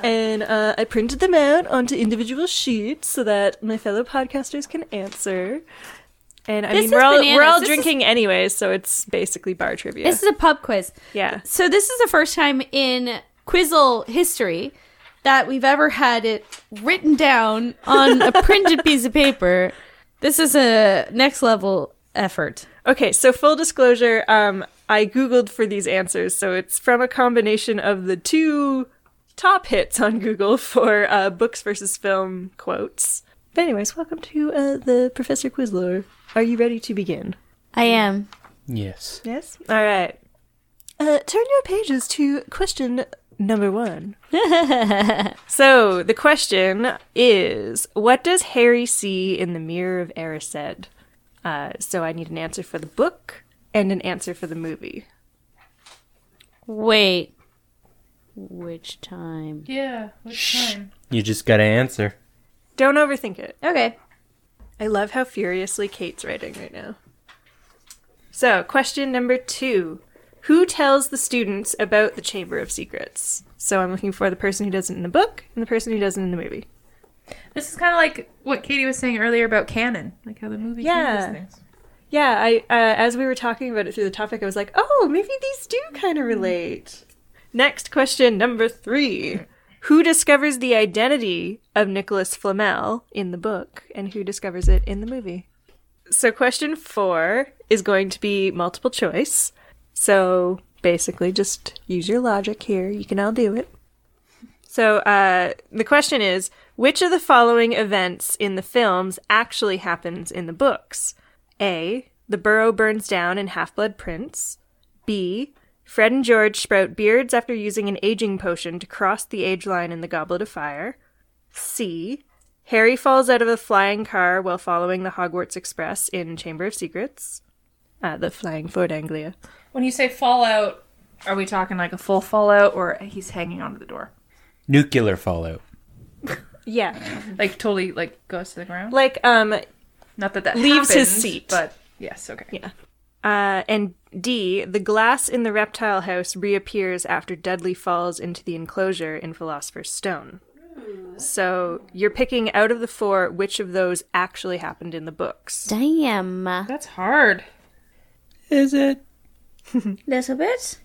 [SPEAKER 5] and uh, I printed them out onto individual sheets so that my fellow podcasters can answer. And I
[SPEAKER 4] This
[SPEAKER 5] mean,
[SPEAKER 4] is
[SPEAKER 5] we're all, we're
[SPEAKER 4] bananas.
[SPEAKER 5] all
[SPEAKER 4] This is-
[SPEAKER 5] drinking anyways, so it's basically bar trivia.
[SPEAKER 4] This is a pub quiz.
[SPEAKER 5] yeah.
[SPEAKER 4] So this is the first time in Quizzle history that we've ever had it written down on a printed piece of paper. This is a next level effort.
[SPEAKER 5] Okay, so full disclosure, um, I Googled for these answers, so it's from a combination of the two top hits on Google for uh, books versus film quotes. But, anyways, welcome to uh, the Professor Quizlore. Are you ready to begin?
[SPEAKER 4] I am.
[SPEAKER 6] yes.
[SPEAKER 5] Yes. All right. Uh, turn your pages to question number one. so, the question is What does Harry see in the Mirror of Erised? Uh, so, I need an answer for the book and an answer for the movie.
[SPEAKER 4] Wait. Which time?
[SPEAKER 2] Yeah, which time?
[SPEAKER 6] You just got to answer.
[SPEAKER 5] Don't overthink it.
[SPEAKER 4] Okay.
[SPEAKER 5] I love how furiously Kate's writing right now. So, question number two Who tells the students about the Chamber of Secrets? So, I'm looking for the person who does it in the book and the person who does it in the movie.
[SPEAKER 2] This is kind of like what Katie was saying earlier about canon, like how the movie
[SPEAKER 5] Yeah.
[SPEAKER 2] changes things.
[SPEAKER 5] Yeah, I uh, as we were talking about it through the topic, I was like, oh, maybe these do kind of relate. Next question, number three: Who discovers the identity of Nicholas Flamel in the book, and who discovers it in the movie? So, question four is going to be multiple choice. So, basically, just use your logic here. You can all do it. So, uh, the question is which of the following events in the films actually happens in the books? A. The burrow burns down in Half Blood Prince. B. Fred and George sprout beards after using an aging potion to cross the age line in the Goblet of Fire. C. Harry falls out of a flying car while following the Hogwarts Express in Chamber of Secrets. Uh, the Flying Ford Anglia.
[SPEAKER 2] When you say fallout, are we talking like a full fallout or he's hanging onto the door?
[SPEAKER 6] Nuclear fallout.
[SPEAKER 5] Yeah.
[SPEAKER 2] Like totally like goes to the ground?
[SPEAKER 5] Like, um,
[SPEAKER 2] Not that that
[SPEAKER 5] Leaves his
[SPEAKER 2] happens,
[SPEAKER 5] seat.
[SPEAKER 2] But yes, okay.
[SPEAKER 5] uh, and D. The glass in the reptile house reappears after Dudley falls into the enclosure in Philosopher's Stone. So you're picking out of the four which of those actually happened in the books.
[SPEAKER 4] Damn.
[SPEAKER 2] That's hard.
[SPEAKER 6] Is it?
[SPEAKER 4] Little bit.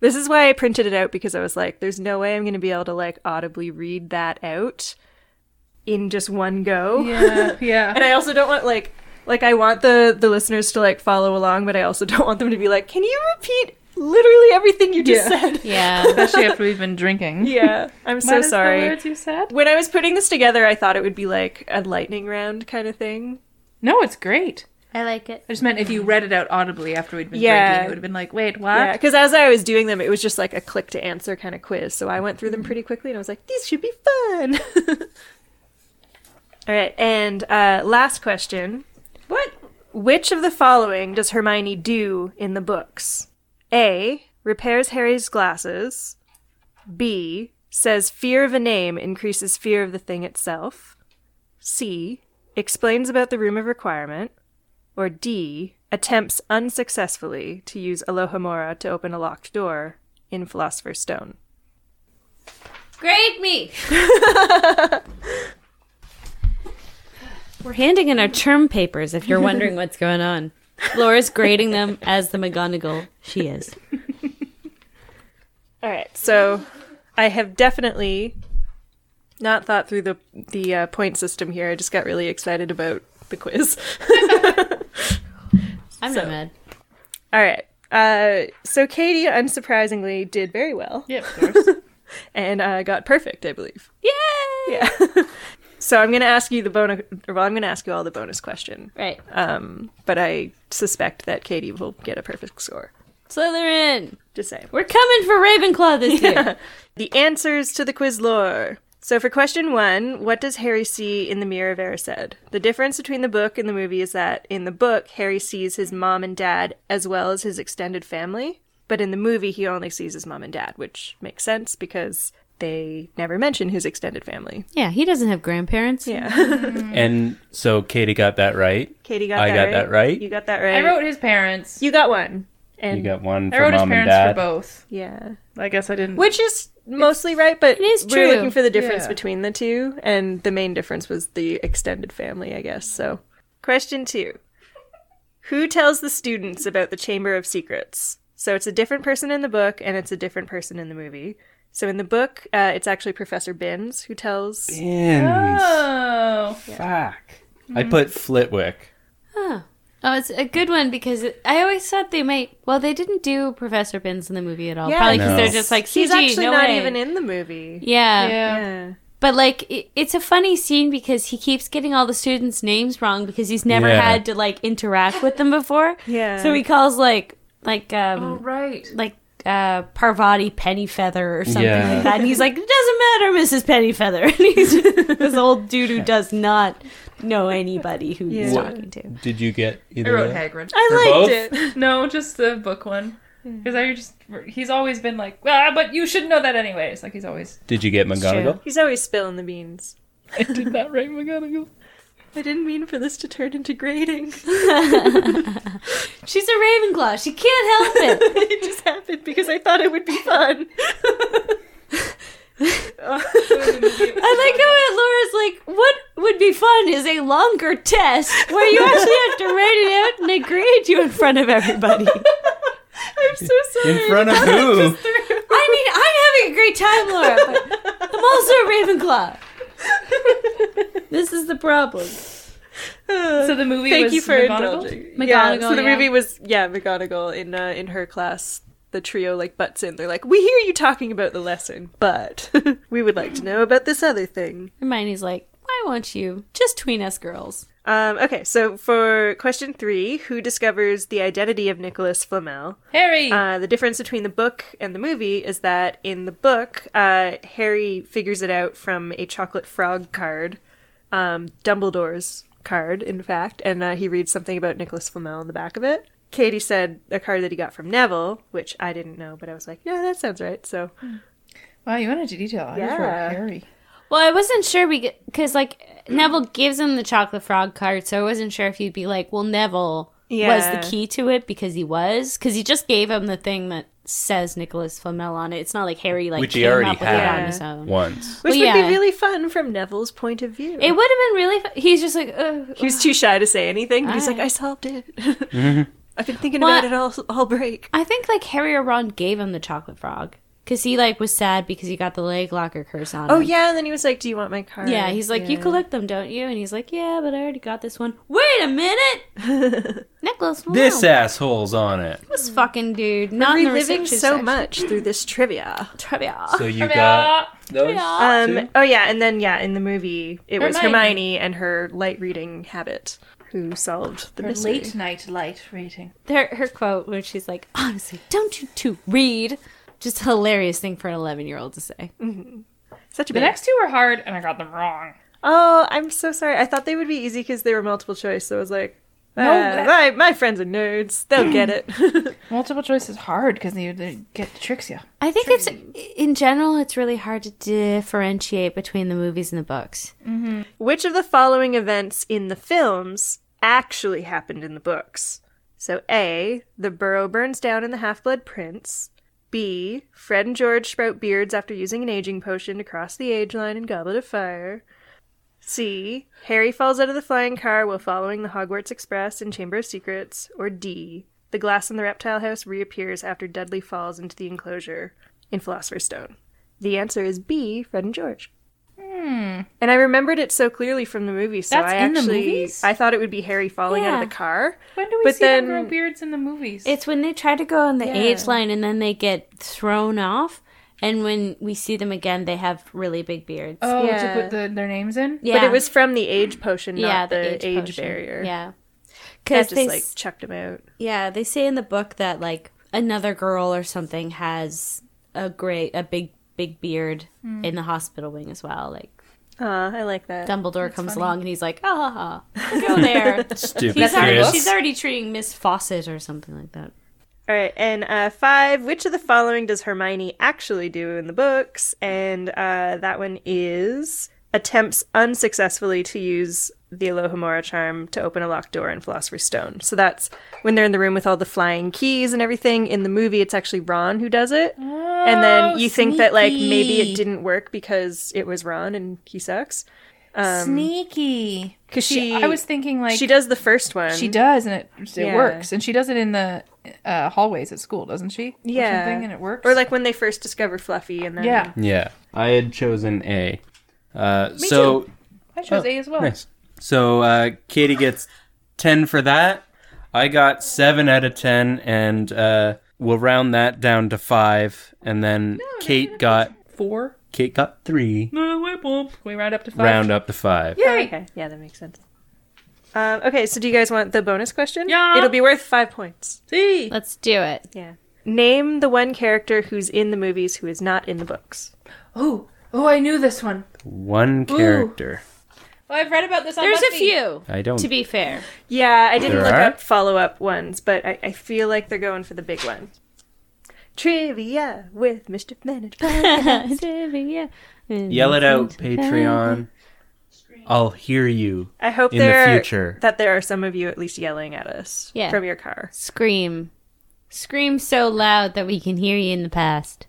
[SPEAKER 5] This is why I printed it out because I was like, there's no way I'm going to be able to like audibly read that out in just one go.
[SPEAKER 2] Yeah, yeah.
[SPEAKER 5] And I also don't want like like I want the the listeners to like follow along, but I also don't want them to be like, "Can you repeat literally everything you just said?"
[SPEAKER 4] Yeah.
[SPEAKER 2] Especially after we've been drinking.
[SPEAKER 5] Yeah, I'm so
[SPEAKER 2] What is the
[SPEAKER 5] sorry.
[SPEAKER 2] words you said?
[SPEAKER 5] When I was putting this together, I thought it would be like a lightning round kind of thing.
[SPEAKER 2] No, it's great.
[SPEAKER 4] I like it.
[SPEAKER 2] I just meant if you read it out audibly after we'd been
[SPEAKER 5] Yeah.
[SPEAKER 2] drinking, it would have been like, wait, what?
[SPEAKER 5] Yeah, because as I was doing them, it was just like a click to answer kind of quiz. So I went through them pretty quickly and I was like, these should be fun. All right, and uh, last question. What? Which of the following does Hermione do in the books? A. Repairs Harry's glasses. B. Says fear of a name increases fear of the thing itself. C. Explains about the room of requirement or D, attempts unsuccessfully to use Alohomora to open a locked door in Philosopher's Stone.
[SPEAKER 4] Grade me. We're handing in our term papers if you're wondering what's going on. Laura's grading them as the McGonagall she is.
[SPEAKER 5] All right, so I have definitely not thought through the the uh, point system here. I just got really excited about the quiz.
[SPEAKER 4] I'm not mad.
[SPEAKER 5] All right. Uh, so Katie, unsurprisingly, did very well.
[SPEAKER 2] Yeah, of course.
[SPEAKER 5] and uh, got perfect, I believe. Yay! Yeah. so I'm gonna ask you the bonus. Well, I'm gonna ask you all the bonus question,
[SPEAKER 4] Right.
[SPEAKER 5] um, but I suspect that Katie will get a perfect score.
[SPEAKER 4] Slytherin.
[SPEAKER 5] Just saying.
[SPEAKER 4] We're coming for Ravenclaw this year.
[SPEAKER 5] The answers to the quiz lore. So for question one, what does Harry see in the mirror of Erised? The difference between the book and the movie is that in the book, Harry sees his mom and dad as well as his extended family, but in the movie, he only sees his mom and dad, which makes sense because they never mention his extended family.
[SPEAKER 4] Yeah, he doesn't have grandparents.
[SPEAKER 5] Yeah,
[SPEAKER 2] Mm.
[SPEAKER 6] And so Katie got that right.
[SPEAKER 5] Katie got
[SPEAKER 6] I
[SPEAKER 5] that
[SPEAKER 6] got
[SPEAKER 5] right.
[SPEAKER 6] that right.
[SPEAKER 5] You got that right.
[SPEAKER 2] I wrote his parents.
[SPEAKER 5] You got one. And
[SPEAKER 6] You got one
[SPEAKER 2] I
[SPEAKER 6] for
[SPEAKER 2] wrote his
[SPEAKER 6] mom and
[SPEAKER 2] parents
[SPEAKER 6] dad.
[SPEAKER 2] for both.
[SPEAKER 5] yeah,
[SPEAKER 2] I guess I didn't.
[SPEAKER 5] which is mostly right, but
[SPEAKER 4] It is
[SPEAKER 5] we're
[SPEAKER 4] true.
[SPEAKER 5] looking for the difference
[SPEAKER 2] Yeah.
[SPEAKER 5] between the two, and the main difference was the extended family, I guess. So, question two: Who tells the students about the Chamber of Secrets? So it's a different person in the book, and it's a different person in the movie. So in the book, uh, it's actually Professor Binns who tells.
[SPEAKER 6] Pins.
[SPEAKER 2] Oh,
[SPEAKER 6] Fuck. I
[SPEAKER 4] Mm-hmm.
[SPEAKER 6] put Flitwick.
[SPEAKER 4] Oh. oh, it's a good one because it, I always thought they might. Well, they didn't do Professor Binns in the movie at all.
[SPEAKER 5] Yeah,
[SPEAKER 4] Probably because
[SPEAKER 6] No.
[SPEAKER 4] they're just like, CG,
[SPEAKER 5] He's actually
[SPEAKER 4] no
[SPEAKER 5] not
[SPEAKER 4] way.
[SPEAKER 5] even in the movie.
[SPEAKER 4] Yeah.
[SPEAKER 2] yeah.
[SPEAKER 5] Yeah.
[SPEAKER 4] But like, it, it's a funny scene because he keeps getting all the students' names wrong because he's never
[SPEAKER 6] Yeah.
[SPEAKER 4] had to like interact with them before.
[SPEAKER 5] Yeah.
[SPEAKER 4] So he calls like like um
[SPEAKER 2] Oh, right.
[SPEAKER 4] like uh Parvati Pennyfeather or something
[SPEAKER 6] Yeah.
[SPEAKER 4] like that, and he's like, "It doesn't matter, Mrs. Pennyfeather." And he's just this old dude who does not know anybody who he's
[SPEAKER 5] Yeah.
[SPEAKER 4] talking to.
[SPEAKER 6] Did you get
[SPEAKER 2] I
[SPEAKER 6] either?
[SPEAKER 2] wrote
[SPEAKER 6] of them?
[SPEAKER 2] Hagrid.
[SPEAKER 6] For
[SPEAKER 4] I
[SPEAKER 6] both?
[SPEAKER 4] liked it.
[SPEAKER 2] No, just the book one.
[SPEAKER 5] Hmm.
[SPEAKER 2] Because I just, he's always been like, ah, but you should know that anyways. Like, he's always,
[SPEAKER 6] Did you get McGonagall?
[SPEAKER 5] He's always spilling the beans.
[SPEAKER 2] I did not write McGonagall.
[SPEAKER 5] I didn't mean for this to turn into grading.
[SPEAKER 4] She's a Ravenclaw. She can't help it.
[SPEAKER 5] it just happened because I thought it would be fun.
[SPEAKER 4] I like how Aunt Laura's like, "What would be fun is a longer test where you actually have to write it out and they grade you in front of everybody."
[SPEAKER 5] I'm so sorry.
[SPEAKER 6] In front of who?
[SPEAKER 4] I mean, I'm having a great time, Laura, but I'm also a Ravenclaw. This is the problem.
[SPEAKER 7] So the movie
[SPEAKER 5] Thank
[SPEAKER 7] was
[SPEAKER 5] you for
[SPEAKER 7] McGonagall?
[SPEAKER 5] indulging. Yeah,
[SPEAKER 4] McGonagall,
[SPEAKER 5] so the
[SPEAKER 4] yeah.
[SPEAKER 5] movie was yeah McGonagall in uh, in her class. The trio like butts in. They're like, we hear you talking about the lesson, but we would like to know about this other thing.
[SPEAKER 4] Hermione's like, why won't you just tween us girls?
[SPEAKER 5] Um, okay, so for question three, who discovers the identity of Nicholas Flamel?
[SPEAKER 4] Harry.
[SPEAKER 5] Uh, the difference between the book and the movie is that in the book, uh, Harry figures it out from a chocolate frog card, um, Dumbledore's card, in fact, and uh, he reads something about Nicholas Flamel on the back of it. Katie said a card that he got from Neville, which I didn't know, but I was like, yeah, that sounds right. So
[SPEAKER 7] Wow, you went into detail. I just wrote
[SPEAKER 5] Yeah.
[SPEAKER 7] Harry.
[SPEAKER 4] well, I wasn't sure because like Neville gives him the chocolate frog card, so I wasn't sure if you'd be like, well, Neville was
[SPEAKER 5] Yeah.
[SPEAKER 4] the key to it because he was because he just gave him the thing that says Nicholas Flamel on it. It's not like Harry like
[SPEAKER 6] Which he
[SPEAKER 4] came
[SPEAKER 6] already
[SPEAKER 4] up with
[SPEAKER 6] had.
[SPEAKER 4] it on his own.
[SPEAKER 6] Once.
[SPEAKER 5] which
[SPEAKER 4] Well,
[SPEAKER 5] would
[SPEAKER 4] yeah.
[SPEAKER 5] be really fun from Neville's point of view.
[SPEAKER 4] It would have been really. Fu- He's just like, Ugh.
[SPEAKER 5] he was too shy to say anything, but he's like,
[SPEAKER 4] Alright.
[SPEAKER 5] I solved it. I've been thinking
[SPEAKER 4] Well,
[SPEAKER 5] about it all all break.
[SPEAKER 4] I think like Harry or Ron gave him the chocolate frog because he like was sad because he got the leg locker curse on.
[SPEAKER 5] Oh
[SPEAKER 4] him.
[SPEAKER 5] yeah, and then he was like, "Do you want my card?"
[SPEAKER 4] Yeah, he's like, you collect them, don't you? And he's like, yeah, but I already got this one. Wait a minute, Nicholas.
[SPEAKER 6] This
[SPEAKER 4] wow,
[SPEAKER 6] asshole's on it.
[SPEAKER 4] this fucking dude, not in the
[SPEAKER 5] reliving
[SPEAKER 4] reception
[SPEAKER 5] so
[SPEAKER 4] section.
[SPEAKER 5] much through this trivia.
[SPEAKER 4] Trivia.
[SPEAKER 6] So you got those.
[SPEAKER 5] Um, oh yeah, and then yeah, in the movie, it was
[SPEAKER 7] Hermione.
[SPEAKER 5] Hermione and her light reading habit who solved the mystery.
[SPEAKER 7] night light rating.
[SPEAKER 4] her, her quote when she's like, honestly, don't you two read? Just a hilarious thing for an eleven-year-old to say.
[SPEAKER 5] Such a
[SPEAKER 7] The
[SPEAKER 5] big.
[SPEAKER 7] next two were hard, and I got them wrong.
[SPEAKER 5] Oh, I'm so sorry. I thought they would be easy because they were multiple choice. So I was like,
[SPEAKER 7] No,
[SPEAKER 5] "Ah,
[SPEAKER 7] that-
[SPEAKER 5] my my friends are nerds. They'll get it.
[SPEAKER 7] Multiple choice is hard because they, they get tricks you.
[SPEAKER 4] I think it's in general, it's really hard to differentiate between the movies and the books.
[SPEAKER 5] Which of the following events in the films actually happened in the books? So A, the burrow burns down in the Half-Blood Prince. B, Fred and George sprout beards after using an aging potion to cross the age line in Goblet of Fire. C, Harry falls out of the flying car while following the Hogwarts Express in Chamber of Secrets. Or D, the glass in the reptile house reappears after Dudley falls into the enclosure in Philosopher's Stone. The answer is B, Fred and George. And I remembered it so clearly from the movie, so
[SPEAKER 7] Hmm. That's
[SPEAKER 5] I
[SPEAKER 7] in the
[SPEAKER 5] actually
[SPEAKER 7] movies?
[SPEAKER 5] I thought it would be Harry falling out
[SPEAKER 4] Yeah.
[SPEAKER 5] of the car.
[SPEAKER 7] When do we
[SPEAKER 5] But
[SPEAKER 7] see them
[SPEAKER 5] then-
[SPEAKER 7] grow beards in the movies?
[SPEAKER 4] It's when they try to go on the age line and then they get thrown off. And when we see them again, they have really big beards.
[SPEAKER 7] oh,
[SPEAKER 5] yeah.
[SPEAKER 7] to put the, their names in.
[SPEAKER 4] yeah.
[SPEAKER 5] But it was from the age potion, not the, age,
[SPEAKER 4] potion.
[SPEAKER 5] barrier.
[SPEAKER 4] Yeah.
[SPEAKER 5] That
[SPEAKER 4] Because
[SPEAKER 5] just
[SPEAKER 4] they,
[SPEAKER 5] like
[SPEAKER 4] s-
[SPEAKER 5] chucked him out.
[SPEAKER 4] yeah, they say in the book that like another girl or something has a great, a big, big beard in the hospital wing as well. Like
[SPEAKER 5] Aw, I like that.
[SPEAKER 4] Dumbledore comes along and he's like, ah, go there.
[SPEAKER 6] Stupid
[SPEAKER 4] he's already,
[SPEAKER 6] kids.
[SPEAKER 4] she's already treating Miss Fawcett or something like that.
[SPEAKER 5] All right, and uh, five. Which of the following does Hermione actually do in the books? And uh, that one is attempts unsuccessfully to use the Alohomora charm to open a locked door in Philosopher's Stone. So that's when they're in the room with all the flying keys and everything. In the movie, it's actually Ron who does it, and
[SPEAKER 4] Oh,
[SPEAKER 5] then you think that like maybe it didn't work because it was Ron and he sucks.
[SPEAKER 7] Sneaky.
[SPEAKER 5] Because Um, she,
[SPEAKER 7] I was thinking like
[SPEAKER 5] she does the first one.
[SPEAKER 7] She does, and it it
[SPEAKER 5] Yeah.
[SPEAKER 7] works. And she does it in the uh, hallways at school, doesn't she? Or
[SPEAKER 5] Yeah.
[SPEAKER 7] something, and it works.
[SPEAKER 5] or like um, when they first discover Fluffy, and then
[SPEAKER 7] yeah,
[SPEAKER 6] Yeah. I had chosen A. Uh, so
[SPEAKER 7] I chose A as well.
[SPEAKER 6] oh, Nice. So uh, Katie gets 10 for that. I got 7 out of 10, and uh, we'll round that down to 5. And then Kate got
[SPEAKER 7] Four.
[SPEAKER 6] Kate got 3.
[SPEAKER 7] Can we round up to five?
[SPEAKER 6] Round up to 5.
[SPEAKER 5] Oh, okay. Yeah, that makes sense. Um, okay, so do you guys want the bonus question?
[SPEAKER 7] Yeah.
[SPEAKER 5] It'll be worth five points.
[SPEAKER 7] See.
[SPEAKER 4] Let's do it.
[SPEAKER 5] Yeah. Name the one character who's in the movies who is not in the books.
[SPEAKER 7] Oh, oh, I knew this one.
[SPEAKER 6] One character.
[SPEAKER 7] Well, I've read about this. on
[SPEAKER 4] There's a
[SPEAKER 7] BuzzFeed.
[SPEAKER 4] few,
[SPEAKER 6] I don't.
[SPEAKER 4] to be fair.
[SPEAKER 5] Yeah, I didn't
[SPEAKER 6] There
[SPEAKER 5] look
[SPEAKER 6] are?
[SPEAKER 5] up follow up ones, but I, I feel like they're going for the big one. Trivia with Mr. Manage.
[SPEAKER 4] yeah.
[SPEAKER 6] Yell it out, Patreon. I'll hear you.
[SPEAKER 5] I hope
[SPEAKER 6] In the
[SPEAKER 5] there
[SPEAKER 6] future.
[SPEAKER 5] that there are some of you at least yelling at us
[SPEAKER 4] Yeah.
[SPEAKER 5] from your car.
[SPEAKER 4] Scream. Scream so loud that we can hear you in the past.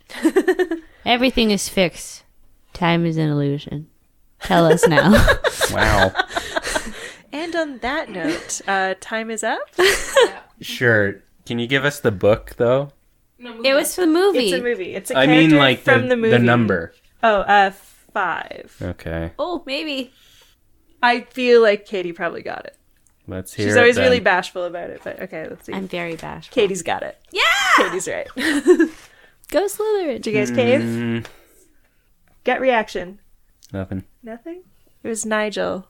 [SPEAKER 4] Everything is fixed. Time is an illusion. Tell us now.
[SPEAKER 6] Wow.
[SPEAKER 5] And on that note, uh, time is up.
[SPEAKER 6] sure. Can you give us the book, though?
[SPEAKER 4] it was for the movie.
[SPEAKER 5] It's a movie. It's a
[SPEAKER 6] I
[SPEAKER 5] character
[SPEAKER 6] mean, like,
[SPEAKER 5] from
[SPEAKER 6] the,
[SPEAKER 5] the, movie.
[SPEAKER 6] number.
[SPEAKER 5] Oh, uh, five.
[SPEAKER 6] Okay.
[SPEAKER 4] oh, maybe.
[SPEAKER 5] I feel like Katie probably got it.
[SPEAKER 6] Let's hear
[SPEAKER 5] She's
[SPEAKER 6] it
[SPEAKER 5] always
[SPEAKER 6] then.
[SPEAKER 5] really bashful about it, but okay, let's see.
[SPEAKER 4] I'm very bashful.
[SPEAKER 5] Katie's got it. Yeah! Katie's right. Do
[SPEAKER 4] Go Slytherin.
[SPEAKER 5] you guys cave?
[SPEAKER 6] Mm,
[SPEAKER 5] Gut reaction.
[SPEAKER 6] nothing.
[SPEAKER 5] Nothing? It was Nigel.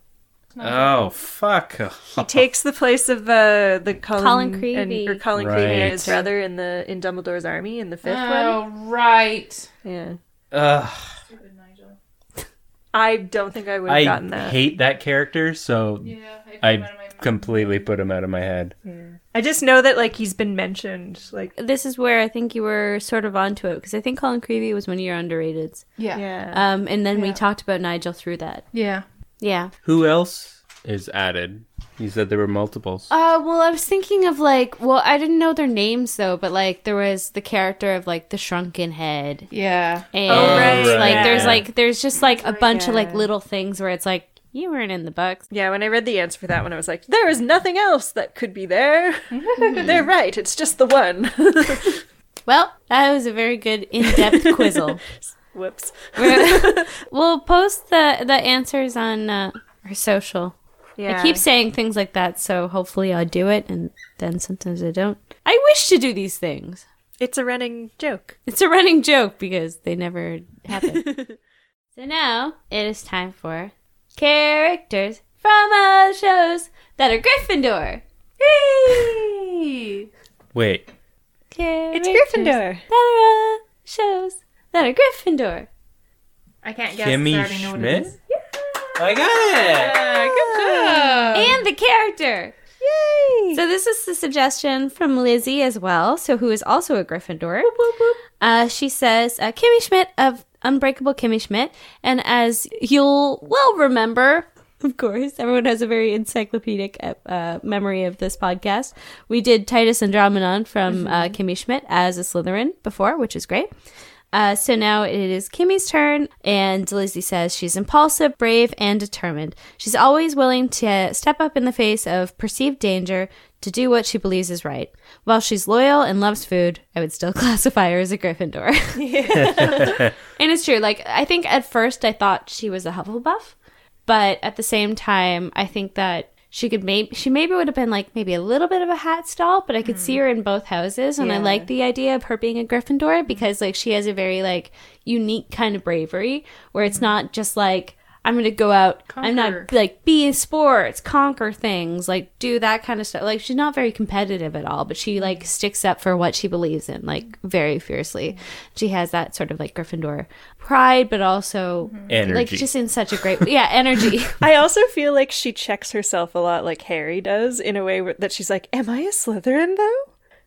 [SPEAKER 6] Oh fuck!
[SPEAKER 5] He takes the place of uh, the Colin,
[SPEAKER 4] Colin
[SPEAKER 5] and-
[SPEAKER 4] Creevy.
[SPEAKER 5] or Colin Creevy
[SPEAKER 6] Right.
[SPEAKER 5] and his brother in the in Dumbledore's army in the fifth
[SPEAKER 4] Oh.
[SPEAKER 6] Oh,
[SPEAKER 2] right.
[SPEAKER 5] one. Yeah.
[SPEAKER 6] Ugh,
[SPEAKER 5] I don't think I would have gotten
[SPEAKER 6] I
[SPEAKER 5] that.
[SPEAKER 6] hate that character, so I completely put him out of my head.
[SPEAKER 5] I just know that like he's been mentioned. Like
[SPEAKER 4] This is where I think you were sort of onto it because I think Colin Creevy was one of your underrateds.
[SPEAKER 2] Yeah. Yeah.
[SPEAKER 5] yeah.
[SPEAKER 4] Um, and then we talked about Nigel through that. Yeah.
[SPEAKER 6] Who else is added? You said there were multiples.
[SPEAKER 4] Uh, well, I was thinking of like, well, I didn't know their names though, but like there was the character of like the shrunken head,
[SPEAKER 2] Yeah.
[SPEAKER 4] and
[SPEAKER 5] Oh, right,
[SPEAKER 4] like
[SPEAKER 5] yeah.
[SPEAKER 4] there's like there's just like a bunch of like
[SPEAKER 5] yeah.
[SPEAKER 4] little things where it's like you weren't in the books.
[SPEAKER 5] Yeah, when I read the answer for that one, I was like, there is nothing else that could be there. They're right, it's just the one.
[SPEAKER 4] Well, that was a very good in-depth quizzle.
[SPEAKER 5] Whoops.
[SPEAKER 4] we'll post the the answers on uh, our social.
[SPEAKER 5] Yeah.
[SPEAKER 4] I keep saying things like that, so hopefully I'll do it, and then sometimes I don't. I wish to do these things.
[SPEAKER 5] it's a running joke.
[SPEAKER 4] It's a running joke because they never happen. so now it is time for characters from other shows that are Gryffindor. Yay!
[SPEAKER 6] Wait,
[SPEAKER 4] Characters
[SPEAKER 5] Gryffindor.
[SPEAKER 4] That are uh, shows that are Gryffindor.
[SPEAKER 2] I can't guess.
[SPEAKER 6] Kimmy Schmidt. I got it.
[SPEAKER 4] and the character. Yay! So this is the suggestion from Lizzie as well, so who is also a Gryffindor. Uh, she says uh, Kimmy Schmidt of Unbreakable Kimmy Schmidt, and as you'll well remember. Of course, everyone has a very encyclopedic uh, uh, memory of this podcast. We did Titus Andromedon from uh, Kimmy Schmidt as a Slytherin before, which is great. Uh, so now it is Kimmy's turn, and Lizzie says she's impulsive, brave, and determined. She's always willing to step up in the face of perceived danger to do what she believes is right. While she's loyal and loves food, I would still classify her as a Gryffindor. and it's true. Like, I think at first I thought she was a Hufflepuff, but at the same time, I think that she could maybe she maybe would have been like maybe a little bit of a hat stall, but I could see her in both houses, and I like the idea of her being a Gryffindor because like she has a very like unique kind of bravery where it's not just like I'm gonna go out, I'm not like be in sports, conquer things, like do that kind of stuff. Like she's not very competitive at all, but
[SPEAKER 5] Mm-hmm.
[SPEAKER 4] she like sticks up for what she believes in like very fiercely.
[SPEAKER 5] Mm-hmm.
[SPEAKER 4] She has that sort of like Gryffindor pride, but also
[SPEAKER 5] Mm-hmm.
[SPEAKER 4] like
[SPEAKER 6] Energy.
[SPEAKER 4] just in such a great yeah energy.
[SPEAKER 5] I also feel like she checks herself a lot, like Harry does, in a way where- that she's like, Am I a Slytherin, though?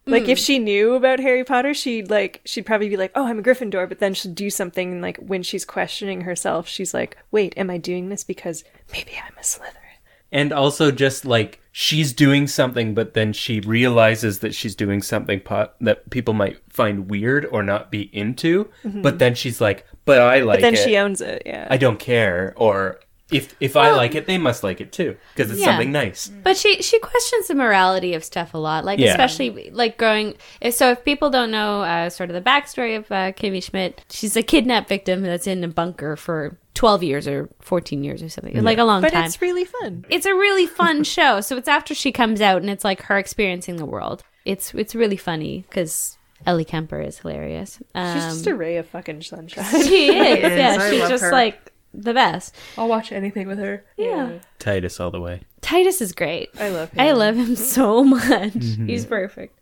[SPEAKER 5] Like, if she knew about Harry Potter, she'd like, she'd probably be like, Oh, I'm a Gryffindor, but then she'd do something, and, like, when she's questioning herself, she's like, Wait, am I doing this because maybe I'm a Slytherin?
[SPEAKER 6] And also, just like she's doing something, but then she realizes that she's doing something po- that people might find weird or not be into. But then she's like, "But I like
[SPEAKER 5] Mm-hmm. But then
[SPEAKER 6] it.
[SPEAKER 5] she owns it, yeah.
[SPEAKER 6] I don't care." Or if if I like it, they must like it too because it's
[SPEAKER 4] Yeah.
[SPEAKER 6] something nice.
[SPEAKER 4] But she she questions the morality of stuff a lot, like
[SPEAKER 6] Yeah.
[SPEAKER 4] especially like growing. if- So if people don't know uh, sort of the backstory of uh, Kimmy Schmidt, she's a kidnapped victim that's in a bunker for twelve years or fourteen years or something, like a long
[SPEAKER 5] but
[SPEAKER 4] time.
[SPEAKER 5] it's really fun.
[SPEAKER 4] it's a really fun show. So it's after she comes out and it's like her experiencing the world. It's it's really funny because Ellie Kemper is hilarious. Um,
[SPEAKER 5] She's just a ray of fucking sunshine.
[SPEAKER 4] she is, yeah.
[SPEAKER 2] I
[SPEAKER 4] she's
[SPEAKER 2] love
[SPEAKER 4] just
[SPEAKER 2] her.
[SPEAKER 4] like the best.
[SPEAKER 7] I'll watch anything with her.
[SPEAKER 4] Yeah.
[SPEAKER 6] Titus all the way.
[SPEAKER 4] Titus is great.
[SPEAKER 5] I love him.
[SPEAKER 4] I love him so much. He's perfect.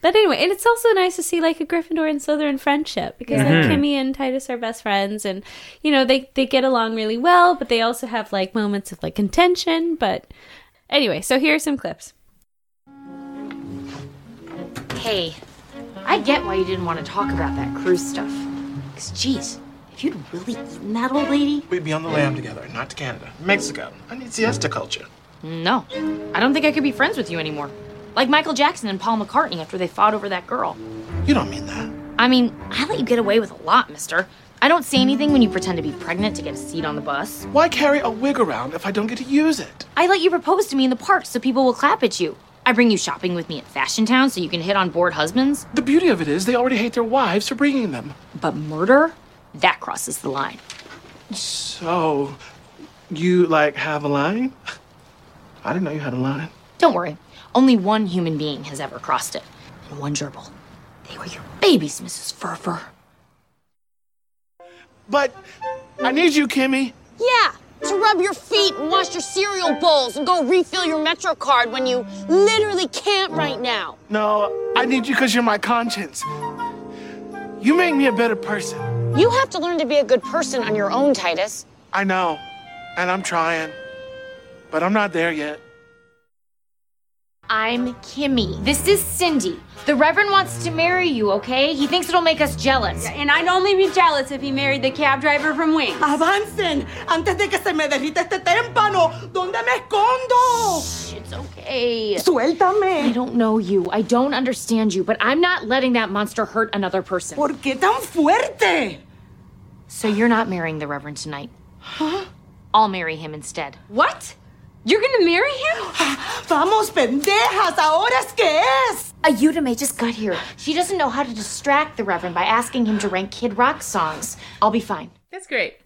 [SPEAKER 4] But anyway, and it's also nice to see like a Gryffindor and Slytherin friendship because like Kimmy and Titus are best friends, and you know they they get along really well, but they also have like moments of like contention. But anyway, so here are some clips.
[SPEAKER 8] Hey, I get why you didn't want to talk about that cruise stuff. Because, geez, if you'd really eaten that old lady.
[SPEAKER 10] We'd be on the lam together, not to Canada. Mexico. I need siesta culture.
[SPEAKER 8] No, I don't think I could be friends with you anymore. Like Michael Jackson and Paul McCartney after they fought over that girl.
[SPEAKER 10] You don't mean that.
[SPEAKER 8] I mean, I let you get away with a lot, mister. I don't say anything when you pretend to be pregnant to get a seat on the bus.
[SPEAKER 10] Why carry a wig around if I don't get to use it?
[SPEAKER 8] I let you propose to me in the park so people will clap at you. I bring you shopping with me at Fashion Town so you can hit on bored husbands.
[SPEAKER 10] The beauty of it is they already hate their wives for bringing them.
[SPEAKER 8] But murder? That crosses the line.
[SPEAKER 10] So, you like have a line? I didn't know you had a line.
[SPEAKER 8] Don't worry, only one human being has ever crossed it, and one gerbil. They were your babies, Mrs. Furfur.
[SPEAKER 10] But I need you, Kimmy.
[SPEAKER 11] Yeah, to rub your feet and wash your cereal bowls and go refill your Metro card when you literally can't right now.
[SPEAKER 10] No, I need you because you're my conscience. You make me a better person.
[SPEAKER 11] You have to learn to be a good person on your own, Titus.
[SPEAKER 10] I know, and I'm trying, but I'm not there yet.
[SPEAKER 8] I'm Kimmy. This is Cindy. The Reverend wants to marry you, okay? He thinks it'll make us jealous.
[SPEAKER 3] And I'd only be jealous if he married the cab driver from Wings.
[SPEAKER 12] ¡Avancen! ¡Antes de que se me derrita este témpano! ¿Dónde me escondo?
[SPEAKER 8] It's okay. I
[SPEAKER 12] ¡Suéltame!
[SPEAKER 8] don't know you. I don't understand you, but I'm not letting that monster hurt another person.
[SPEAKER 12] ¿Por qué tan fuerte?
[SPEAKER 8] So you're not marrying the Reverend tonight. I'll marry him instead.
[SPEAKER 3] What? You're gonna marry him?
[SPEAKER 12] ¡Vamos, pendejas! ¿Ahora es que es?
[SPEAKER 8] A Udame just got here. She doesn't know how to distract the Reverend by asking him to rank Kid Rock songs. I'll be fine.
[SPEAKER 2] That's great.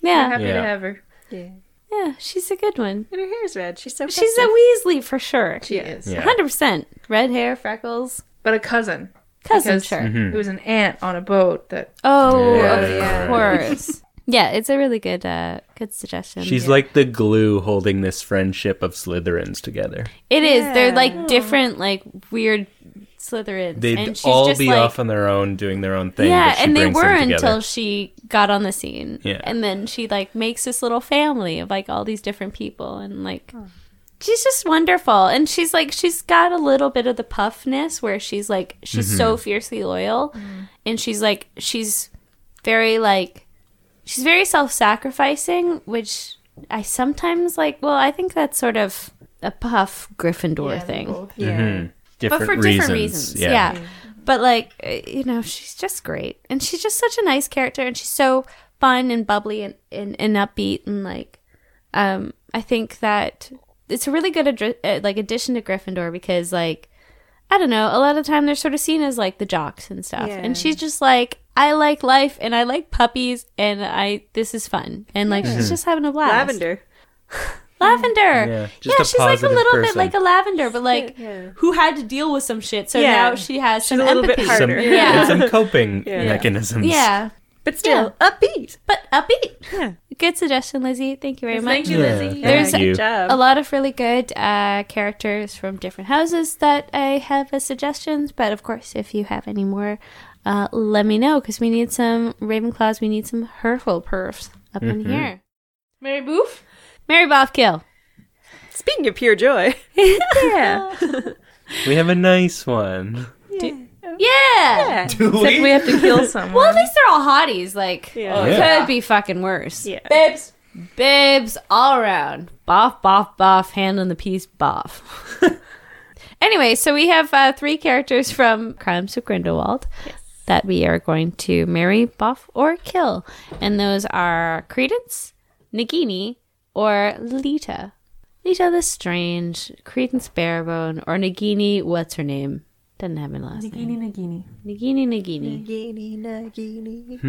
[SPEAKER 4] Yeah,
[SPEAKER 2] Happy to
[SPEAKER 6] Yeah.
[SPEAKER 2] have her.
[SPEAKER 4] yeah, she's a good one.
[SPEAKER 5] And her hair's red. She's so
[SPEAKER 4] She's a Weasley for sure.
[SPEAKER 2] She is.
[SPEAKER 6] Yeah.
[SPEAKER 4] Hundred percent. Red hair, freckles,
[SPEAKER 2] But a cousin.
[SPEAKER 4] cousin
[SPEAKER 2] Because
[SPEAKER 4] sure.
[SPEAKER 6] Mm-hmm.
[SPEAKER 2] it was an aunt on a boat that
[SPEAKER 4] Oh,
[SPEAKER 6] Yeah.
[SPEAKER 4] of course. yeah, it's a really good, uh, good suggestion.
[SPEAKER 6] She's like the glue holding this friendship of Slytherins together.
[SPEAKER 4] It is. They're like different, like weird Slytherins,
[SPEAKER 6] They'd
[SPEAKER 4] and she's
[SPEAKER 6] all
[SPEAKER 4] just
[SPEAKER 6] be
[SPEAKER 4] like,
[SPEAKER 6] off on their own, doing their own thing.
[SPEAKER 4] yeah,
[SPEAKER 6] but she
[SPEAKER 4] and they
[SPEAKER 6] brings
[SPEAKER 4] were
[SPEAKER 6] them
[SPEAKER 4] until
[SPEAKER 6] together.
[SPEAKER 4] she got on the scene.
[SPEAKER 6] Yeah.
[SPEAKER 4] and then she like makes this little family of like all these different people, and like she's just wonderful. And she's like she's got a little bit of the puffness where she's like she's so
[SPEAKER 6] Mm-hmm.
[SPEAKER 4] fiercely loyal, and she's like she's very like she's very self-sacrificing, which I sometimes like. Well, I think that's sort of a puff Gryffindor thing
[SPEAKER 6] different
[SPEAKER 4] but for
[SPEAKER 6] reasons.
[SPEAKER 4] different reasons. Yeah. But like, uh, you know, she's just great. And she's just such a nice character and she's so fun and bubbly and, and, and upbeat and like um I think that it's a really good addri- uh, like addition to Gryffindor because like I don't know, a lot of the time they're sort of seen as like the jocks and stuff. And she's just like I like life and I like puppies and I this is fun. And like she's just having a blast.
[SPEAKER 5] lavender.
[SPEAKER 4] Lavender.
[SPEAKER 6] Yeah,
[SPEAKER 4] Yeah,
[SPEAKER 6] just a
[SPEAKER 4] she's like a
[SPEAKER 6] positive
[SPEAKER 4] little bit
[SPEAKER 6] person.
[SPEAKER 4] like a lavender, but like who had to deal with some shit, so
[SPEAKER 5] Yeah.
[SPEAKER 4] now she has
[SPEAKER 5] She's
[SPEAKER 4] some
[SPEAKER 5] a little bit
[SPEAKER 4] empathy.
[SPEAKER 5] harder.
[SPEAKER 6] Some,
[SPEAKER 4] Yeah.
[SPEAKER 6] and some coping mechanisms.
[SPEAKER 4] yeah,
[SPEAKER 5] But still, upbeat.
[SPEAKER 4] but upbeat. Good suggestion, Lizzie. Thank you very much.
[SPEAKER 6] you, Lizzie.
[SPEAKER 4] There's
[SPEAKER 6] Thank you.
[SPEAKER 5] Good job.
[SPEAKER 4] a lot of really good uh, characters from different houses that I have as suggestions, but of course, if you have any more, uh, let me know because we need some Ravenclaws. We need some Hurtful Perfs up in here. Mary Boof, Mary Boff Kill.
[SPEAKER 5] Speaking of pure joy,
[SPEAKER 2] yeah.
[SPEAKER 6] We have a nice one.
[SPEAKER 4] Yeah.
[SPEAKER 6] Do
[SPEAKER 2] Except we have to kill someone.
[SPEAKER 4] Well, at least they're all hotties. Like,
[SPEAKER 5] Yeah.
[SPEAKER 4] it
[SPEAKER 6] Yeah.
[SPEAKER 4] could be fucking worse.
[SPEAKER 5] Yeah.
[SPEAKER 4] Bibs. Bibs all around. Boff, boff, boff. Hand on the piece, boff. anyway, so we have uh, three characters from Crimes of Grindelwald that we are going to marry, buff, or kill. And those are Credence, Nagini, or Lita. Lita the Strange, Credence Barebone, or Nagini, what's her name? Doesn't have a last name.
[SPEAKER 7] Nagini.
[SPEAKER 4] Nagini, Nagini.
[SPEAKER 2] This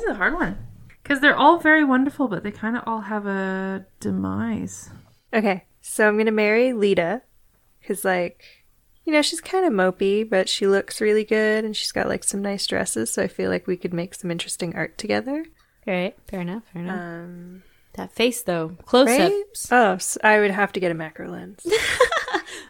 [SPEAKER 2] is a hard one. Because they're all very wonderful, but they kind of all have a demise.
[SPEAKER 5] Okay, so I'm gonna marry Lita, cause like, you know, she's kind of mopey, but she looks really good, and she's got like some nice dresses. So I feel like we could make some interesting art together.
[SPEAKER 4] All right, fair enough, fair enough.
[SPEAKER 5] Um,
[SPEAKER 4] That face though, close up.
[SPEAKER 5] right? Oh, so I would have to get a macro lens.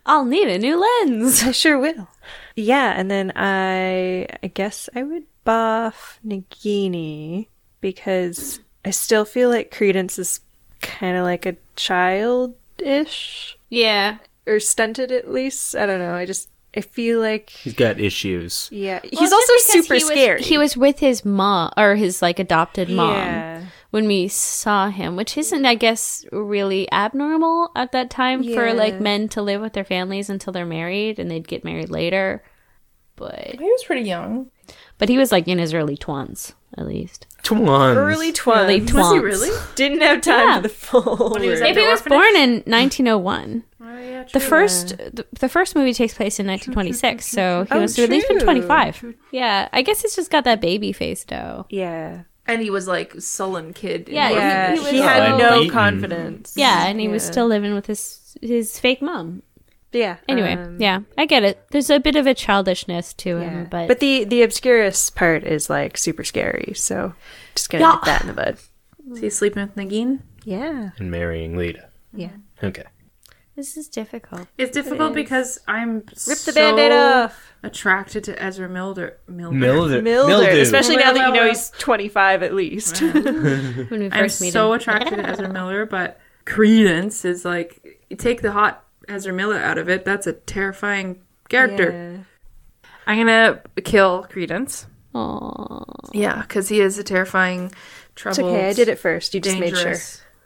[SPEAKER 4] I'll need a new lens.
[SPEAKER 5] I sure will. Yeah, and then I, I guess I would buff Nagini because I still feel like Credence is kind of like a childish
[SPEAKER 4] Yeah,
[SPEAKER 5] or stunted at least. I don't know. I just I feel like
[SPEAKER 6] He's got issues.
[SPEAKER 5] Yeah, he's also super scary.
[SPEAKER 4] He was with his mom or his like adopted mom
[SPEAKER 5] Yeah.
[SPEAKER 4] when we saw him, which isn't, I guess, really abnormal at that time for like
[SPEAKER 5] Yeah.
[SPEAKER 4] men to live with their families until they're married and they'd get married later. But
[SPEAKER 7] He was pretty young.
[SPEAKER 4] but he was like in his early twans at least.
[SPEAKER 6] Twans.
[SPEAKER 5] Early twins.
[SPEAKER 4] Early twins.
[SPEAKER 5] Didn't have time
[SPEAKER 4] Yeah.
[SPEAKER 5] for the full.
[SPEAKER 4] If he was born in 1901. the first the, the first movie takes place in 1926, so he
[SPEAKER 5] Oh,
[SPEAKER 4] was released when
[SPEAKER 5] true.
[SPEAKER 4] 25. Yeah, I guess he's just got that baby face though.
[SPEAKER 5] yeah.
[SPEAKER 13] and he was like sullen kid. in
[SPEAKER 4] Yeah,
[SPEAKER 13] love.
[SPEAKER 4] he- he was
[SPEAKER 14] he had
[SPEAKER 4] so-
[SPEAKER 14] no
[SPEAKER 4] Beaten.
[SPEAKER 14] confidence.
[SPEAKER 4] Yeah, and he was
[SPEAKER 14] Yeah.
[SPEAKER 4] still living with his his fake mom.
[SPEAKER 5] Yeah.
[SPEAKER 4] Anyway,
[SPEAKER 5] um,
[SPEAKER 4] yeah, I get it. There's a bit of a childishness to him, but,
[SPEAKER 5] But the the obscurus part is like super scary, so just gonna
[SPEAKER 4] Yeah.
[SPEAKER 5] nip that in the bud.
[SPEAKER 13] Is he sleeping with Nagin?
[SPEAKER 5] Yeah.
[SPEAKER 6] and marrying Lita.
[SPEAKER 5] Yeah.
[SPEAKER 6] Okay.
[SPEAKER 4] this is difficult.
[SPEAKER 2] It's difficult because I'm rip
[SPEAKER 5] the Band-Aid off.
[SPEAKER 2] Attracted to Ezra Milder. Milder.
[SPEAKER 6] Milder.
[SPEAKER 5] Milder, especially now that you know
[SPEAKER 2] Milder.
[SPEAKER 5] he's 25 at least.
[SPEAKER 2] When I'm so attracted to Ezra Miller, but Credence is like you take the hot Ezra Miller out of it. That's a terrifying character. I'm gonna kill Credence.
[SPEAKER 4] Aww.
[SPEAKER 2] Yeah, because he is a terrifying
[SPEAKER 5] It's
[SPEAKER 2] trouble.
[SPEAKER 5] okay, I did it first. You just made sure.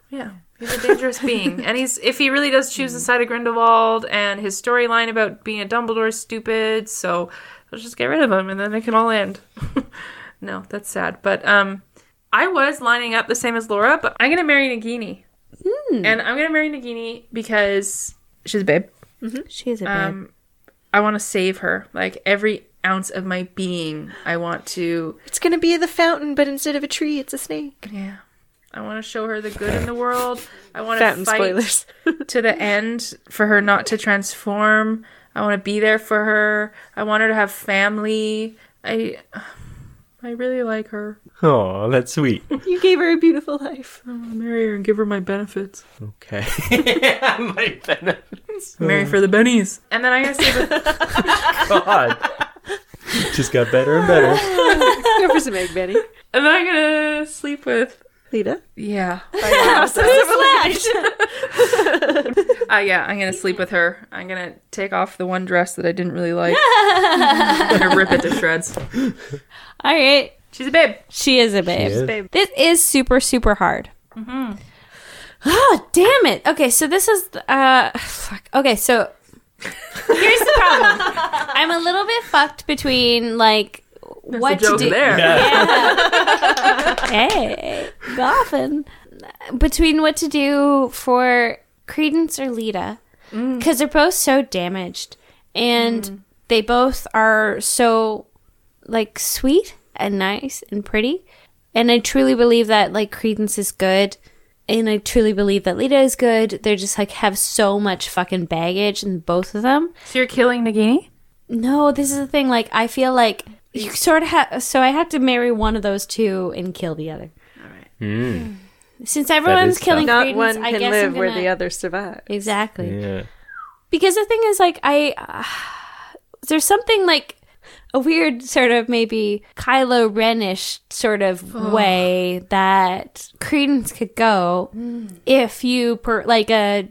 [SPEAKER 2] Yeah, he's a dangerous being, and he's if he really does choose the side of Grindelwald, and his storyline about being a Dumbledore is stupid. So let's just get rid of him, and then it can all end. no, that's sad, but um, I was lining up the same as Laura, but I'm gonna marry Nagini, and I'm gonna marry Nagini because
[SPEAKER 13] She's a babe.
[SPEAKER 4] She is a babe.
[SPEAKER 2] um, I want to save her. Like every ounce of my being, I want to.
[SPEAKER 5] It's gonna be the fountain, but instead of a tree, it's a snake.
[SPEAKER 2] Yeah. I want to show her the good in the world. I want to
[SPEAKER 5] Fountain
[SPEAKER 2] fight
[SPEAKER 5] spoilers.
[SPEAKER 2] to the end for her not to transform. I want to be there for her. I want her to have family. I I really like her.
[SPEAKER 6] Oh, that's sweet.
[SPEAKER 5] You gave her a beautiful life.
[SPEAKER 2] I want to marry her and give her my benefits.
[SPEAKER 6] Okay.
[SPEAKER 2] my benefits. Marry for the bennies. And then I guess
[SPEAKER 6] God. Just got better and better.
[SPEAKER 5] Go for some egg, Betty.
[SPEAKER 2] and then I'm gonna sleep with
[SPEAKER 5] Lita.
[SPEAKER 2] Yeah.
[SPEAKER 5] Who's
[SPEAKER 2] Uh, yeah, I'm gonna sleep with her. I'm gonna take off the one dress that I didn't really like. I'm gonna rip it to shreds.
[SPEAKER 4] All right.
[SPEAKER 2] She's a babe.
[SPEAKER 4] She is a babe.
[SPEAKER 2] is. Babe.
[SPEAKER 4] This is super, super hard. Oh, Mm-hmm. damn it. Okay, so this is, uh, fuck. Okay, so here's the problem. I'm a little bit fucked between, like, what
[SPEAKER 2] the joke
[SPEAKER 4] to do.
[SPEAKER 2] there.
[SPEAKER 4] Yeah. hey, golfing. Between what to do for Credence or Lita. Because they're both so damaged. And they both are so like sweet and nice and pretty. And I truly believe that like Credence is good. And I truly believe that Lita is good. They're just like have so much fucking baggage in both of them.
[SPEAKER 2] So you're killing Nagini?
[SPEAKER 4] No, this is the thing. Like I feel like you sort of have. So I have to marry one of those two and kill the other.
[SPEAKER 6] Mm.
[SPEAKER 4] Since everyone's killing
[SPEAKER 5] Not
[SPEAKER 4] Credence,
[SPEAKER 5] one
[SPEAKER 4] I
[SPEAKER 5] can
[SPEAKER 4] guess
[SPEAKER 5] live
[SPEAKER 4] I'm
[SPEAKER 5] where
[SPEAKER 4] gonna-
[SPEAKER 5] the other survives.
[SPEAKER 4] Exactly.
[SPEAKER 6] Yeah.
[SPEAKER 4] Because the thing is, like, I uh, there's something like a weird sort of maybe Kylo Renish sort of way that Credence could go if you per like a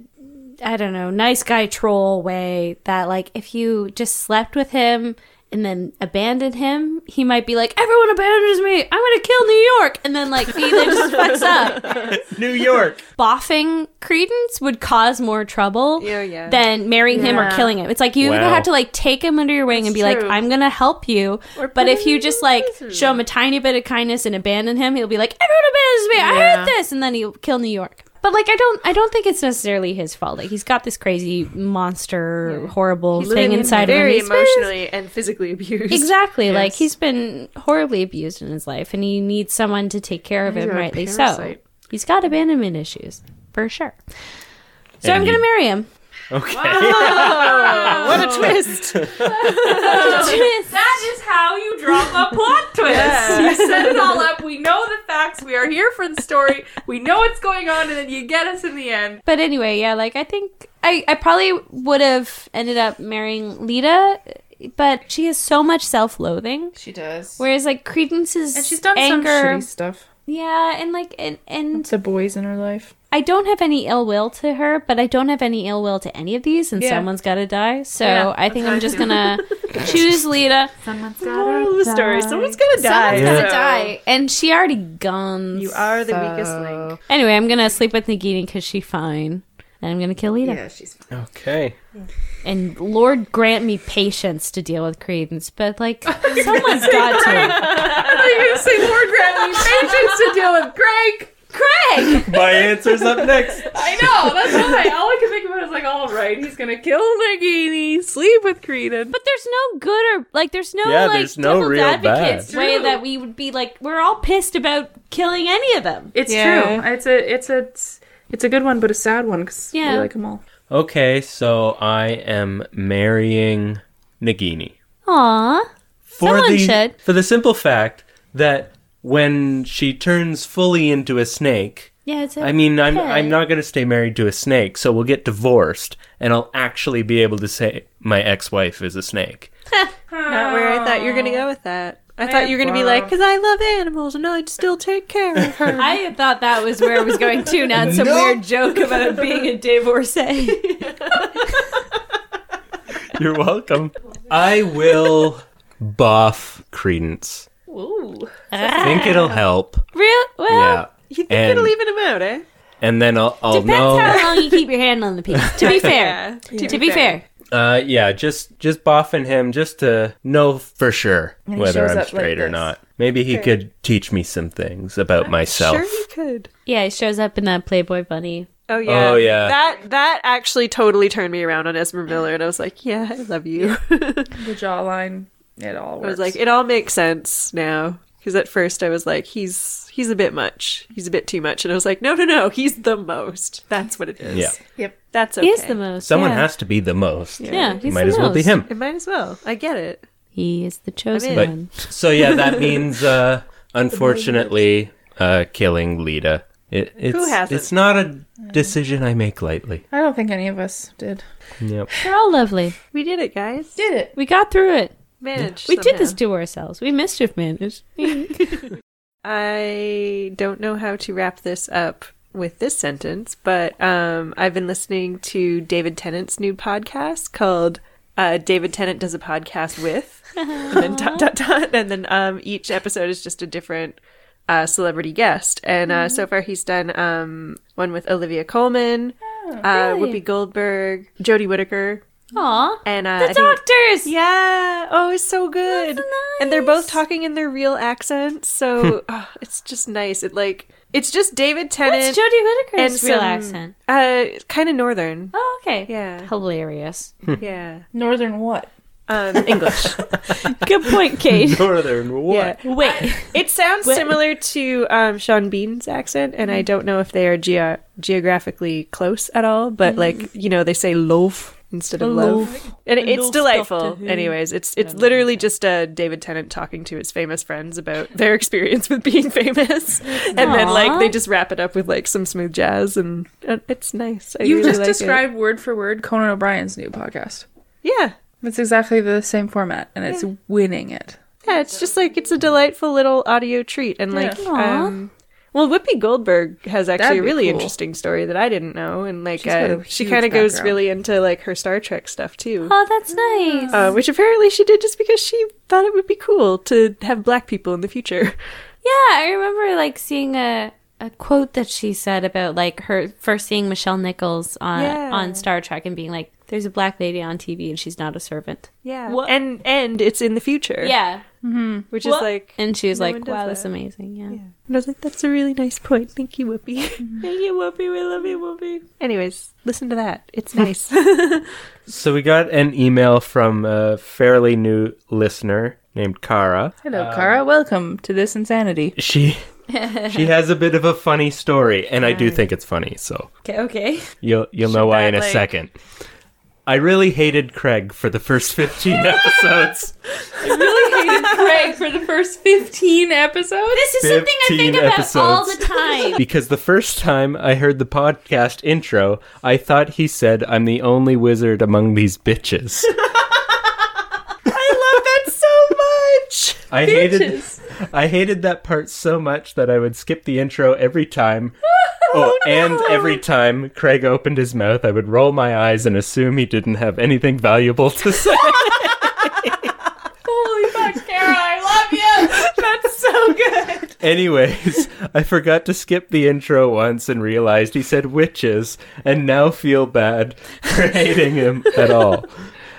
[SPEAKER 4] I don't know nice guy troll way that like if you just slept with him. And then abandoned him. He might be like, "Everyone abandons me. I'm gonna kill New York." And then like he just fucks up
[SPEAKER 6] New York.
[SPEAKER 4] boffing credence would cause more trouble
[SPEAKER 5] Oh, yeah.
[SPEAKER 4] than marrying him or
[SPEAKER 5] Yeah.
[SPEAKER 4] killing him. It's like you either
[SPEAKER 6] Wow.
[SPEAKER 4] have to like take him under your wing and be like,
[SPEAKER 5] true.
[SPEAKER 4] I'm gonna help you. but if you just like show him a tiny bit of kindness and abandon him, he'll be like, Everyone abandons me, I
[SPEAKER 2] Yeah.
[SPEAKER 4] heard this and then he'll kill New York. But like I don't I don't think it's necessarily his fault. Like he's got this crazy monster horrible thing inside of him.
[SPEAKER 5] very
[SPEAKER 4] He's been-
[SPEAKER 5] emotionally and physically abused.
[SPEAKER 4] Exactly. Like he's been horribly abused in his life and he needs someone to take care of
[SPEAKER 5] He's
[SPEAKER 4] him,
[SPEAKER 5] a
[SPEAKER 4] rightly
[SPEAKER 5] parasite.
[SPEAKER 4] so. He's got abandonment issues, for sure. So I'm
[SPEAKER 6] And
[SPEAKER 4] gonna
[SPEAKER 6] you-
[SPEAKER 4] marry him.
[SPEAKER 6] Okay.
[SPEAKER 5] what a twist!
[SPEAKER 2] That is how you drop a plot twist. You set it all up. We know the facts. We are here for the story. We know what's going on, and then you get us in the end.
[SPEAKER 4] But anyway, yeah, like I think I, I probably would have ended up marrying Lita, but she has so much self loathing.
[SPEAKER 2] She does.
[SPEAKER 4] Whereas like Credence's
[SPEAKER 2] And she's done
[SPEAKER 4] anger,
[SPEAKER 2] some shitty stuff.
[SPEAKER 4] yeah, and like and and
[SPEAKER 2] The boys in her life.
[SPEAKER 4] I don't have any ill will to her, but I don't have any ill will to any of these, and
[SPEAKER 2] Yeah.
[SPEAKER 4] someone's got to die. So
[SPEAKER 2] Yeah,
[SPEAKER 4] I think
[SPEAKER 2] that's
[SPEAKER 4] I'm
[SPEAKER 2] what
[SPEAKER 4] just
[SPEAKER 2] I do.
[SPEAKER 4] gonna choose Lita.
[SPEAKER 2] Someone's
[SPEAKER 5] Moral of the story: someone's gonna die.
[SPEAKER 4] Someone's gonna
[SPEAKER 5] so-
[SPEAKER 4] die, and she already guns.
[SPEAKER 5] You are the weakest link.
[SPEAKER 4] Anyway, I'm gonna sleep with Nagini because she's fine, and I'm gonna kill Lita.
[SPEAKER 2] Yeah, she's.
[SPEAKER 6] Okay.
[SPEAKER 4] And Lord grant me patience to deal with Credence, but like someone's got to.
[SPEAKER 2] I thought you were gonna say Lord Grant, you patience to deal with Greg.
[SPEAKER 3] Craig!
[SPEAKER 6] My answer's up next.
[SPEAKER 15] I know. That's why all I could think about is like, all right, he's gonna kill Nagini, sleep with Creedon.
[SPEAKER 4] But there's no good or like there's no
[SPEAKER 6] Yeah,
[SPEAKER 4] like
[SPEAKER 6] there's no
[SPEAKER 4] devil's
[SPEAKER 6] real
[SPEAKER 4] advocates
[SPEAKER 6] bad.
[SPEAKER 4] way
[SPEAKER 15] True.
[SPEAKER 4] that we would be like we're all pissed about killing any of them.
[SPEAKER 15] It's true. It's a it's a it's, it's a good one, but a sad one because
[SPEAKER 4] Yeah.
[SPEAKER 15] we like them all.
[SPEAKER 6] Okay, so I am marrying Nagini.
[SPEAKER 4] Aw. Someone
[SPEAKER 6] the,
[SPEAKER 4] should.
[SPEAKER 6] For the simple fact that when she turns fully into a snake,
[SPEAKER 4] Yeah, it's a
[SPEAKER 6] I mean, I'm
[SPEAKER 4] pet.
[SPEAKER 6] I'm not going to stay married to a snake, so we'll get divorced, and I'll actually be able to say my ex-wife is a snake.
[SPEAKER 5] Not where I thought you were going to go with that. I thought you were going to be like, because I love animals and I'd still take care of her.
[SPEAKER 4] I thought that was where I was going to,
[SPEAKER 3] not some weird joke about being a divorcee.
[SPEAKER 6] You're welcome. I will buff Credence.
[SPEAKER 15] Ooh.
[SPEAKER 6] I think it'll help.
[SPEAKER 4] Real well
[SPEAKER 6] yeah.
[SPEAKER 5] You think
[SPEAKER 6] and,
[SPEAKER 5] it'll even him out, eh?
[SPEAKER 6] and then I'll, I'll
[SPEAKER 4] depends
[SPEAKER 6] know.
[SPEAKER 4] how long you keep your hand on the piece. To be fair.
[SPEAKER 5] Yeah.
[SPEAKER 4] To be fair.
[SPEAKER 6] Uh, yeah, just just boffing him just to know for sure
[SPEAKER 5] And he
[SPEAKER 6] whether
[SPEAKER 5] shows
[SPEAKER 6] I'm
[SPEAKER 5] up like
[SPEAKER 6] straight or
[SPEAKER 5] this.
[SPEAKER 6] not. Maybe he
[SPEAKER 5] Okay.
[SPEAKER 6] could teach me some things about myself.
[SPEAKER 5] you could.
[SPEAKER 4] Yeah, he shows up in that Playboy bunny.
[SPEAKER 5] Oh yeah.
[SPEAKER 6] Oh, yeah.
[SPEAKER 5] That that actually totally turned me around on Esmer Miller, and I was like, yeah, I love you.
[SPEAKER 7] The jawline, it all
[SPEAKER 5] I
[SPEAKER 7] works.
[SPEAKER 5] was like, it all makes sense now. Because at first I was like, he's he's a bit much. He's a bit too much, and I was like, no, no, no, he's the most. That's what it is.
[SPEAKER 6] Yeah.
[SPEAKER 7] Yep.
[SPEAKER 5] That's okay.
[SPEAKER 4] He is the most.
[SPEAKER 6] Someone
[SPEAKER 4] yeah.
[SPEAKER 6] has to be the most.
[SPEAKER 4] Yeah, he's
[SPEAKER 6] might
[SPEAKER 4] the
[SPEAKER 6] as well be
[SPEAKER 4] most.
[SPEAKER 6] him.
[SPEAKER 5] It might as well. I get it.
[SPEAKER 4] He is the chosen
[SPEAKER 5] in.
[SPEAKER 6] But
[SPEAKER 4] one.
[SPEAKER 6] so yeah, that means uh, unfortunately uh, killing Lita. It, it's
[SPEAKER 7] hasn't?
[SPEAKER 6] it's not a decision I make lightly.
[SPEAKER 7] I don't think any of us did.
[SPEAKER 6] Yep.
[SPEAKER 4] They're all lovely.
[SPEAKER 5] We did it, guys.
[SPEAKER 7] Did it.
[SPEAKER 4] We got through it.
[SPEAKER 5] Managed.
[SPEAKER 4] We did
[SPEAKER 5] somehow.
[SPEAKER 4] this to ourselves. We mischief managed.
[SPEAKER 5] I don't know how to wrap this up with this sentence, but um, I've been listening to David Tennant's new podcast called uh, David Tennant Does a Podcast With. and then dot, dot, dot. And then um, each episode is just a different uh, celebrity guest. And uh, so far he's done um, one with Olivia Colman, uh,
[SPEAKER 4] really?
[SPEAKER 5] Whoopi Goldberg, Jodie Whittaker.
[SPEAKER 4] Aw.
[SPEAKER 5] And uh,
[SPEAKER 4] The
[SPEAKER 5] I think-
[SPEAKER 4] doctors!
[SPEAKER 5] yeah. Oh, it's so good. And they're both talking in their real accents, so oh, it's just nice. It like it's just David Tennant.
[SPEAKER 4] What's Jodie Whittaker's
[SPEAKER 5] and
[SPEAKER 4] real
[SPEAKER 5] some-
[SPEAKER 4] accent?
[SPEAKER 5] Uh, kind of northern.
[SPEAKER 4] Oh, okay.
[SPEAKER 5] Yeah.
[SPEAKER 4] Hilarious.
[SPEAKER 5] Yeah.
[SPEAKER 7] Northern what?
[SPEAKER 5] Um, English.
[SPEAKER 4] Good point, Kate.
[SPEAKER 6] Northern what?
[SPEAKER 5] Yeah.
[SPEAKER 4] Wait.
[SPEAKER 5] It sounds similar to um, Sean Bean's accent, and I don't know if they are geo geographically close at all. But like you know, they say loaf instead of love,
[SPEAKER 12] Loaf.
[SPEAKER 5] and it, it's
[SPEAKER 12] Loaf
[SPEAKER 5] delightful.
[SPEAKER 12] Doctor Who.
[SPEAKER 5] Anyways, it's it's literally just uh, David Tennant talking to his famous friends about their experience with being famous, and then
[SPEAKER 15] Aw.
[SPEAKER 5] like they just wrap it up with like some smooth jazz, and uh, it's nice. I
[SPEAKER 2] you
[SPEAKER 5] really
[SPEAKER 2] just
[SPEAKER 5] like it.
[SPEAKER 2] described word for word Conan O'Brien's new podcast.
[SPEAKER 5] yeah.
[SPEAKER 2] It's exactly the same format, and it's winning it.
[SPEAKER 5] Yeah, it's just like it's a delightful little audio treat, and like,
[SPEAKER 2] Yeah. Aw.
[SPEAKER 5] um, well, Whoopi Goldberg has
[SPEAKER 2] That'd
[SPEAKER 5] actually a
[SPEAKER 2] be
[SPEAKER 5] really
[SPEAKER 2] cool.
[SPEAKER 5] interesting story that I didn't know, and like,
[SPEAKER 2] She's got
[SPEAKER 5] uh,
[SPEAKER 2] a
[SPEAKER 5] she
[SPEAKER 2] huge
[SPEAKER 5] kind of goes
[SPEAKER 2] background.
[SPEAKER 5] really into like her Star Trek stuff too,
[SPEAKER 4] Oh, that's nice.
[SPEAKER 5] uh, which apparently she did just because she thought it would be cool to have black people in the future.
[SPEAKER 4] Yeah, I remember like seeing a a quote that she said about like her first seeing Michelle Nichols on
[SPEAKER 5] Yeah.
[SPEAKER 4] on Star Trek and being like, "There's a black lady on TV and she's not a servant."
[SPEAKER 5] Yeah,
[SPEAKER 4] What?
[SPEAKER 5] and and it's in the future.
[SPEAKER 4] Yeah,
[SPEAKER 5] which is
[SPEAKER 4] What?
[SPEAKER 5] like, and
[SPEAKER 4] and she was
[SPEAKER 5] no one
[SPEAKER 4] like,
[SPEAKER 5] does
[SPEAKER 4] "Wow, that's
[SPEAKER 5] that."
[SPEAKER 4] amazing." Yeah.
[SPEAKER 5] I was like, that's a really nice point. Thank you, Whoopi. Thank you, Whoopi. We love you, Whoopi. Anyways, listen to that. It's nice.
[SPEAKER 6] So we got an email from a fairly new listener named Kara.
[SPEAKER 2] Hello, Kara. Welcome to this insanity.
[SPEAKER 6] She she has a bit of a funny story, and I do think it's funny. So
[SPEAKER 3] okay, okay.
[SPEAKER 6] You'll you'll know why in a second. I really hated Craig for the first 15 episodes.
[SPEAKER 2] really hated Craig for the first 15 episodes.
[SPEAKER 4] This is something I
[SPEAKER 6] 15
[SPEAKER 4] think about all the
[SPEAKER 6] episodes.
[SPEAKER 4] time.
[SPEAKER 6] Because the first time I heard the podcast intro, I thought he said, I'm the only wizard among these bitches.
[SPEAKER 5] I love that so much.
[SPEAKER 6] I hated I hated that part so much that I would skip the intro every time. Oh, and every time Craig opened his mouth, I would roll my eyes and assume he didn't have anything valuable to say.
[SPEAKER 2] Holy fuck, Kara, I love you. That's so good.
[SPEAKER 6] Anyways, I forgot to skip the intro once and realized he said witches, and now feel bad for hating him at all.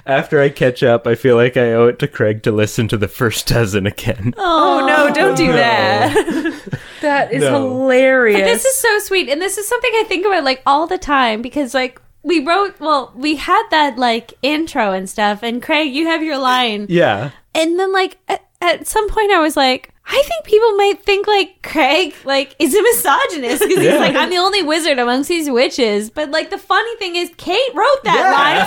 [SPEAKER 6] After I catch up, I feel like I owe it to Craig to listen to the first dozen again.
[SPEAKER 5] Oh no, don't do
[SPEAKER 6] No.
[SPEAKER 5] that.
[SPEAKER 7] That is
[SPEAKER 6] No.
[SPEAKER 7] hilarious.
[SPEAKER 4] But this is so sweet, and this is something I think about like all the time because like we wrote, well, we had that like intro and stuff, and Craig, you have your line,
[SPEAKER 6] Yeah.
[SPEAKER 4] and then like at, at some point I was like. I think people might think like Craig like is a misogynist because
[SPEAKER 6] Yeah.
[SPEAKER 4] he's like I'm the only wizard amongst these witches. But like the funny thing is Kate wrote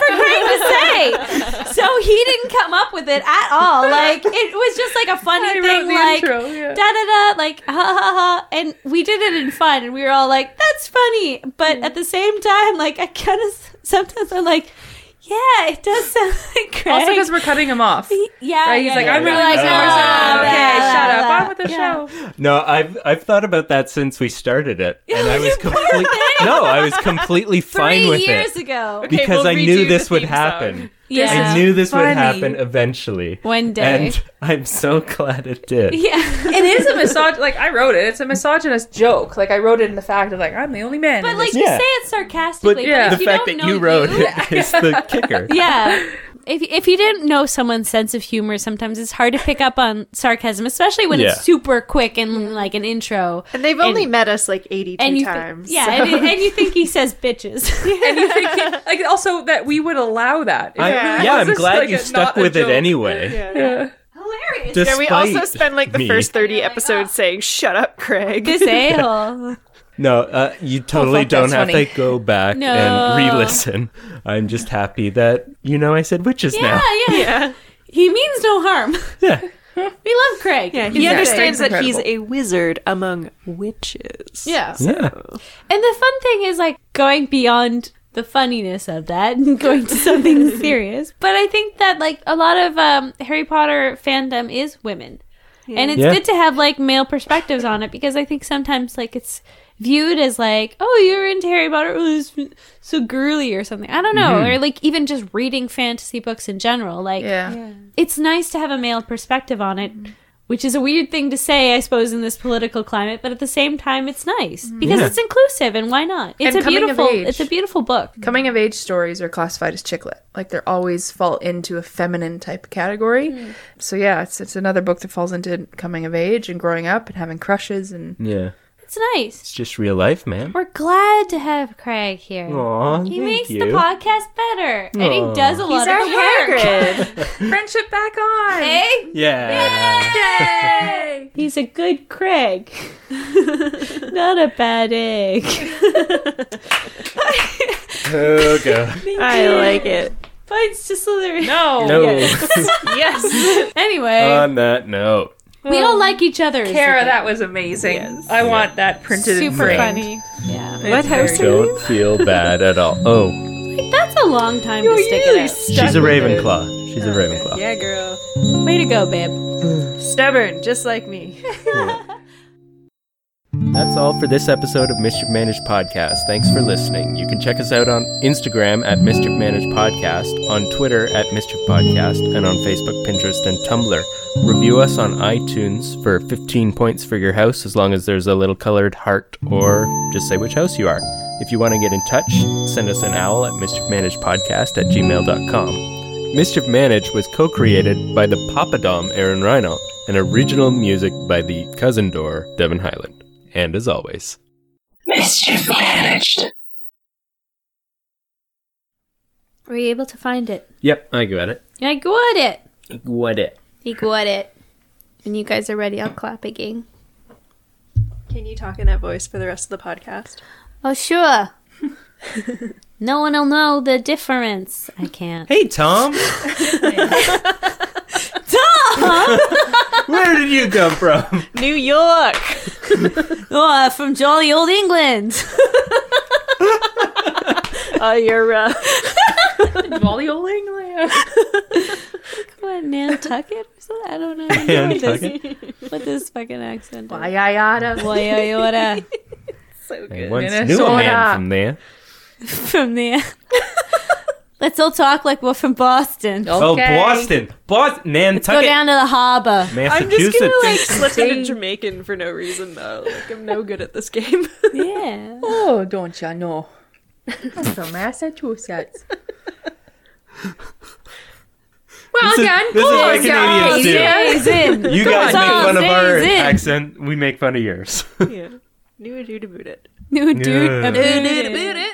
[SPEAKER 4] that line for Craig to say, so he didn't come up with it at all. Like it was just like a funny
[SPEAKER 7] I wrote
[SPEAKER 4] thing,
[SPEAKER 7] the
[SPEAKER 4] like
[SPEAKER 7] intro, yeah.
[SPEAKER 4] da da da, like ha ha ha. And we did it in fun, and we were all like, "That's funny," but
[SPEAKER 7] Mm.
[SPEAKER 4] at the same time, like I kind of sometimes I'm like, "Yeah, it does sound like Craig."
[SPEAKER 7] Also, because we're cutting him off.
[SPEAKER 4] yeah,
[SPEAKER 7] Right? He's
[SPEAKER 4] yeah,
[SPEAKER 7] like,
[SPEAKER 4] yeah,
[SPEAKER 7] I'm
[SPEAKER 4] yeah.
[SPEAKER 7] really like,
[SPEAKER 6] Like,
[SPEAKER 7] myself.
[SPEAKER 4] "Oh,
[SPEAKER 7] Okay,
[SPEAKER 4] blah,
[SPEAKER 7] shut
[SPEAKER 4] blah,
[SPEAKER 7] up.
[SPEAKER 4] blah."
[SPEAKER 7] On with the show.
[SPEAKER 6] No, I've I've thought about that since we started it,
[SPEAKER 4] Oh,
[SPEAKER 6] and I was completely no, I was completely fine
[SPEAKER 4] Three
[SPEAKER 6] with
[SPEAKER 4] years
[SPEAKER 6] it
[SPEAKER 4] ago,
[SPEAKER 6] because I knew this would happen.
[SPEAKER 4] This
[SPEAKER 6] I
[SPEAKER 4] is
[SPEAKER 6] knew this
[SPEAKER 4] funny.
[SPEAKER 6] would happen eventually.
[SPEAKER 4] One day.
[SPEAKER 6] and I'm so glad it did.
[SPEAKER 7] it is a misog. Like I wrote it. It's a misogynist joke. Like I wrote it in the fact of like I'm the only man.
[SPEAKER 4] But
[SPEAKER 7] in
[SPEAKER 4] like
[SPEAKER 7] this-
[SPEAKER 4] you
[SPEAKER 6] Yeah.
[SPEAKER 4] say it sarcastically, but,
[SPEAKER 7] yeah.
[SPEAKER 4] if
[SPEAKER 6] the
[SPEAKER 4] you
[SPEAKER 6] fact
[SPEAKER 4] don't
[SPEAKER 6] that
[SPEAKER 4] know
[SPEAKER 6] you wrote
[SPEAKER 4] you-
[SPEAKER 6] it is the kicker.
[SPEAKER 4] yeah. If, if you didn't know someone's sense of humor, sometimes it's hard to pick up on sarcasm, especially when
[SPEAKER 6] Yeah.
[SPEAKER 4] it's super quick and like an intro.
[SPEAKER 5] And they've only met us like 82
[SPEAKER 4] and you thi-
[SPEAKER 5] times.
[SPEAKER 4] yeah,
[SPEAKER 5] so-
[SPEAKER 4] and, and you think he says bitches.
[SPEAKER 7] and you think he, like also that we would allow that. It
[SPEAKER 6] I,
[SPEAKER 7] really
[SPEAKER 6] yeah,
[SPEAKER 7] was
[SPEAKER 6] I'm
[SPEAKER 7] just,
[SPEAKER 6] glad
[SPEAKER 7] like,
[SPEAKER 6] you
[SPEAKER 7] a-
[SPEAKER 6] stuck
[SPEAKER 7] not a
[SPEAKER 6] with it
[SPEAKER 7] joke.
[SPEAKER 6] anyway.
[SPEAKER 7] Yeah.
[SPEAKER 5] yeah, we also
[SPEAKER 6] Despite
[SPEAKER 5] spend like the
[SPEAKER 6] me.
[SPEAKER 5] first 30 episodes saying, shut up, Craig.
[SPEAKER 4] This a-hole.
[SPEAKER 6] No, uh, you totally
[SPEAKER 5] fuck,
[SPEAKER 6] don't
[SPEAKER 5] that's
[SPEAKER 6] have
[SPEAKER 5] funny.
[SPEAKER 6] to go back
[SPEAKER 4] No.
[SPEAKER 6] and re-listen. I'm just happy that you know I said witches
[SPEAKER 4] yeah, yeah, He means no harm.
[SPEAKER 6] Yeah.
[SPEAKER 4] we love Craig. Yeah,
[SPEAKER 5] He understands that he's a wizard among witches.
[SPEAKER 4] Yeah.
[SPEAKER 6] now. Yeah.
[SPEAKER 4] And the fun thing is like going beyond the funniness of that and going to something serious. But I think that like a lot of um, Harry Potter fandom is women. And it's
[SPEAKER 15] Yeah.
[SPEAKER 4] good to have like male perspectives on it because I think sometimes like it's viewed as like, oh, you're into Harry Potter, oh, it's so girly or something. I don't know.
[SPEAKER 15] Mhm.
[SPEAKER 4] Or like even just reading fantasy books in general. Like,
[SPEAKER 15] Yeah. Mm-hmm. Yeah.
[SPEAKER 4] it's nice to have a male perspective on it, which is a weird thing to say, I suppose, in this political climate. But at the same time, it's nice because
[SPEAKER 7] Yeah.
[SPEAKER 4] it's inclusive and why not? It's
[SPEAKER 7] Mm-hmm. And
[SPEAKER 4] a
[SPEAKER 7] coming of
[SPEAKER 4] beautiful,
[SPEAKER 7] age.
[SPEAKER 4] it's a beautiful book.
[SPEAKER 7] Coming of age stories are classified as chicklet. Like they're always fall into a feminine type category.
[SPEAKER 4] Mm.
[SPEAKER 7] So yeah, it's it's another book that falls into coming of age and growing up and having crushes and
[SPEAKER 6] Yeah.
[SPEAKER 4] It's nice.
[SPEAKER 6] It's just real life, man.
[SPEAKER 4] We're glad to have Craig here.
[SPEAKER 6] Aw,
[SPEAKER 4] he
[SPEAKER 6] thank
[SPEAKER 4] makes
[SPEAKER 6] you.
[SPEAKER 4] the podcast better, and he
[SPEAKER 6] Aw.
[SPEAKER 4] does a
[SPEAKER 6] He's
[SPEAKER 4] lot
[SPEAKER 7] our
[SPEAKER 4] of the work.
[SPEAKER 7] Friendship back on.
[SPEAKER 4] Hey,
[SPEAKER 6] Yeah.
[SPEAKER 4] he's a good Craig, not a bad egg.
[SPEAKER 6] Oh god.
[SPEAKER 5] I like it.
[SPEAKER 4] Points to Slytherin. No,
[SPEAKER 6] No.
[SPEAKER 4] yes. anyway,
[SPEAKER 6] On that note.
[SPEAKER 4] we all like each other. is the
[SPEAKER 7] Kara,
[SPEAKER 4] thing.
[SPEAKER 7] that was amazing. I want that printed. in
[SPEAKER 4] super
[SPEAKER 7] print.
[SPEAKER 4] funny. Yeah.
[SPEAKER 7] What house are
[SPEAKER 6] Don't feel bad at all. Oh,
[SPEAKER 4] Like, that's a long time to stick it out.
[SPEAKER 6] she's a Ravenclaw. She's a Ravenclaw.
[SPEAKER 5] Yeah, girl.
[SPEAKER 4] Way to go, babe.
[SPEAKER 5] Stubborn, just like me.
[SPEAKER 6] That's all for this episode of Mischief Managed Podcast. Thanks for listening. You can check us out on Instagram at Mischief Managed Podcast, on Twitter at Mischief Podcast, and on Facebook, Pinterest, and Tumblr. Review us on iTunes for 15 points for your house, as long as there's a little colored heart, or just say which house you are. If you want to get in touch, send us an owl at mischiefmanagedpodcast at gmail.com. Mischief Managed was co created by the Papadom Aaron Rhino and original music by the Cousin Door Devin Highland. And as always,
[SPEAKER 16] Mischief managed.
[SPEAKER 4] Were you able to find it?
[SPEAKER 6] yep, I got it.
[SPEAKER 4] I got it.
[SPEAKER 6] What it?
[SPEAKER 4] I got it. When you guys are ready, I'll clap again.
[SPEAKER 5] Can you talk in that voice for the rest of the podcast?
[SPEAKER 4] Oh, sure. no one will know the difference. I can't.
[SPEAKER 6] Hey, Tom,
[SPEAKER 4] Tom!
[SPEAKER 6] where did you come from?
[SPEAKER 4] New York! oh, from jolly old England!
[SPEAKER 5] Oh, you're uh,
[SPEAKER 7] Jolly old England.
[SPEAKER 4] Come on, Nantucket or something? I don't know. I don't know what, this, what this fucking accent is.
[SPEAKER 7] Wyayotta.
[SPEAKER 4] Wyayotta.
[SPEAKER 5] so
[SPEAKER 6] I once knew a man from there.
[SPEAKER 4] from there. Let's all talk like we're from Boston.
[SPEAKER 6] Oh, Boston, Boston,
[SPEAKER 4] Let's go
[SPEAKER 6] Nantucket.
[SPEAKER 4] down to the harbor.
[SPEAKER 5] I'm just gonna like
[SPEAKER 6] Massachusetts.
[SPEAKER 5] slip into Jamaican for no reason though. Like I'm no good at this game.
[SPEAKER 4] yeah.
[SPEAKER 7] Oh, don't ya know? I'm from Massachusetts.
[SPEAKER 2] Well,
[SPEAKER 6] This is-
[SPEAKER 2] again,
[SPEAKER 6] this is
[SPEAKER 2] come
[SPEAKER 6] what
[SPEAKER 2] on,
[SPEAKER 6] Canadians
[SPEAKER 2] guys.
[SPEAKER 6] do.
[SPEAKER 2] Days in.
[SPEAKER 6] You
[SPEAKER 2] Come
[SPEAKER 6] guys
[SPEAKER 2] on.
[SPEAKER 6] make fun of our
[SPEAKER 2] Days in.
[SPEAKER 6] accent. We make fun of yours.
[SPEAKER 5] New dude about it.
[SPEAKER 4] New
[SPEAKER 6] dude Yeah. about
[SPEAKER 5] it.